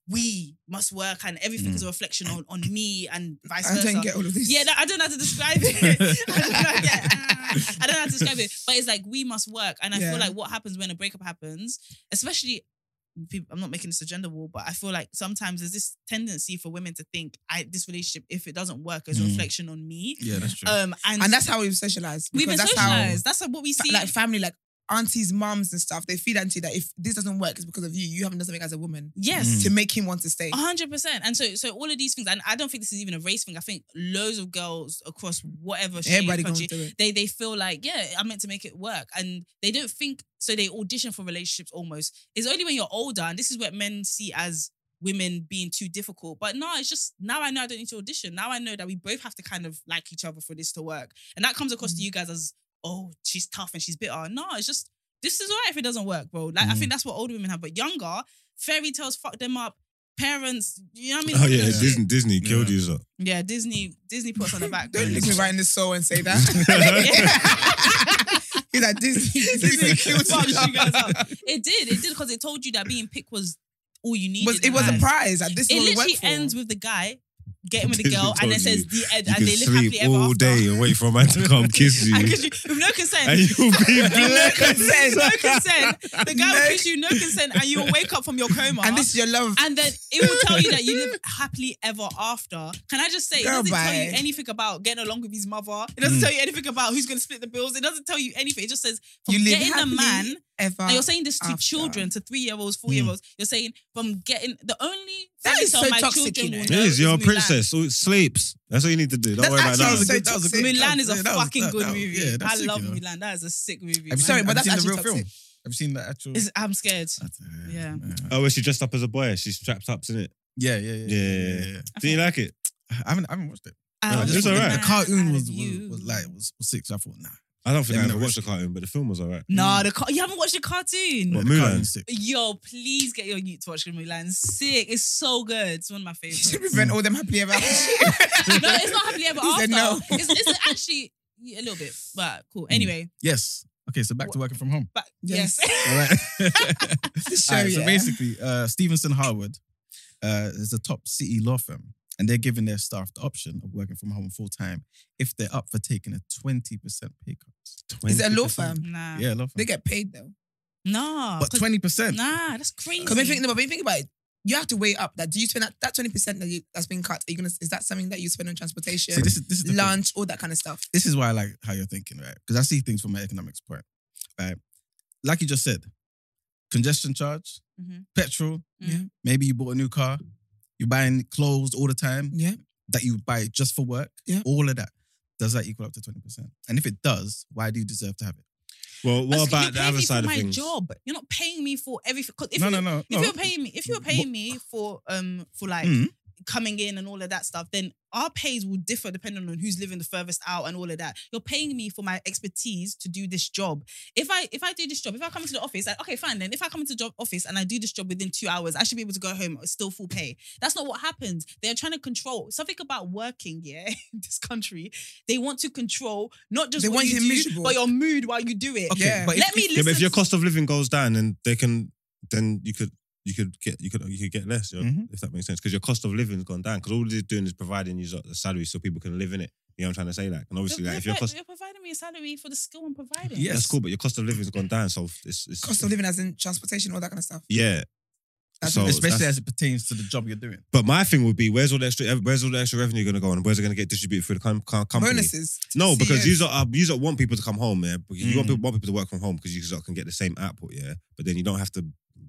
A: we must work and everything is a reflection on, on me and vice
C: I
A: versa.
C: don't get all of this.
A: yeah, no, I don't know how to describe it. I, don't know, yeah, I don't know how to describe it, but it's like we must work, and I
C: Yeah.
A: feel like what happens when a breakup happens, especially people, I'm not making this a gender war, but I feel like sometimes there's this tendency for women to think I this relationship, if it doesn't work, is a
D: Mm.
A: reflection on me.
D: Yeah, that's true.
A: Um, and,
C: and that's how we've socialized.
A: we've been
C: because that's
A: socialized. that's what we
C: How,
A: see.
C: fa- like family, like aunties, moms, and stuff. They feed auntie that if this doesn't work, it's because of you. You haven't done something as a woman
A: yes. Oh,
C: to make him want to stay.
A: a hundred percent, and so so all of these things, and I don't think this is even a race thing. I think loads of girls across whatever shade,
C: Everybody going
A: country,
C: through it.
A: they they feel like yeah i'm meant to make it work and they don't think so they audition for relationships almost it's only when you're older and this is what men see as women being too difficult but no it's just now i know i don't need to audition now i know that we both have to kind of like each other for this to work and that comes
B: Mm.
A: across to you guys as oh she's tough and she's bitter no it's just this is all right if it doesn't work bro like i
D: Mm.
A: think that's what older women have but younger fairy tales fuck them up parents you know what i mean
B: oh yeah,
A: All that shit.
B: Disney, Disney killed
D: Yeah.
B: you. So.
A: yeah disney disney puts on the back
C: Don't
A: burner.
C: look me right in the soul and say that. He's like Disney. Disney killed
A: Fucked
C: you.
A: you guys up. It did. It did because it told you that being picked was all you needed.
C: Was, it
A: in
C: was a
A: life.
C: prize. Like, this is
A: It
C: what we
A: literally
C: worked for.
A: ends with the guy getting with the
B: Disney
A: girl, and
B: told
A: then says
B: you
A: the end,
B: You
A: and
B: can
A: they live happily
B: sleep
A: ever
B: all
A: after.
B: day and wait for a man to come kiss you,
A: And kiss you with no consent.
B: and you'll be
A: no
B: blessed.
A: consent. No consent. The guy
C: No-
A: will kiss you, no consent, and you'll wake up from your coma.
C: and this is your love.
A: And then it will tell you that you live happily ever after. Can I just say, it
C: Girl,
A: doesn't tell you
C: bye.
A: anything about getting along with his mother. It doesn't
D: Mm.
A: tell you anything about who's going to split the bills. It doesn't tell you anything. It just says, from
C: You live
A: getting the
C: happily
A: man
C: ever.
A: And you're saying this to
C: after.
A: children, to three year olds, four year olds. You're saying from getting the only
C: That
A: thing
C: is
A: some
C: so
A: of my
C: toxic, you
A: children
C: know.
A: will
B: It
A: know
B: is, you're a
A: Mulan.
B: princess, so it sleeps. That's all you need to do. Don't
C: That's
B: worry about that.
C: actually so
D: That was a good- that was a
C: toxic.
D: good-
A: Mulan is a
D: Yeah, that was-
A: fucking
D: that-
A: good
D: that-
A: movie.
D: yeah, that's
A: I
D: sick,
A: love
D: you know.
A: Mulan. That is a sick movie.
D: Have
A: man.
D: you
C: Sorry,
D: seen-
C: but that's
D: have you seen
C: actually
D: the real film.
C: toxic.
D: Have you seen the actual?
A: It's- I'm scared. Yeah.
B: Oh, where she dressed up as a boy. She's strapped up, isn't it?
D: Yeah, yeah, yeah, yeah,
B: Yeah.
D: yeah, yeah.
B: Do you like it?
D: I haven't, I haven't watched it.
A: I
B: No,
D: I
A: was
D: just
B: it's
D: thought
B: alright.
D: The, the
A: mad
D: cartoon
A: at
D: was, was
A: you.
D: was like was, was six. I thought nah.
B: I don't think I
D: Let me
B: ever
D: know.
B: watched the cartoon, but the film was alright.
A: Nah, the car- you haven't watched the cartoon.
B: What,
D: the
B: Mulan?
D: cartoon's sick.
A: Yo, please get your youth to watch Mulan. Sick. It's so good. It's one of my
C: You should
A: favorites.
C: prevent all them happily ever after.
A: no, it's not happily ever
C: He
A: after.
C: said no.
A: It's, it's actually yeah, a little bit, but cool. Anyway,
D: Yes. Okay, so back to working from home.
A: but
C: Yes.
A: yes.
D: All right.
C: the show,
D: Alright, So
C: yeah.
D: basically, uh, Stevenson Harwood uh, is a top city law firm, and they're giving their staff the option of working from home full time if they're up for taking a twenty percent pay cut.
C: Is it a law
D: 20%?
C: firm?
A: nah.
D: Yeah, law firm.
C: They get oh, paid though.
A: Nah.
D: but
A: 'cause-
D: twenty percent.
A: Nah, that's crazy.
C: Because when you think, no, but when you think about it, you have to weigh up that. Do you spend that that twenty percent that you, that's been cut? Are you gonna is that something that you spend on transportation,
D: See, this is this is the thing.
C: lunch, all that kind of stuff?
D: this is why I like how you're thinking, right? Because I see things from an economics point, right? Like you just said, congestion charge,
C: Mm-hmm.
A: Mhm.
D: petrol.
A: Mhm.
D: Maybe you bought a new car. You're buying clothes all the time
C: Yeah,
D: that you buy just for work.
C: Yeah.
D: All of that. Does that equal up to 20%? And if it does, why do you deserve to have it?
B: Well, what
A: That's-
B: about
A: you're
B: the
A: paying
B: other
A: me
B: side
A: for
B: of
A: my
B: things?
A: job. You're not paying me for everything. 'Cause If
D: no,
A: you,
D: no, no,
A: If
D: no.
A: you're paying me, if you're
D: But-
A: paying me for um for like
D: Mm.
A: coming in and all of that stuff, then our pays will differ depending on who's living the furthest out and all of that. You're paying me for my expertise to do this job. If I if I do this job, if I come into the office, like, okay, fine. Then if I come into the job office and I do this job within two hours, I should be able to go home it's still full pay. That's not what happens. They're trying to control something about working, yeah, in this country. They want to control not just
C: They
A: what
C: want
A: you
C: you
A: do,
C: miserable.
A: but your mood while you do it.
D: Okay,
C: Yeah.
D: but if-
A: Let me listen.
B: Yeah, but if your
A: to-
B: cost of living goes down, then they can, then you could, you could get, you could, you could get less. you know,
C: Mm-hmm.
D: Mhm.
B: If that makes sense, because your cost of living's gone down. Because all they're doing is providing you the salary so people can live in it. You know what I'm trying to say? Like, and obviously,
A: you're,
B: like if your
A: pro-
B: cost,
A: you're providing me a salary for the skill I'm providing.
D: Yeah.
B: that's
D: Yes.
B: cool, but your cost of living's gone down, so it's, it's
C: cost of living as in transportation, all that kind of stuff.
B: Yeah.
C: That's-
B: so
D: Especially
B: that's-
D: as it pertains to the job you're doing.
B: But my thing would be, where's all the extra? Where's all the extra revenue going to go, and where's it going to get distributed through the com- com- company?
C: Bonuses.
B: No, because
C: CEOs.
B: you lot, are, you lot want people to come home, yeah. Because You want
D: Mm.
B: people, want people to work from home because you lot can get the same output, yeah. But then you don't have to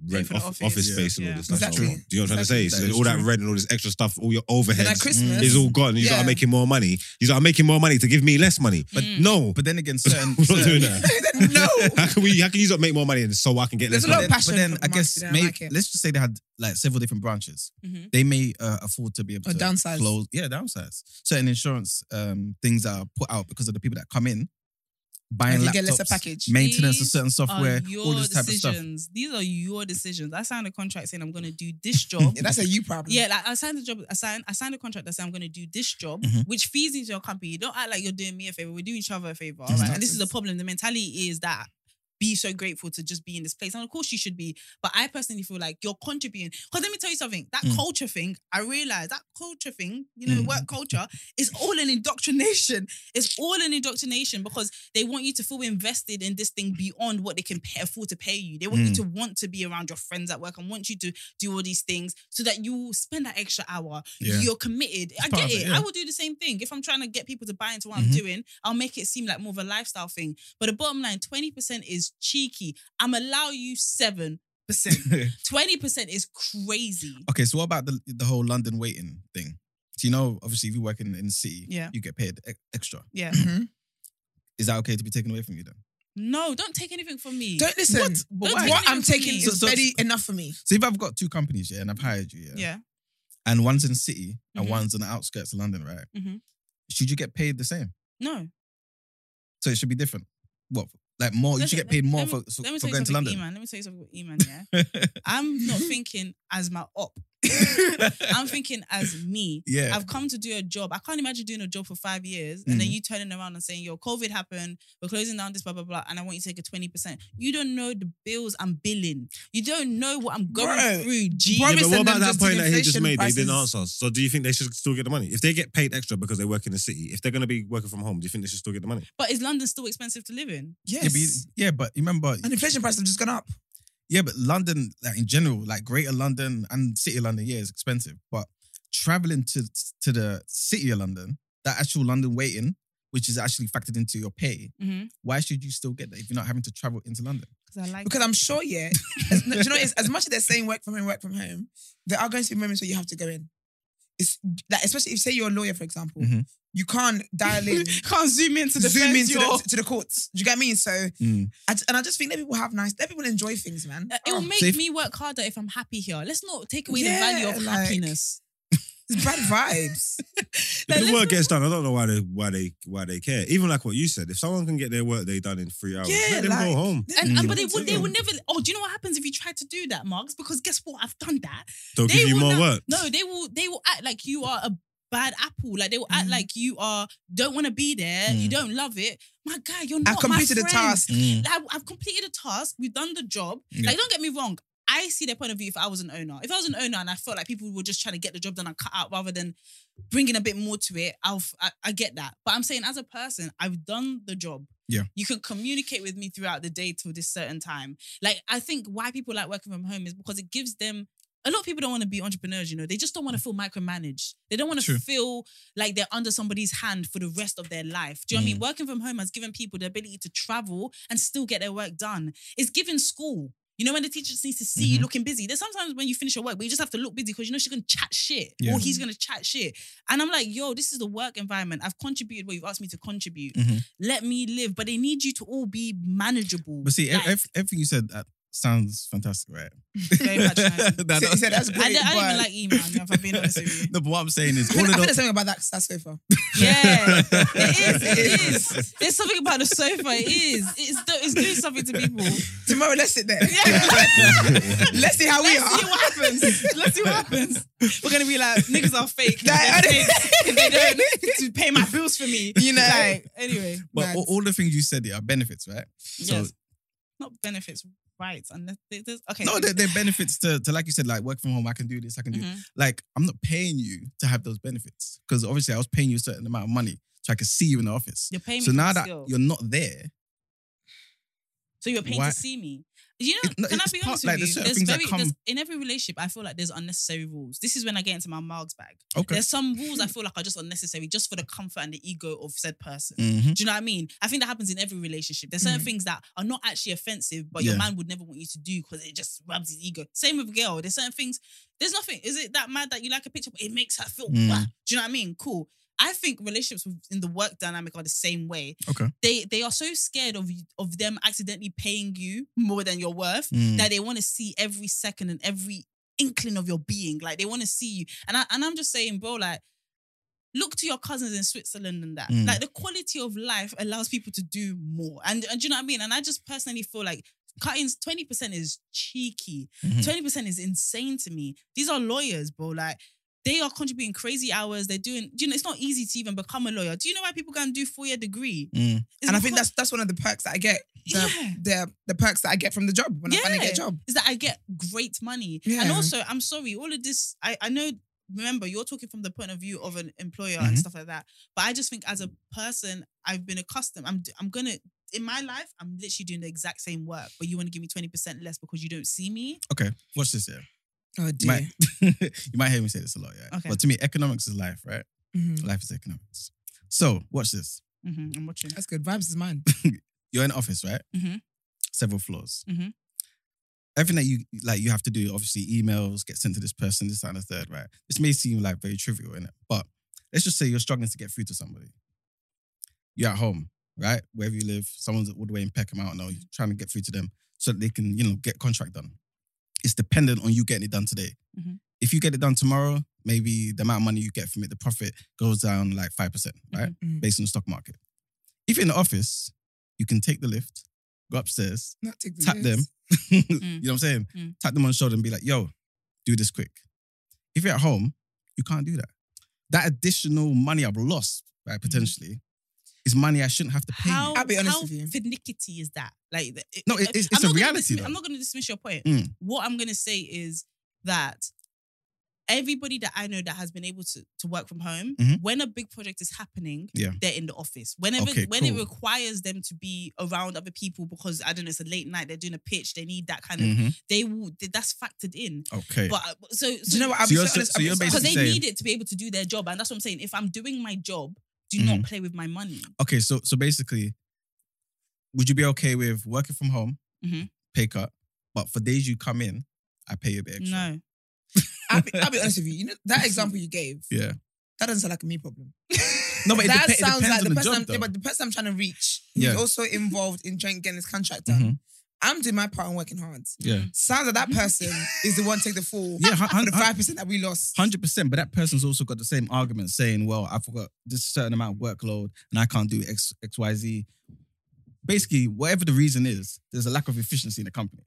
B: rent
C: for the
B: off,
C: office.
B: office,
D: Yeah.
B: space and all this
A: Yeah.
B: stuff. So, do
C: Exactly.
B: you know what I'm trying
C: Exactly.
B: to say?
D: That is
B: so all that
D: true.
B: rent and all this extra stuff, all your
C: And at
B: overheads
C: Christmas
B: is mm, all gone. You
C: Yeah. Mm.
B: lot are making more money. You lot are making more money to give me less money.
A: But-
B: no,
D: But then again, certain.
B: we're not
D: certain-
B: doing that.
C: no.
B: How can we? How can you lot make more money and so I can get
C: There's
B: less
C: a lot
B: money?
C: of passion
D: But then
C: for
D: I guess
C: marketing, I
D: maybe
C: like it.
D: let's just say they had like several different branches.
A: Mhm.
D: They may uh, afford to be able
C: Or
D: to
C: downsize.
D: close, yeah, downsize certain insurance um, things that are put out because of the people that come in buying
C: And you
D: laptops,
C: get lesser package.
D: maintenance of
A: These
D: certain software,
A: are
D: all
A: your
D: this type of stuff.
A: decisions. These are your decisions. I signed a contract saying I'm going to do this job.
C: Yeah, that's a you problem.
A: yeah, like I signed a job. I signed. I signed a contract that said I'm going to do this job,
D: Mhm.
A: which feeds into your company. You don't act like you're doing me a favor. We're doing each other a favor.
D: Mhm.
A: Right? And this is the problem. The mentality is that be so grateful to just be in this place. And of course you should be. But I personally feel like you're contributing. Because let me tell you something. That
D: Mm.
A: culture thing, I realize that culture thing, you know,
D: Mm.
A: work culture, is all an indoctrination. It's all an indoctrination because they want you to feel invested in this thing beyond what they can pay, afford to pay you. They want you
D: Mm.
A: to want to be around your friends at work and want you to do all these things so that you spend that extra hour.
D: Yeah.
A: You're committed. I
D: part
A: get
D: of
A: it.
D: it, yeah.
A: I will do the same thing. If I'm trying to get people to buy into what
D: Mhm.
A: I'm doing, I'll make it seem like more of a lifestyle thing. But the bottom line, 20% is cheeky. I'm allow you 7%. 20% is crazy.
D: okay, so what about the the whole London waiting thing? So you know, obviously, if you work in, in the city,
A: Yeah.
D: you get paid e- extra.
A: Yeah.
C: Mhm.
D: Is that okay to be taken away from you then?
A: No, don't take anything from me.
C: Don't listen.
D: What?
C: What,
D: But
A: why?
C: I'm taking
A: So-
C: is
D: so-
C: already enough for me.
D: So if I've got two companies, yeah, and I've hired you, yeah,
A: yeah.
D: and one's in the city and
A: Mhm.
D: one's on the outskirts of London, right?
A: Mhm.
D: Should you get paid the same?
A: No.
D: So it should be different. What? Like more? you
A: Listen,
D: should get paid
A: let-
D: more
A: let me-
D: for, for,
A: Let me
D: for
A: tell you
D: going
A: something,
D: to London.
A: E-man. Let me tell you something, E-man, yeah. I'm not thinking as my op. I'm thinking as me.
D: yeah.
A: I've come to do a job. I can't imagine doing a job for five years and then
C: Mm-hmm.
A: you turning around and saying, yo, COVID happened. We're closing down this, blah, blah, blah. And I want you to take a 20%. You don't know the bills I'm billing. You don't know what I'm going
C: Bro,
A: through, G.
C: bro,
B: Yeah, but
C: Promising
B: what
C: them
B: about that
C: just to
B: point that he just
C: inflation
B: made? They didn't
C: prices.
B: answer us. So do you think they should still get the money if they get paid extra because they work in the city? If they're going to be working from home, do you think they should still get the money?
A: But is London still expensive to live in?
D: yeah, but,
C: Yes.
D: yeah, but remember,
C: And inflation prices have just gone up.
D: yeah, but London, like in general, like Greater London and City of London, yeah, is expensive. But traveling to to the City of London, that actual London waiting, which is actually factored into your pay,
A: Mhm.
D: why should you still get that if you're not having to travel into London?
A: Because I like
C: Because I'm sure, yeah. As, no, do you know, it's, as much as they're saying work from home, work from home, there are going to be moments where you have to go in. It's like, especially if say you're a lawyer, for example,
B: Mm-hmm.
D: Mhm.
C: you can't dial in,
A: can't zoom into the
C: zoom into the, to the courts. Do you get what I mean? So,
D: Mm.
C: I j- and I just think let people have nice, let people enjoy things, man.
A: it will
C: Oh,
A: Uh, make
D: So if-
A: me work harder if I'm happy here. Let's not take away
C: Yeah,
A: the value of
C: like-
A: happiness.
C: it's bad vibes.
A: Like,
B: If the
A: let's
B: work
A: not-
B: gets done, I don't know why they why they why they care. Even like what you said, if someone can get their work they done in three hours,
C: Yeah,
B: let them
C: like-
B: go home.
A: and, and- but they
C: Mm.
A: would they would never. Oh, do you know what happens if you try to do that, Marks? Because guess what? I've done that.
B: They'll
A: they
B: give you
A: will
B: more
A: not-
B: work.
A: No, they will they will act like you are a bad apple. Like they will act
C: Mm.
A: like you are don't want to be there. You
D: Mm.
A: don't love it. My guy, you're
C: I've
A: not. my
C: completed the
A: friend.
C: task.
D: Mm.
A: Like, I've completed a task. We've done the job.
D: Yeah.
A: Like, don't get me wrong. I see their point of view if I was an owner. If I was an owner and I felt like people were just trying to get the job done and cut out rather than bringing a bit more to it, I'll, f- I, I get that. But I'm saying as a person, I've done the job.
D: Yeah.
A: You can communicate with me throughout the day till this certain time. Like, I think why people like working from home is because it gives them. A lot of people don't want to be entrepreneurs, you know. They just don't want to feel micromanaged. They don't want to
D: Mm. True.
A: feel like they're under somebody's hand for the rest of their life. Do you know what
D: Mm.
A: I mean? Working from home has given people the ability to travel and still get their work done. It's given school. You know, when the teacher just needs to see you
D: Mhm.
A: looking busy. There's sometimes when you finish your work, but you just have to look busy because you know she's gonna chat shit
D: Yeah.
A: or he's gonna chat shit. And I'm like, yo, this is the work environment. I've contributed what you've asked me to contribute.
D: Mhm.
A: Let me live. But they need you to all be manageable.
D: But see, ev-
A: Like,
D: ev- everything you said that sounds fantastic, right?
A: Very patronising.
D: That-
C: So he said that's
A: I,
C: great.
A: don't, I don't even
C: but-
A: like email, if I'm being honest with you.
D: No, but what I'm saying is
C: I feel,
D: all of
C: I feel
D: those.
C: there's something about that, that sofa.
A: Yeah, it is. It is. There's something about the sofa. It is. It's do- it's doing something to people.
C: Tomorrow, let's sit there. let's see how we
A: Let's see
C: are.
A: what happens. Let's see what happens. We're gonna be like niggas are fake.
C: Like, I
A: They're fake.
C: don't-
A: they don't to pay my bills for me.
C: You know?
A: like, anyway.
D: But oh, all, all the things you said there are benefits, right? So-
A: yes. not benefits, rights, unless they- there's okay.
D: No, there, there are benefits to, to, like you said, like work from home. I can do this. I can do
A: Mhm.
D: like I'm not paying you to have those benefits because obviously I was paying you a certain amount of money so I could see you in the office.
A: You're paying me.
D: So now
A: for
D: that
A: skill.
D: you're not there,
A: so you're paying
D: Why-
A: to see me. You know,
D: It- no,
A: can I
D: it's
A: be
D: part-
A: honest
D: like,
A: with
D: there's
A: you?
D: certain
A: There's
D: things that
A: very
D: come-
A: there's, in every relationship. I feel like there's unnecessary rules. This is when I get into my marks bag.
D: okay.
A: There's some rules I feel like are just unnecessary, just for the comfort and the ego of said person.
D: Mhm.
A: Do you know what I mean? I think that happens in every relationship. There's certain
C: Mhm.
A: things that are not actually offensive, but your
D: Mm. Yeah.
A: man would never want you to do because it just rubs his ego. Same with girl. There's certain things. There's nothing. Is it that mad that you like a picture? But it makes her feel.
D: Mm.
A: bad. Do you know what I mean? Cool. I think relationships with- in the work dynamic are the same way.
D: Okay.
A: They they are so scared of of them accidentally paying you more than you're worth
D: Mm.
A: that they want to see every second and every inkling of your being. Like they want to see you. And I and I'm just saying, bro, like look to your cousins in Switzerland and that.
D: Mm.
A: Like the quality of life allows people to do more. And, and do you know what I mean? And I just personally feel like cutting 20% is cheeky.
C: Mm-hmm.
D: Mhm.
A: 20% is insane to me. These are lawyers, bro. Like they are contributing crazy hours. They're doing, do you know, it's not easy to even become a lawyer. Do you know why people go and do four year degree?
D: Mm.
A: It's
C: and I think
A: because-
C: that's that's one of the perks that I get. The,
A: Yeah.
C: the the perks that I get from the job when I finally get a
A: Yeah.
C: job.
A: is that I get great money.
C: Yeah.
A: And also, I'm sorry, all of this, I, I know, remember, you're talking from the point of view of an employer and
D: Mhm.
A: stuff like that. But I just think as a person, I've been accustomed, I'm, I'm going to, in my life, I'm literally doing the exact same work, but you want to give me 20% less because you don't see me.
D: Okay, watch this. Yeah,
C: Oh
D: you
C: dear.
D: might, you might hear me say this a lot. Yeah,
A: Okay. Mm-hmm.
D: but to me, economics is life, right?
C: Mhm.
D: Life is economics. So watch this.
A: hmm I'm watching.
C: That's good. Vibes is mine.
D: You're in an office, right?
A: Mhm.
D: Several floors.
A: Mhm.
D: Everything that you like, you have to do. Obviously, emails get sent to this person, this that, and the third. Right? This may seem like very trivial, innit? But let's just say you're struggling to get through to somebody. You're at home, right? Wherever you live, someone's all the way in Peckham. I don't know. You're trying to get through to them so that they can, you know, get contract done. It's dependent on you getting it done today.
A: Mhm.
D: If you get it done tomorrow, maybe the amount of money you get from it, the profit goes down like five percent, right?
C: Mhm.
D: Based on the stock market. If you're in the office, you can take the lift, go upstairs,
C: Not take the
D: tap
C: years.
D: them. you know what I'm saying?
A: Mm.
D: Tap them on the shoulder and be like, yo, do this quick. If you're at home, you can't do that. That additional money I've lost, right, potentially, is money I shouldn't have to pay. you.
A: Mm-hmm. How,
C: I'll be honest
A: how
C: with you.
A: finicky is that? Like, the-
D: No, it- it's- it's
A: I'm
D: a
A: not gonna
D: reality,
A: dismiss-
D: though.
A: I'm not going to dismiss your point.
D: Mm.
A: What I'm going to say is that everybody that I know that has been able to, to work from home,
D: Mhm.
A: when a big project is happening,
D: Yeah.
A: they're in the office. Whenever
D: Okay,
A: when it
D: cool.
A: requires them to be around other people because I don't know, it's a late night, they're doing a pitch, they need that kind of
D: Mhm.
A: they will that's factored in.
D: Okay.
A: But uh, so, so
C: Do you know what? I'll
D: So
C: be
D: you're-
C: honest,
D: so
C: I'll be
D: you're
A: because
D: basically
A: they
D: saying-
A: need it to be able to do their job, and that's what I'm saying. If I'm doing my job do
D: Mm-hmm.
A: not play with my money.
D: Okay, so so basically, would you be okay with working from home,
A: Mhm.
D: pay cut, but for days you come in, I pay you a bit extra?
A: No.
C: I'll be, I'll be honest with you. You know that example you gave.
D: Yeah.
C: That doesn't sound like a me problem.
D: No, but it,
C: that
D: depe- it
C: sounds
D: depends
C: like
D: on
C: the,
D: the,
C: person.
D: job,
C: I'm,
D: though.
C: yeah, but the person I'm trying to reach
D: Yeah.
C: is also involved in trying getting this contract done.
D: Mhm.
C: I'm doing my part and working hard.
D: Yeah.
C: Sounds like that person is the one take the fall.
D: Mm-hmm. Yeah,
C: for the
D: hun- hun-
C: five percent that we lost.
D: Hundred percent, but that person's also got the same argument, saying, "Well, I've got this certain amount of workload, and I can't do X, X, Y, Z." Basically, whatever the reason is, there's a lack of efficiency in the company,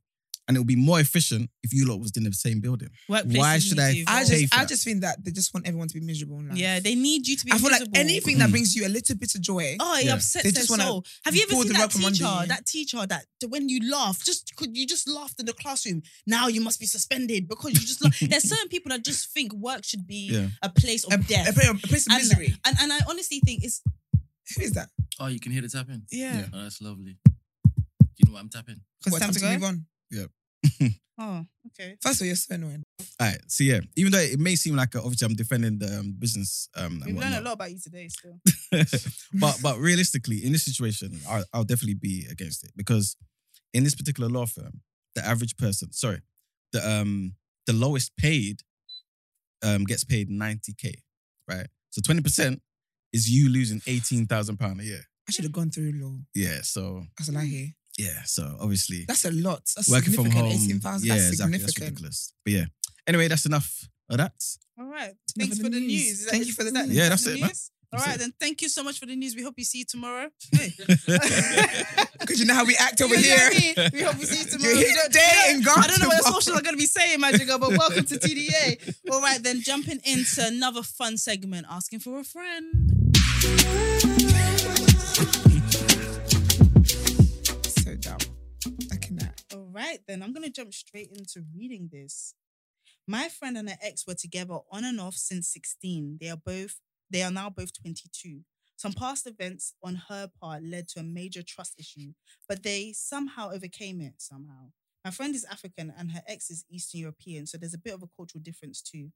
D: and it would be more efficient if you lot was in the same building.
A: Workplaces
D: Why should
A: need
D: I-
A: you
C: I
A: evolve.
D: Pay
C: just,
D: for
C: I
D: that.
C: just think that they just want everyone to be miserable. In life.
A: yeah, they need you to be.
C: I feel like
A: visible.
C: anything
D: Mm-hmm.
C: that brings you a little bit of joy.
A: Oh, it
D: Yeah.
A: upsets
C: They
A: their
C: just wanna
A: soul. Have you ever
C: pull
A: seen
C: the
A: that
C: rug from under
A: teacher?
C: you.
A: That teacher that that when you laugh, just could you just laughed in the classroom? Now you must be suspended because you just. laugh. There's certain people that just think work should be
D: Yeah.
A: a place of
C: a,
A: death.
C: a, place- a place of
A: And-
C: misery.
A: and and I honestly think it's
C: Who is that?
E: Oh, you can hear the tapping.
A: yeah.
E: Oh, that's lovely. Do you know what I'm tapping?
A: Because
C: What,
A: time to go.
C: move on.
A: Oh, okay.
C: First of all, you're so annoying.
D: All right, so yeah, even though it may seem like uh, obviously I'm defending the um, business, um, and
A: We've learned a
D: whatnot,
A: lot about you today. Still,
D: but but realistically, in this situation, I'll, I'll definitely be against it because in this particular law firm, the average person, sorry, the um the lowest paid um gets paid ninety k, right? So twenty percent is you losing eighteen thousand pound a year.
C: I should have gone through law.
D: Yeah, so
C: That's all I hear.
D: yeah, so obviously
C: That's a lot. That's
D: working from
C: significant.
D: home,
C: 18,000.
D: yeah,
C: that's
D: exactly, that's
C: significant.
D: ridiculous. But yeah, anyway, that's enough of that.
A: all right.
C: Enough
A: Thanks
C: of
A: for the
C: the
A: news.
C: news.
A: Is that-
C: Thank you
A: is
C: for the
A: that-
C: news.
A: is
D: Yeah,
A: that
D: that's
A: the
D: it, man.
A: news? All
D: That's
A: right,
D: it.
A: then. Thank you so much for the news. We hope you see you tomorrow. Hey.
C: Because you know how we act over
A: You know
C: here.
A: what I mean? We hope we see you tomorrow.
C: You're here today and gone
A: I don't know what the
C: tomorrow.
A: socials are going to be saying, Magica, but welcome to TDA. All right, then jumping into another fun segment, asking for a friend.
C: So dumb. I cannot.
A: All right, then I'm going to jump straight into reading this. My friend and her ex were together on and off since 16. They are both they are now both 22. Some past events on her part led to a major trust issue, but they somehow overcame it somehow. My friend is African and her ex is Eastern European, so there's a bit of a cultural difference too.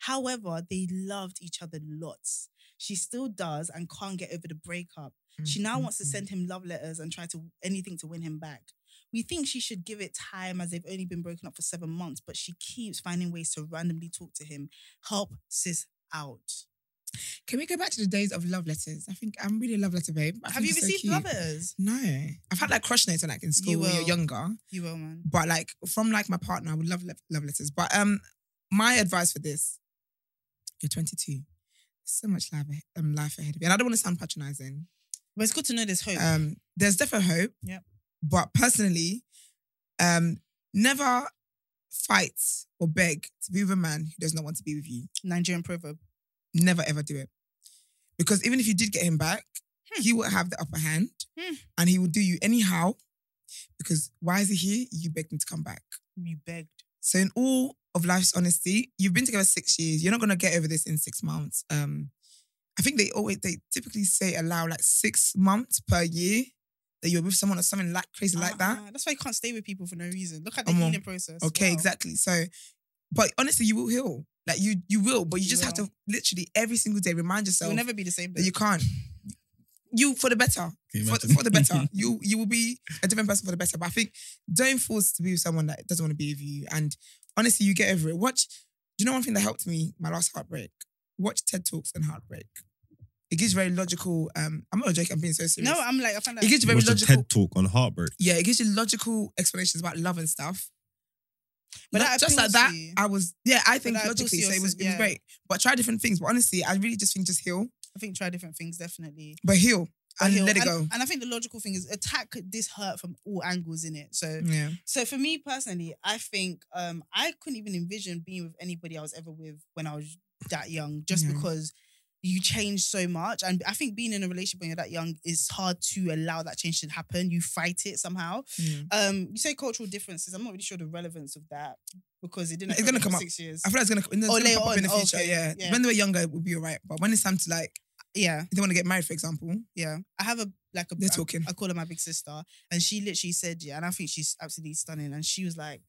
A: However, they loved each other lots. She still does and can't get over the breakup.
D: Mm.
A: She now wants to send him love letters and try to anything to win him back. We think she should give it time as they've only been broken up for seven months, but she keeps finding ways to randomly talk to him. Help sis out.
C: Can we go back to the days of love letters? I think I'm really a love letter babe. I
A: Have
C: think
A: you
C: it's so
A: received
C: cute.
A: love letters?
C: No, I've had like crush notes when like in school
A: You
C: when you're
A: will.
C: younger,
A: You will, man.
C: but like from like my partner, I would love le- love letters. But um, my advice for this: you're 22, so much life ahe- um life ahead of you, and I don't want to sound patronizing.
A: But it's good to know there's hope.
C: Um, there's definitely hope.
A: Yep.
C: But personally, um, never fight or beg to be with a man who does not want to be with you.
A: Nigerian proverb.
C: Never ever do it. Because even if you did get him back, he will have the upper hand
A: Hmm.
C: and he will do you anyhow. Because why is he here? You begged him to come back.
A: You begged.
C: So, in all of life's honesty, you've been together six years. You're not gonna get over this in six months. Um, I think they always they typically say allow like six months per year that you're with someone or something like crazy like that.
A: Uh-uh. That's why you can't stay with people for no reason. Look at the
C: Come on.
A: healing process.
C: Okay,
A: Wow.
C: exactly. So, but honestly, you will heal. Like you, you will. But you,
A: You
C: just have
A: will.
C: to literally every single day remind yourself
A: You'll never be the same.
C: that you can't. You for the better.
D: Can you
C: For,
D: imagine?
C: for the better. you you will be a different person for the better. But I think don't force to be with someone that doesn't want to be with you. And honestly, you get over it. Watch. Do you know one thing that helped me? My last heartbreak. Watch TED Talks and heartbreak. It gives very logical. Um, I'm not joking. I'm being so serious.
A: No, I'm like, I found out.
C: it gives you very
B: Watch a
C: logical.
B: TED talk on heartbreak.
C: yeah, it gives you logical explanations about love and stuff. But
A: that
C: just like
A: appeals
C: that,
A: to you.
C: I was yeah. I think
A: that appeals to
C: logically, so it was,
A: yourself,
C: it was
A: yeah.
C: great. But try different things. But honestly, I really just think just heal,
A: I think try different things, definitely.
C: but heal
A: But
C: and
A: he'll-
C: let it go.
A: And, and I think the logical thing is attack this hurt from all angles in it. So
C: yeah.
A: So for me personally, I think um, I couldn't even envision being with anybody I was ever with when I was that young, just
C: Yeah.
A: because you change so much. And I think being in a relationship when you're that young is hard to allow that change to happen. You fight it somehow.
C: yeah.
A: Um, you say cultural differences. I'm not really sure the relevance of that because it didn't.
C: It's
A: affect
C: gonna
A: me for
C: come up.
A: six years.
C: I feel like it's gonna, it's
A: Oh,
C: gonna
A: later
C: pop up in the
A: on. Oh,
C: future.
A: okay.
C: Yeah.
A: Yeah.
C: When they were younger, it would be alright. But when it's time to like,
A: yeah,
C: if they want to get married, for example,
A: yeah. I have a like a.
C: they're
A: I-
C: talking.
A: I call her my big sister, and she literally said, "Yeah," and I think she's absolutely stunning. And she was like,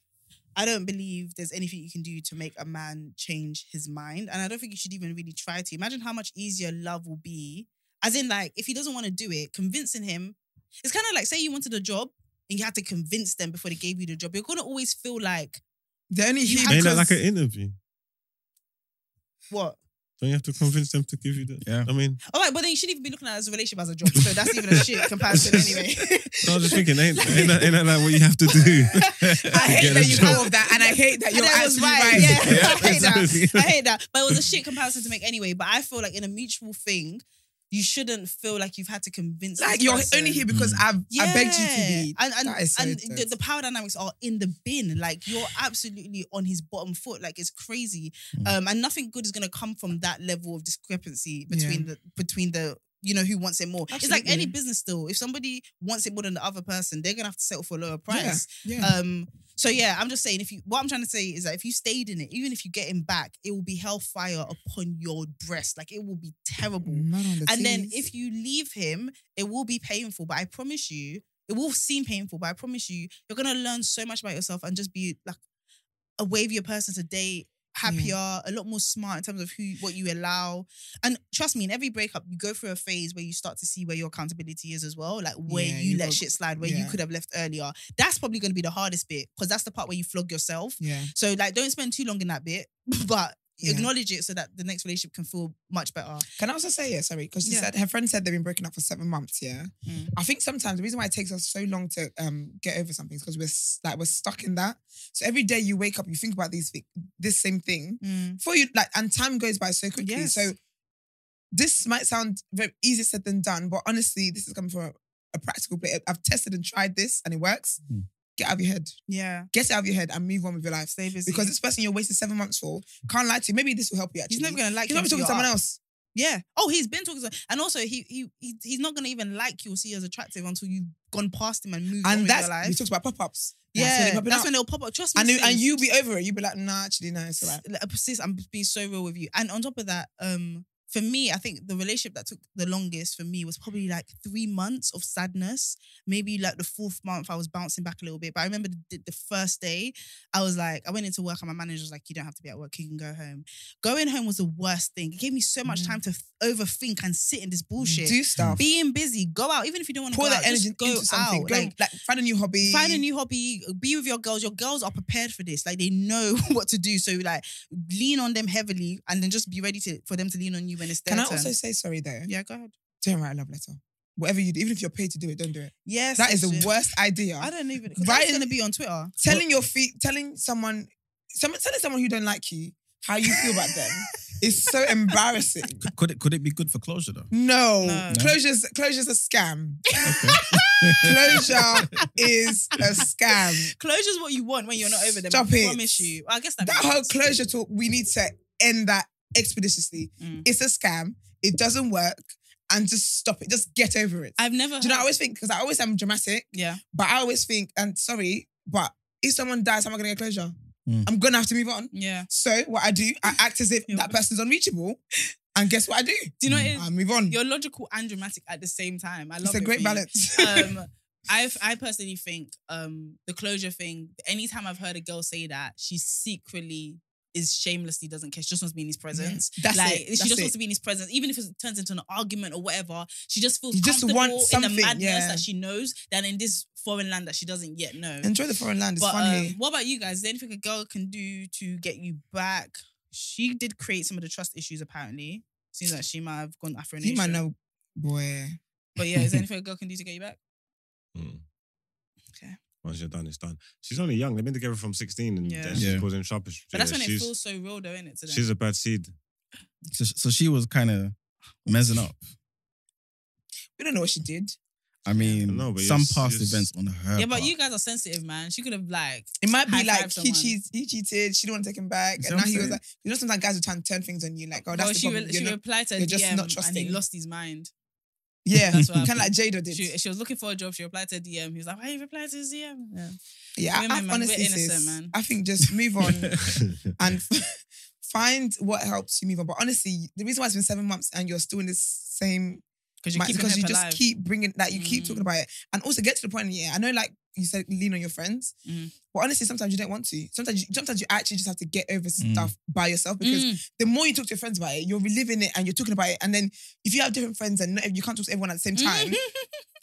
A: "I don't believe there's anything you can do to make a man change his mind, and I don't think you should even really try to. Imagine how much easier love will be As in, like, if he doesn't want to do it, convincing him, it's kind of like say you wanted a job and you had to convince them before they gave you the job. You're gonna always feel like
C: The only
A: You
C: he
A: have
B: Ain't that
C: because
B: like an interview?
A: what?
B: Don't you have to convince them to give you that?
D: Yeah.
B: I mean,
A: All right, but then you shouldn't even be looking at it as a relationship as a job. So that's even a shit comparison anyway.
B: I was just thinking, ain't, ain't, that, ain't that like what you have to do?
C: I hate
B: Get
C: that
B: a
C: you
B: job.
C: thought of that, and I hate that
A: And
C: you're
A: I was
C: actually right.
A: right. Yeah,
B: Yeah,
A: I hate that.
B: exactly.
A: I hate that. But it was a shit comparison to make anyway. But I feel like in a mutual thing, you shouldn't feel like you've had to convince.
C: Like
A: this
C: you're
A: person.
C: only here because I've I begged you to be.
A: And and,
C: That is so
A: and
C: dirty.
A: the, the power dynamics are in the bin. Like you're absolutely on his bottom foot. Like it's crazy.
D: Mm.
A: Um, and nothing good is gonna come from that level of discrepancy
C: Yeah.
A: between the between the you know who wants it more. It's like any
C: Absolutely.
A: business still. If somebody wants it more than the other person, they're gonna have to settle for a lower price.
C: Yeah, yeah. Uh,
A: Um, so yeah, I'm just saying if you what I'm trying to say is that if you stayed in it, even if you get him back, it will be hellfire upon your breast. Like it will be terrible.
C: Mad on the
A: And then
C: teas.
A: if you leave him, it will be painful. But I promise you, it will seem painful, but I promise you, you're gonna learn so much about yourself and just be like a wavier person today, happier, a lot more smart in terms of who what you allow. And trust me, in every breakup, you go through a phase where you start to see where your accountability is as well, like where
C: Yeah,
A: you,
C: you
A: let
C: got-
A: shit slide, where you
C: yeah.
A: could have left earlier. That's probably gonna be the hardest bit because that's the part where you flog yourself.
C: yeah,
A: So like don't spend too long in that bit, but
C: Yeah.
A: acknowledge it so that the next relationship can feel much better.
C: can I also say yeah? Sorry, because she
A: Yeah.
C: said her friend said they've been broken up for seven months. Yeah,
A: Mm.
C: I think sometimes the reason why it takes us so long to um get over something is because we're s- like we're stuck in that. So every day you wake up, you think about these thi- this same thing for you, like, and time goes by so quickly.
A: Yes.
C: So this might sound very easier said than done, but honestly, this is coming from a, a practical place. I've tested and tried this, and it works.
D: Hmm.
C: Get out of your head.
A: Yeah.
C: Get it out of your head and move on with your life.
A: Stay busy.
C: Because this person you're wasting seven months for can't lie to you. Maybe this will help you. Actually,
A: he's never gonna like
C: He's
A: you
C: not
A: until
C: talking to
A: you're
C: someone
A: up.
C: else.
A: Yeah. Oh, he's been talking to and also he he he- he's not gonna even like you or see you as attractive until you've gone past him and moved on
C: And
A: with
C: that's
A: your life.
C: we talked about pop ups.
A: yeah,
C: that's
A: that's,
C: when they
A: when they'll pop up. Trust me.
C: and you, and
A: sis.
C: you be over it. You be like, nah, actually, no, it's alright.
A: Like, uh, sis, I'm being so real with you. And on top of that, um, for me, I think the relationship that took the longest for me was
C: Mm.
A: probably like three months of sadness. Maybe like the fourth month, I was bouncing back a little bit. But I remember the, the first day, I was like, I went into work and my manager was like, "You don't have to be at work. You can go home." Going home was the worst thing. It gave me so much
C: Mm.
A: time to f- overthink and sit in this bullshit.
C: Do stuff.
A: being busy, go out, even if you don't want to
C: Pour
A: go
C: that
A: out, just
C: energy
A: go
C: into something.
A: out.
C: Go-
A: Like,
C: like, find a new hobby.
A: Find a new hobby, be with your girls. Your girls are prepared for this. Like they know what to do. So like lean on them heavily and then just be ready to for them to lean on you when it's their
C: Can I
A: turn.
C: also say sorry though?
A: yeah, go ahead.
C: Don't write a love letter. Whatever you do, even if you're paid to do it, don't do it.
A: Yes.
C: That is the
A: Sid.
C: worst idea.
A: I don't even right
C: Right
A: it's
C: in-
A: gonna be on Twitter.
C: telling your feet, telling someone, someone telling someone who don't like you how you feel about them is so embarrassing.
D: Could it could it be good for closure though?
C: No.
A: No.
C: Closure's closure's a scam. Closure is a scam.
A: Closure is what you want when you're not over them.
C: Stop
A: I
C: it.
A: promise you. I guess that,
C: That
A: makes
C: whole
A: sense.
C: closure talk, we need to end that expeditiously.
A: Mm.
C: It's a scam. It doesn't work. And just stop it. Just get over it.
A: I've never
C: do you know, I
A: heard-
C: always think, because I always am dramatic,
A: Yeah.
C: but I always think, and sorry, but if someone dies, how am I going to get closure?
D: Mm.
C: I'm going to have to move on.
A: Yeah.
C: So what I do, I act as if
A: Yeah.
C: that person's unreachable, and guess what I do?
A: Do you know what it is?
C: I move on.
A: You're logical and dramatic at the same time. I love
C: It's a
A: it
C: great
A: for you.
C: balance.
A: um, I I personally think um, the closure thing. Anytime I've heard a girl say that, she secretly is shamelessly doesn't care. She just wants to be in his presence.
C: Mm-hmm. That's
A: like
C: it. That's
A: she just
C: it.
A: wants to be in his presence, even if it turns into an argument or whatever. She just feels
C: You just
A: comfortable
C: want
A: in the
C: something,
A: madness
C: yeah.
A: that she knows than in this foreign land that she doesn't yet know.
C: Enjoy the foreign land. It's
A: but
C: fun
A: um,
C: here.
A: what about you guys? Is there anything a girl can do to get you back? She did create some of the trust issues apparently. Seems like she might have gone Afro
C: You might
A: Nation.
C: know, boy.
A: But yeah, is there anything a girl can do to get you back?
B: Mm.
A: Okay.
B: Once you're done, it's done. She's only young. They've been together from 16 and
A: Yeah.
B: then she's
D: Yeah.
B: causing trouble.
A: But that's
B: Yeah,
A: when it
B: she's,
A: feels so real though, isn't it? Today?
B: She's a bad seed.
D: So, so she was kind of messing up.
C: We don't know what she did.
D: I mean,
B: No, but
D: some
B: it's-
D: past
B: it's-
D: events on her.
A: Yeah, but
D: part.
A: you guys are sensitive, man. She could have like
C: It might be
A: High-five
C: like he,
A: someone.
C: cheat, he cheated. She didn't want to take him back,
D: See
C: and
D: what
C: now
D: I'm
C: he was
D: saying?
C: like, you know, sometimes guys will try and turn things on you, like, oh, that's
A: well,
C: the
A: she,
C: problem.
A: re-
C: you
A: she
C: know?
A: replied to a
C: you're just
A: DM
C: not
A: and he
C: trusting.
A: lost his mind.
C: yeah,
A: That's what
C: kind of
A: happened.
C: like Jada did.
A: She, she was looking for a job. She replied to a DM. He was like, "Why you reply to his DM?" Yeah.
C: yeah,
A: women, man,
C: I, I
A: we're
C: honestly,
A: innocent,
C: sis,
A: man.
C: I think just move on. and f- find what helps you move on. But honestly, the reason why it's been seven months and you're still in this same
A: Because you
C: mindset
A: keep
C: because you just
A: alive.
C: keep bringing that you keep
A: Mm.
C: talking about it, and also get to the point. Yeah, I know, like you said lean on your friends.
A: Mm.
C: But honestly, sometimes you don't want to. Sometimes you, sometimes you actually just have to get over stuff by yourself because
A: Mm.
C: the more you talk to your friends about it, you're reliving it and you're talking about it. And then if you have different friends and not, you can't talk to everyone at the same time,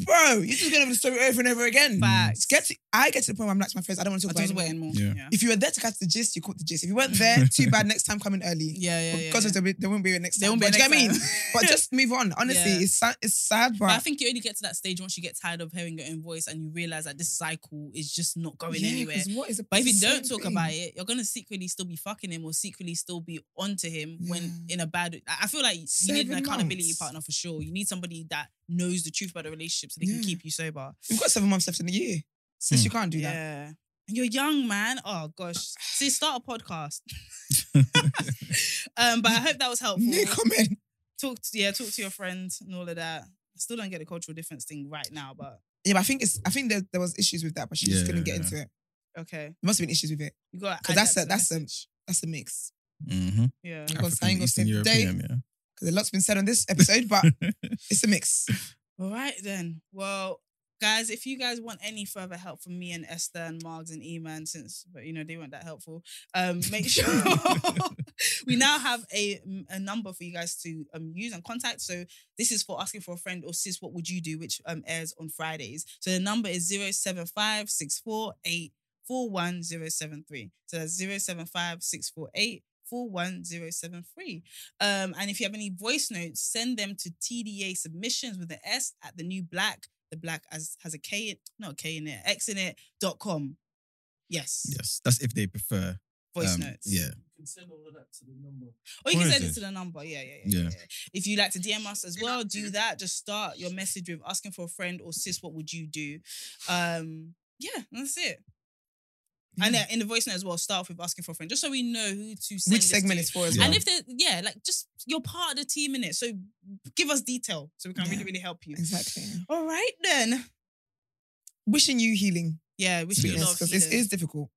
C: bro, you just get over the story over and over again.
A: Facts.
C: Get to, I get to the point where I'm like to my friends, I don't want to
A: I
C: talk
A: don't
C: about
A: know
C: it anymore.
A: anymore.
D: Yeah.
A: Yeah.
C: If you were there to catch the gist, you caught the gist. If you weren't there, too bad. Next time, coming early.
A: Yeah, yeah, yeah.
C: Because
A: yeah.
C: there will- there won't be a next
A: There won't
C: time.
A: be
C: But
A: a
C: do you get what I
A: next
C: mean? but just move on. Honestly,
A: Yeah.
C: it's sad. It's sad, but,
A: But I think you only get to that stage once you get tired of hearing your own voice and you realize that this cycle is just not going
C: Yeah,
A: anywhere.
C: 'cause what is the-
A: But if you
C: it's the
A: don't
C: same
A: talk
C: thing.
A: about it, you're gonna secretly still be fucking him or secretly still be onto him when
C: Yeah.
A: in a bad. I I feel like you need an
C: Seven
A: accountability
C: months.
A: partner for sure. You need somebody that knows the truth about the relationship so they can
C: Yeah.
A: keep you sober.
C: You've got seven months left in the year. Since
D: Hmm.
C: you can't do that.
A: Yeah. And you're young, man. Oh gosh. See, start a podcast. um, but I hope that was helpful.
C: No comment.
A: Talk to, yeah, talk to your friends and all of that. I still don't get the cultural difference thing right now, but
C: Yeah, but I think it's. I think there, there was issues with that, but she just
D: Yeah,
C: couldn't
D: yeah,
C: get
D: yeah.
C: into it.
A: okay.
C: There must have been issues with it
A: You got
C: because that's a, that's a that's a mix.
D: Mm-hmm.
A: yeah.
C: Because I ain't got
D: Eastern
C: said today.
D: European, yeah.
C: Because a lot's been said on this episode, but it's a mix.
A: All right then. Well, guys, if you guys want any further help from me and Esther and Margs and Eman, since but you know they weren't that helpful, um, make sure we now have a, a number for you guys to um use and contact. So this is for asking for a friend or sis, what would you do? Which um airs on Fridays. So the number is zero seven five six four eight four one zero seven three. So that's zero seven five six four eight. 41073. Um, and if you have any voice notes, send them to TDA submissions with an S at the new black. The black has, has a K in not a K in it, X in it dot com. Yes.
D: Yes, that's if they prefer.
A: Voice
D: um,
A: notes.
D: Yeah.
E: You can send all of that to the number.
A: Or you can
B: Where
A: send
B: is
A: it
B: it?
A: to the number. Yeah, yeah, yeah, yeah.
D: Yeah.
A: yeah. If you like to DM us as well, do that. Just start your message with asking for a friend or sis, what would you do? Um, yeah, that's it. And uh, in the voice note as well, start off with asking for a friend, just so we know who to send.
C: Which
A: this
C: segment
A: to.
C: is for as
D: Yeah.
C: well?
A: And if they yeah, like just you're part of the team in it. So give us detail so we can
C: Yeah.
A: really, really help you.
C: exactly.
A: All right then.
C: Wishing you healing.
A: Yeah, we should
D: Yes.
A: love
C: because this is difficult.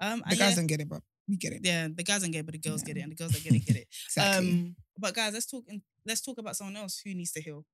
A: um
C: The
A: and
C: guys
A: yeah,
C: don't get it, but we get it.
A: yeah, the guys don't get it, but the girls
C: Yeah.
A: get it, and the girls that get it get it.
C: Exactly.
A: Um but guys, let's talk and let's talk about someone else who needs to heal.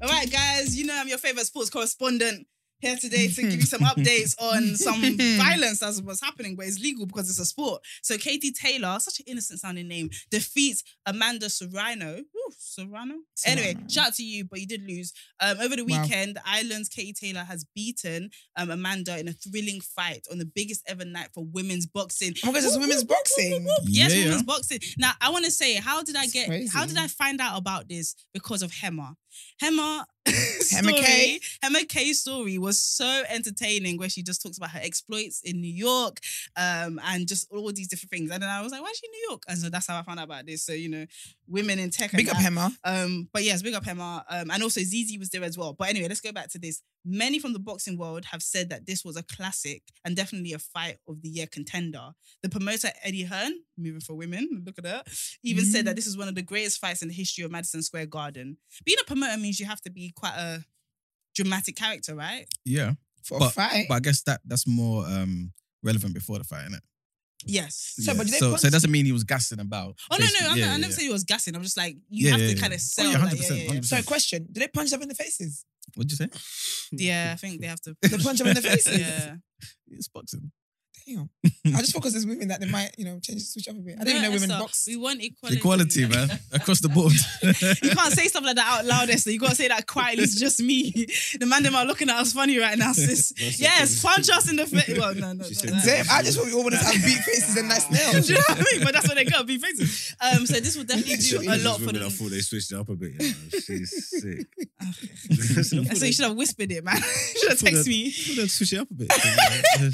A: All right, guys, you know I'm your favorite sports correspondent here today to give you some updates on some violence that's what's happening, but it's legal because it's a sport. So Katie Taylor, such an innocent sounding name, defeats Amanda Serrano. Ooh, Serrano? Anyway,
C: Serrano.
A: shout out to you, but you did lose. Um, over the
C: Wow.
A: weekend, Ireland's Katie Taylor has beaten um, Amanda in a thrilling fight on the biggest ever night for women's boxing.
C: oh my gosh, it's
A: Woo,
C: women's
A: woo, woo, woo,
C: boxing.
A: woo. Oh, Yes,
D: Yeah.
A: women's boxing. Now, I want to say, how did I
C: It's
A: get? How
C: crazy.
A: did I find out about this? Because of Hema. Hema.
C: Hema K.
A: story- Hema K's story was so entertaining, where she just talks about her exploits in New York, um, and just all these different things. And then I was like, why is she in New York? And so that's how I found out about this. So you know, women in tech. and
C: Big up
A: that.
C: Hema.
A: Um, but yes, big up Emma. Um, and also Zizi was there as well. But anyway, let's go back to this. Many from the boxing world have said that this was a classic and definitely a fight of the year contender. The promoter Eddie Hearn, moving for women, look at that, even said
C: Mm-hmm.
A: that this is one of the greatest fights in the history of Madison Square Garden. Being a promoter means you have to be quite a dramatic character, right?
D: Yeah.
C: For a
D: But-
C: fight.
D: But I guess that that's more um relevant before the fight, innit?
A: Yes.
C: So,
D: yeah.
C: but did they
D: so,
C: put-
D: so it doesn't mean he was gassing about.
A: Oh no,
D: basically.
A: no, I'm
D: Yeah,
A: not,
D: yeah,
A: I never
D: yeah.
A: said he was gassing. I'm just like you
D: Yeah,
A: have
D: yeah,
A: to
D: yeah.
A: kind of sell.
D: yeah,
A: like,
D: 100%,
A: yeah, yeah, yeah.
D: 100%.
C: so, question: Did they punch up in the faces?
D: What'd you say?
A: Yeah, I think they have to.
C: They punch them in the faces.
A: Yeah.
D: It's boxing.
C: Damn. I just focus as women that they might, you know, change switch up a bit. I don't even know
A: No,
C: women
A: Esther,
C: box.
A: uh, We want equality.
D: Equality, man, across the board.
A: You can't say stuff like that out loud, Esther. You gotta say that quietly. It's just me. The man them are looking at us funny right now, sis. Yes, punch us in the face. Well, no, no,
B: She
A: no,
B: said-
A: no.
C: Damn, I just want we all want to have beat faces and nice nails.
A: Do you know what I mean? But that's what they got. Be faces. Um, so this will definitely do a
B: Jesus,
A: lot for
B: women, I
A: them.
B: thought they switched it up a bit. You know. She's sick.
A: So you should have whispered it, man. You should have texted me.
B: Let's switch it up a bit.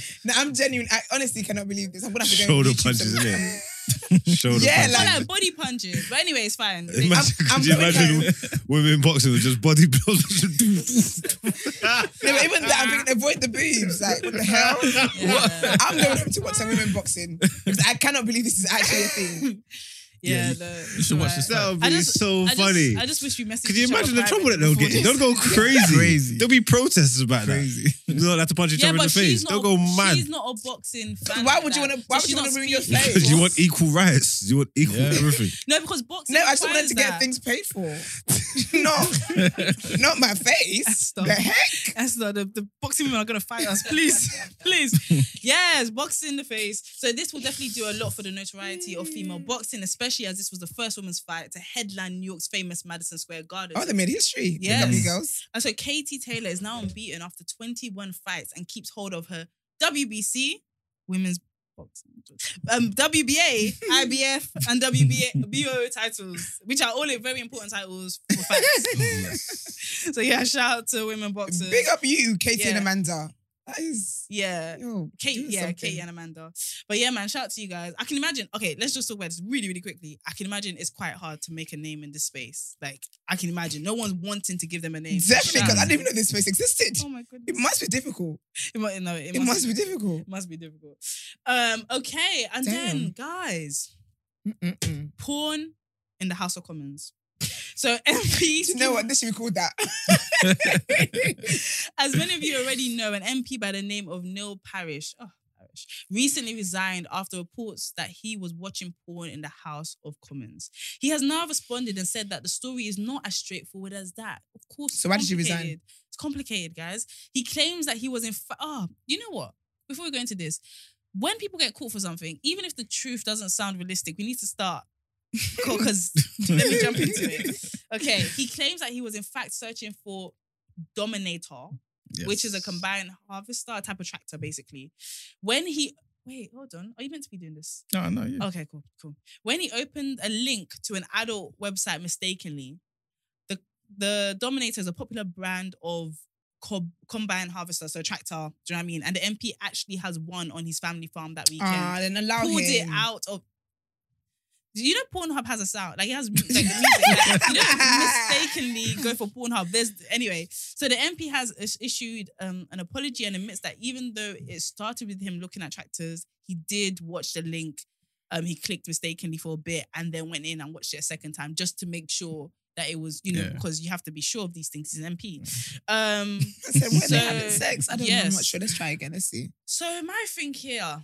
C: No, I'm genuine. I honestly cannot believe this. I'm gonna have to go.
B: Shoulder
C: and YouTube
B: punches,
C: some-
B: isn't it? Shoulder
C: Yeah,
B: punches.
A: Well, like body punches. But anyway, it's fine.
B: Imagine,
C: I'm-
B: could you
C: I'm
B: imagine women boxing with just body blows?
C: No, but even that, I'm thinking avoid the boobs. Like what the hell?
A: Yeah.
C: I'm going home to watch some women boxing because I cannot believe this is actually a thing.
A: Yeah,
D: Yeah,
A: no,
D: you
A: it's
D: should watch
A: alright.
D: this.
B: that would be
A: I just-
B: so
A: I just-
B: funny.
A: I just wish you messaged.
B: Could you
A: each other
B: imagine the trouble that
A: privately
B: they'll get?
A: before
B: They'll go crazy.
D: Crazy.
B: There'll be protests about
D: Crazy.
B: that. They'll have to punch each
A: Yeah,
B: other in
A: but
B: the
A: she's
B: face.
A: not.
B: They'll go mad.
A: She's not a boxing fan.
C: Why
A: like
C: would you
A: that.
C: wanna- why
A: So
C: would you
A: she's
C: wanna
A: not
C: ruin your
A: speaking.
C: face?
B: Because you want equal rights. You want equal
D: Yeah.
B: everything.
A: No, because boxing.
C: No, I just
A: requires
C: wanted to get
A: that.
C: things paid for. no, not my face.
A: Stop.
C: The heck?
A: That's not the, the boxing women are gonna fight us. Please, please. Yes, boxing in the face. So this will definitely do a lot for the notoriety of female boxing, especially as this was the first women's fight to headline New York's famous Madison Square Garden.
C: Oh, they made history. The
A: Yes.
C: Gummy girls.
A: and so Katie Taylor is now unbeaten after 21 fights and keeps hold of her WBC women's boxing, um, WBA, IBF, and WBA BO titles, which are all very important titles for fights. so yeah, shout out to women boxers.
C: Big up you, Katie
A: Yeah.
C: and Amanda. That is.
A: Yeah.
C: Yo,
A: Kate,
C: do
A: yeah,
C: something.
A: Katie and Amanda. But yeah, man, shout out to you guys. I can imagine. Okay, let's just talk about this really, really quickly. I can imagine it's quite hard to make a name in this space. Like, I can imagine no one's wanting to give them a name.
C: Definitely,
A: Shout
C: because I
A: out.
C: didn't even know this space existed.
A: Oh my
C: It
A: goodness.
C: must be difficult.
A: It must, no, it
C: It
A: must,
C: must be difficult.
A: it must be difficult. Um, okay, and then
C: Damn.
A: guys,
C: Mm-mm-mm.
A: porn in the House of Commons. So MP
C: Do you know what? This should be called that.
A: As many of you already know, an MP by the name of Neil Parish, oh, Parish recently resigned after reports that he was watching porn in the House of Commons. He has now responded and said that the story is not as straightforward as that. Of course.
C: So why did you resign?
A: complicated. It's complicated, guys. He claims that he was in. Fa- oh, you know what? Before we go into this, when people get caught for something, even if the truth doesn't sound realistic, we need to start. Because let me jump into it. Okay, he claims that he was in fact searching for Dominator, which is a combined harvester type of tractor, basically. When he wait, hold on, are you meant to be doing this?
D: No, no, yeah.
A: Okay, cool, cool. When he opened a link to an adult website mistakenly, the the Dominator is a popular brand of cob- combine harvester, so tractor. Do you know what I mean? And the MP actually has one on his family farm that weekend
C: Ah, then allow
A: pulled it
C: him.
A: out of. Do You know, Pornhub has a sound like it has mu- like the music. Like, you don't mistakenly go for Pornhub. There's anyway. So the MP has is- issued um, an apology and admits that even though it started with him looking at tractors, he did watch the link. Um, he clicked mistakenly for a bit and then went in and watched it a second time just to make sure that it was you know
D: Yeah.
A: because you have to be sure of these things. He's an MP. Um,
C: I said, when
A: So,
C: they're having sex, I don't know.
A: yes.
C: I'm not sure. Let's try again. Let's see.
A: so my thing here.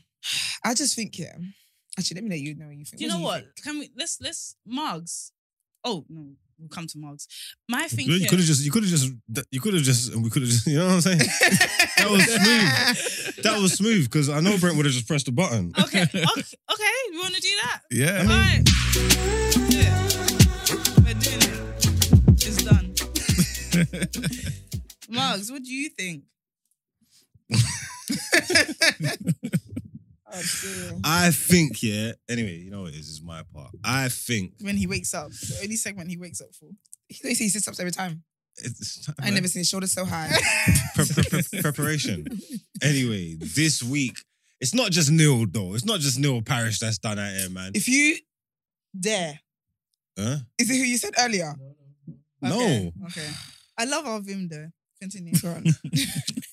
C: I just think, yeah. Actually, let me let you know what you think.
A: Do you know
C: do
A: what?
C: think?
A: Can we let's let's Margs? Oh no, we'll come to Margs. My thing
B: You
A: here-
B: could have just, you could have just, you could have just, we could have just, you know what I'm saying? that was smooth. That was smooth because I know Brent would have just pressed the button.
A: Okay, okay, okay. You want to do that?
D: Yeah.
A: All right. Do it. We're doing it. It's done. Margs, what do you think?
C: Oh, dear.
B: I think, yeah. Anyway, you know what it is, it's my part. I think
C: When he wakes up, the only segment he wakes up for. He, they say he sits up every time.
B: it's
C: I never seen his shoulders so high.
B: pre- pre- pre- preparation. Anyway, this week, it's not just Neil though. It's not just Neil Parish that's done out here, man.
C: if you dare,
B: Huh?
C: is it who you said earlier?
B: No,
C: Okay. okay. I love our Vim though. Continue. Go on.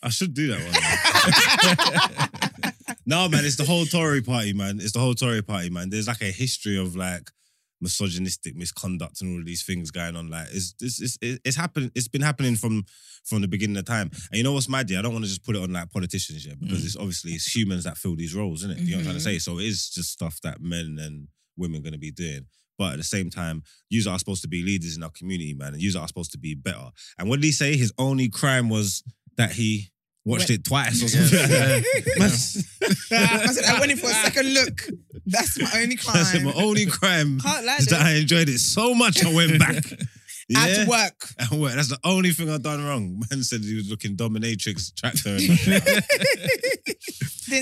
B: I should do that one. No, man, it's the whole Tory party, man. It's the whole Tory party, man. There's like a history of like misogynistic misconduct and all of these things going on. Like it's it's it's it's, it's happened. It's been happening from from the beginning of time. And you know what's mad? Yeah, I don't want to just put it on like politicians yet because it's obviously it's humans that fill these roles, isn't it? You know what I'm trying to
C: Mhm.
B: say? So it is just stuff that men and women going to be doing. But at the same time, you are supposed to be leaders in our community, man, and you are supposed to be better. And what did he say? His only crime was that he watched it twice or something. like that. Man-
C: I said, I went in for a second look. That's my only crime.
B: I said my only crime
C: Can't lie,
B: is that
C: though.
B: I enjoyed it so much I went back. Yeah.
C: At work.
B: At work. That's the only thing I've done wrong. Man said he was looking dominatrix tractor. And
C: Didn't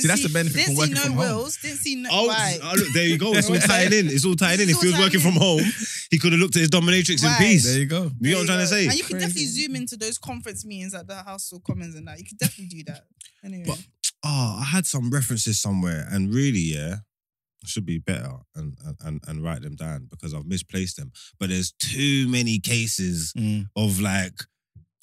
D: See, that's the benefit
C: didn't
D: from
C: see
D: working
C: no
D: from home.
C: wills, Didn't see no.
B: oh,
C: right.
B: oh, look, there you go. It's all tied in. It's all tied in.
C: It's
B: If he
C: all
B: was working
C: tied in.
B: from home, he could have looked at his dominatrix
C: Right.
B: in peace.
D: There you go.
B: You know what I'm trying to say?
C: And you can
D: Crazy.
C: definitely zoom into those conference meetings at the House of Commons and that. You could definitely do that. Anyway.
B: But- oh, I had some references somewhere, and really, yeah, I should be better and and- and and write them down because I've misplaced them. But there's too many cases
D: Mm.
B: of like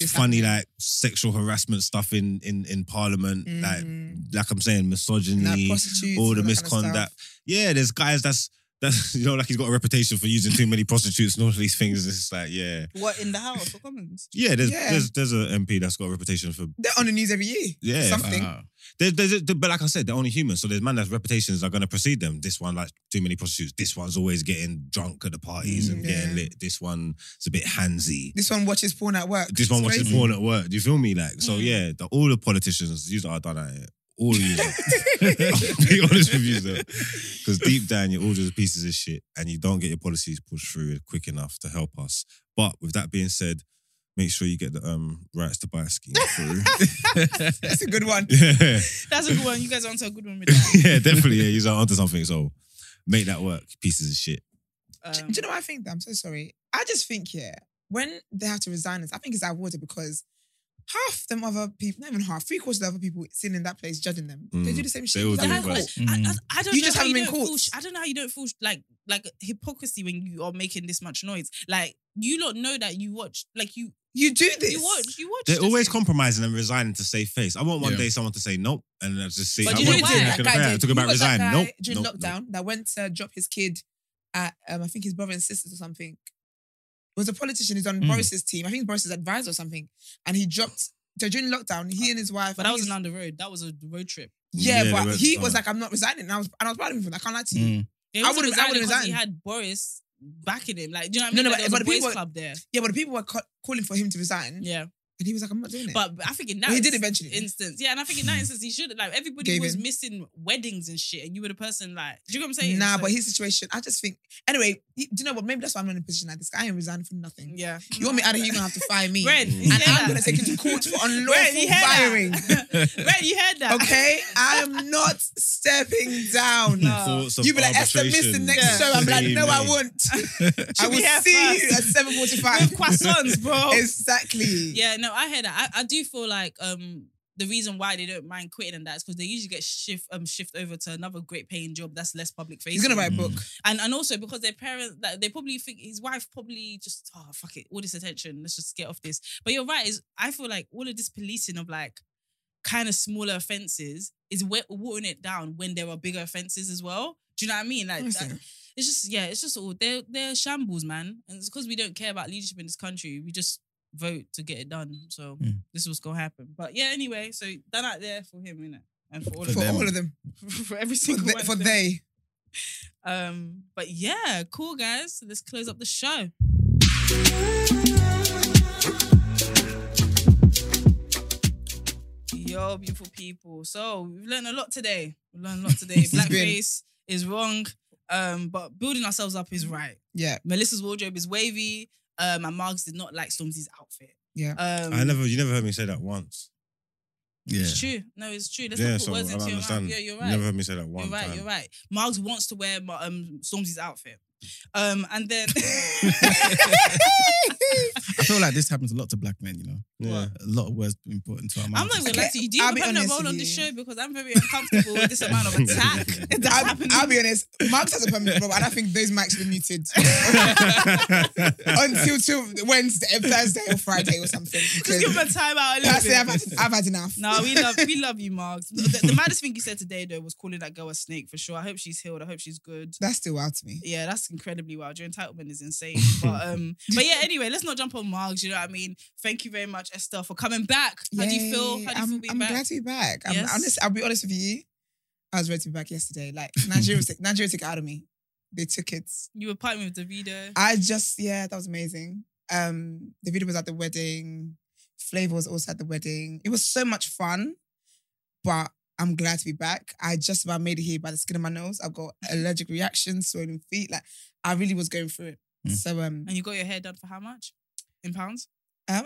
B: funny like sexual harassment stuff in in in Parliament, like
C: Mm.
B: like I'm saying,
C: And that
B: misogyny,
C: prostitutes
B: all
C: and
B: the
C: that kind of stuff.
B: misconduct. yeah, there's guys that's. That's you know, like he's got a reputation for using too many prostitutes and all of these things. It's like, yeah,
A: What in the house or commons?
B: yeah. There's
C: Yeah.
B: there's there's an MP that's got a reputation for
C: They're on the news every year.
B: yeah.
C: Some- Something.
D: Wow.
B: There's, there's, but like I said, they're only humans, so there's man that's reputations are going to precede them. This one like too many prostitutes. This one's always getting drunk at the parties and
C: Mm.
B: getting
C: Yeah.
B: lit. This one's a bit handsy.
C: This one watches porn at work.
B: This one
C: It's
B: watches
C: crazy.
B: porn at work. Do you feel me? Like, so
A: Mm.
B: yeah, the, all the politicians, you lot are done at it. All of you. lot. I'll be honest with you though. Because deep down, you're all just pieces of shit and you don't get your policies pushed through quick enough to help us. But with that being said, make sure you get the um, rights to buy scheme through.
C: That's a good one.
B: yeah.
A: That's a good one. You guys are onto a good one with that.
B: yeah, definitely. Yeah, you're onto something. So make that work, pieces of shit.
A: Um,
C: Do, do you know what I think? though? I'm so sorry. I just think, yeah, when they have to resign us, I think it's out of order because half them other people, not even half, three quarters of the other people sitting in that place judging them, they
B: Mm.
C: do the same
B: They
C: shit.
B: all
A: But
B: do
A: I,
B: it worse.
A: I- I- I don't
C: mm. You
A: know
C: just
A: how
C: haven't
A: you
C: been
A: don't feel,
C: caught.
A: sh- I don't know how you don't feel sh- like like hypocrisy when you are making this much noise. Like you lot know that you watch, like you
C: You do this.
A: you watch, you watch.
B: They're
A: this.
B: always compromising and resigning to save face. I want one
D: Yeah.
B: day someone to say nope and I just see.
A: But
B: I
A: do you know
B: want
A: why
B: to see
A: that
B: like an affair. I'm talking
C: You
B: about
C: got that
B: resign.
C: guy
B: Nope.
C: During
B: nope, nope.
C: lockdown, that went to drop his kid at, um, I think his brother and sisters or something. It was a politician who's on
B: Hmm.
D: Mm.
C: Boris's team. I think Boris's advisor or something. And he dropped, so during lockdown, he and his wife.
A: But that was
C: his-
A: an on the road. That was a road trip.
C: Yeah,
B: Yeah, they
C: but
B: went-
C: he
B: oh.
C: was like, I'm not resigning. And I was, and I was proud of him. I can't lie to you.
D: Mm.
A: Yeah,
C: I
A: he
C: would've-
A: wasn't
C: I
A: resigning
C: would've
A: 'cause He
C: resigned.
A: had Boris backing him. Like, do you know what I mean?
C: No, no,
A: Like,
C: but-
A: there was
C: but
A: a
C: the
A: boys'
C: people-
A: club there.
C: Yeah, but the people were ca- calling for him to resign.
A: Yeah,
C: And he was like, I'm not doing it.
A: but but I think in that
C: Well, he did
A: instance-
C: eventually. Hmm.
A: instance, yeah, and I think in that instance he should like everybody
C: Gave
A: was
C: in.
A: missing weddings and shit, and you were the person like, do you know what I'm saying?
C: Nah,
A: So-
C: but his situation, I just think, anyway, you- do you know what? Maybe that's why I'm not in a position like this. I ain't resigning for nothing.
A: yeah,
C: You want me out of here, you're going to have to fire me.
A: Red, you
C: and
A: hear
C: I'm
A: that?
C: going to take you to court for
A: Red, you
C: unlawful
A: heard that?
C: firing.
A: Red, you heard that?
C: Okay? I am not stepping down.
A: No.
B: Courts of
C: You'd be like, Esther missed the
B: arbitration.
C: next
A: Ah. Yeah.
C: show. I'm like,
B: Same,
C: no, I
B: mate.
C: won't. I
A: eh? Should we
C: will
A: have
C: see
A: first?
C: you at 7.45.
A: With croissants, bro.
C: Exactly.
A: Yeah, no, I hear that. I, I do feel like um the reason why they don't mind quitting and that is because they usually get shift um shift over to another great paying job that's less public facing.
C: He's going to write a book.
A: and and also because their parents like, they probably think his wife probably just oh fuck it all this attention let's just get off this. But you're right. Is I feel like all of this policing of like kind of smaller offenses is wa- watering it down when there are bigger offenses as well. Do you know what I mean? Like.
C: Listen.
A: that- it's just yeah, it's just all they're they're shambles, man. And it's because we don't care about leadership in this country. We just vote to get it done. So
D: Mm.
A: this is what's gonna happen. But yeah, anyway, so that out there for him, innit? And for all
D: For
A: of
C: for
A: them.
D: them.
C: all of them.
A: for every
C: For,
A: single
C: the,
A: one.
C: for
A: of them.
C: they.
A: Um, but yeah, cool guys. So let's close up the show. Yo, beautiful people. So we've learned a lot today. We've learned a lot today.
C: been-
A: Blackface is wrong, um, but building ourselves up is right.
C: Yeah.
A: Melissa's wardrobe is wavy. Um, and Margs did not like Stormzy's outfit.
C: Yeah.
A: Um,
B: I never, you never heard me say that once.
D: Yeah.
A: It's true. No, it's true. Let's
B: yeah,
A: not put
B: so I
A: words
B: don't
A: into your mouth.
B: understand.
A: Yeah, you're
B: You
A: right.
B: Never heard me say that one
A: You're right.
B: time.
A: You're right. Margs wants to wear Ma- um, Stormzy's outfit. Um, and then
D: I feel like this happens a lot to black men, you know.
B: Yeah.
D: A lot of words being put into our mouths.
A: I'm not even
C: Okay,
A: like to you. Do you
C: I'll
A: have
C: be
A: a
C: honest
A: role
C: with
A: on
C: you.
A: this show because I'm very uncomfortable with this amount of attack. that's
C: I'll,
A: happening.
C: I'll be honest. Mark has a permanent problem, and I think those mics were muted until till Wednesday, Thursday, or Friday, or something.
A: Just give him a time out. A little
C: That's it. I've
A: bit.
C: had, I've had enough.
A: No, we love we love you, Margs. The, the maddest thing you said today though was calling that girl a snake for sure. I hope she's healed. I hope she's good.
C: That's still wild to me.
A: Yeah, that's incredibly wild. Your entitlement is insane. But um, but yeah, anyway, let's not jump on Margs, you know what I mean? Thank you very much, Esther, for coming back. How do you feel?
C: Yay.
A: How do you
C: I'm,
A: feel being
C: I'm
A: back?
C: glad to be back. I'm,
A: Yes.
C: honest, I'll be honest with you. I was ready to be back yesterday. Like Nigeria, took, Nigeria took it out of me. They took it.
A: You were partnering with Davido.
C: I just yeah, that was amazing. Um, the video was at the wedding. Flavor was also at the wedding. It was so much fun, but I'm glad to be back. I just about made it here by the skin of my nose. I've got allergic reactions, swollen feet. Like I really was going through it.
D: Mm.
C: So um,
A: And you got your hair done for how much? In pounds?
C: um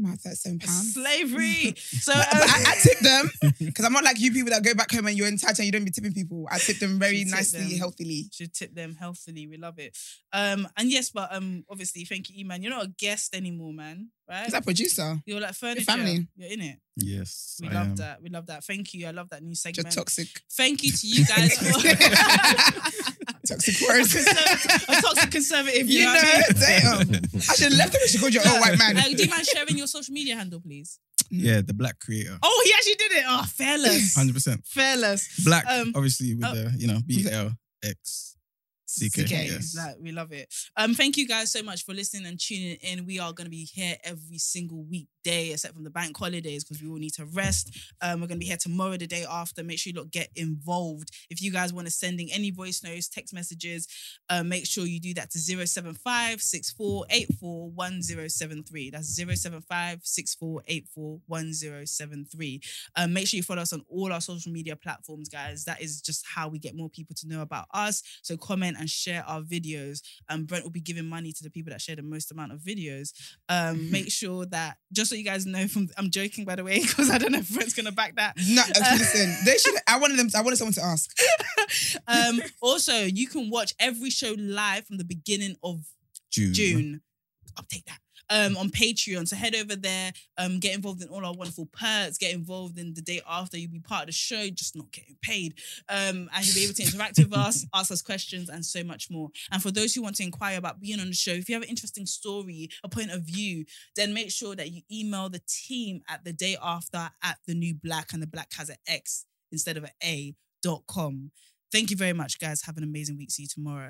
C: my thirty-seven pounds.
A: Slavery. So
C: But, but I, I
A: um,
C: tip them because I'm not like you people that go back home and you're entitled and you don't be tipping people. I tip them very
A: You tip
C: nicely,
A: them.
C: healthily.
A: should tip them healthily. We love it. Um, and yes, but um, obviously, thank you, Eman. You're not a guest anymore, man. Right?
C: Is that producer?
A: You're like furniture.
C: family.
A: You're in it.
D: Yes.
A: We
D: I
A: love
D: am.
A: that. We love that. Thank you. I love that new
C: Just
A: segment.
C: toxic,
A: Thank you to you guys. For-
C: toxic
A: A
C: words.
A: conservative- a toxic conservative. You,
C: You
A: know. what I mean?
C: know, damn. I should have left him when she called you an old white man.
A: Uh, do you mind sharing your social media handle, please?
D: Yeah, the black creator.
A: Oh, he actually did it. Oh, fearless.
D: Hundred percent.
A: Fearless.
D: Black,
A: Um,
D: obviously with
A: oh.
D: the you know B L X CK.
C: CK.
D: Yes.
A: Like, we love it. Um, thank you guys so much for listening and tuning in. We are going to be here every single weekday, except from the bank holidays, because we all need to rest. Um, we're going to be here tomorrow, the day after. Make sure you look get involved. If you guys want to sending any voice notes, text messages, uh, make sure you do that to 075 6484 1073. That's 075 6484 1073. Um, make sure you follow us on all our social media platforms, guys. That is just how we get more people to know about us. So comment and share our videos. Um, Brent will be giving money to the people that share the most amount of videos. Um, make sure that just so you guys know from I'm joking by the way, because I don't know if Brent's gonna back that.
C: No, listen. They should. I wanted them. I wanted someone to ask.
A: Um, also, you can watch every show live from the beginning of
D: June.
A: June. I'll take that. Um, on Patreon. So head over there, um, get involved in all our wonderful perks, get involved in the day after. You'll be part of the show, just not getting paid. Um, and you'll be able to interact with us, ask us questions, and so much more. And for those who want to inquire about being on the show, if you have an interesting story, a point of view, then make sure that you email the team at the day after at the new black and the black has an X instead of an A dot com. Thank you very much, guys. Have an amazing week. See you tomorrow.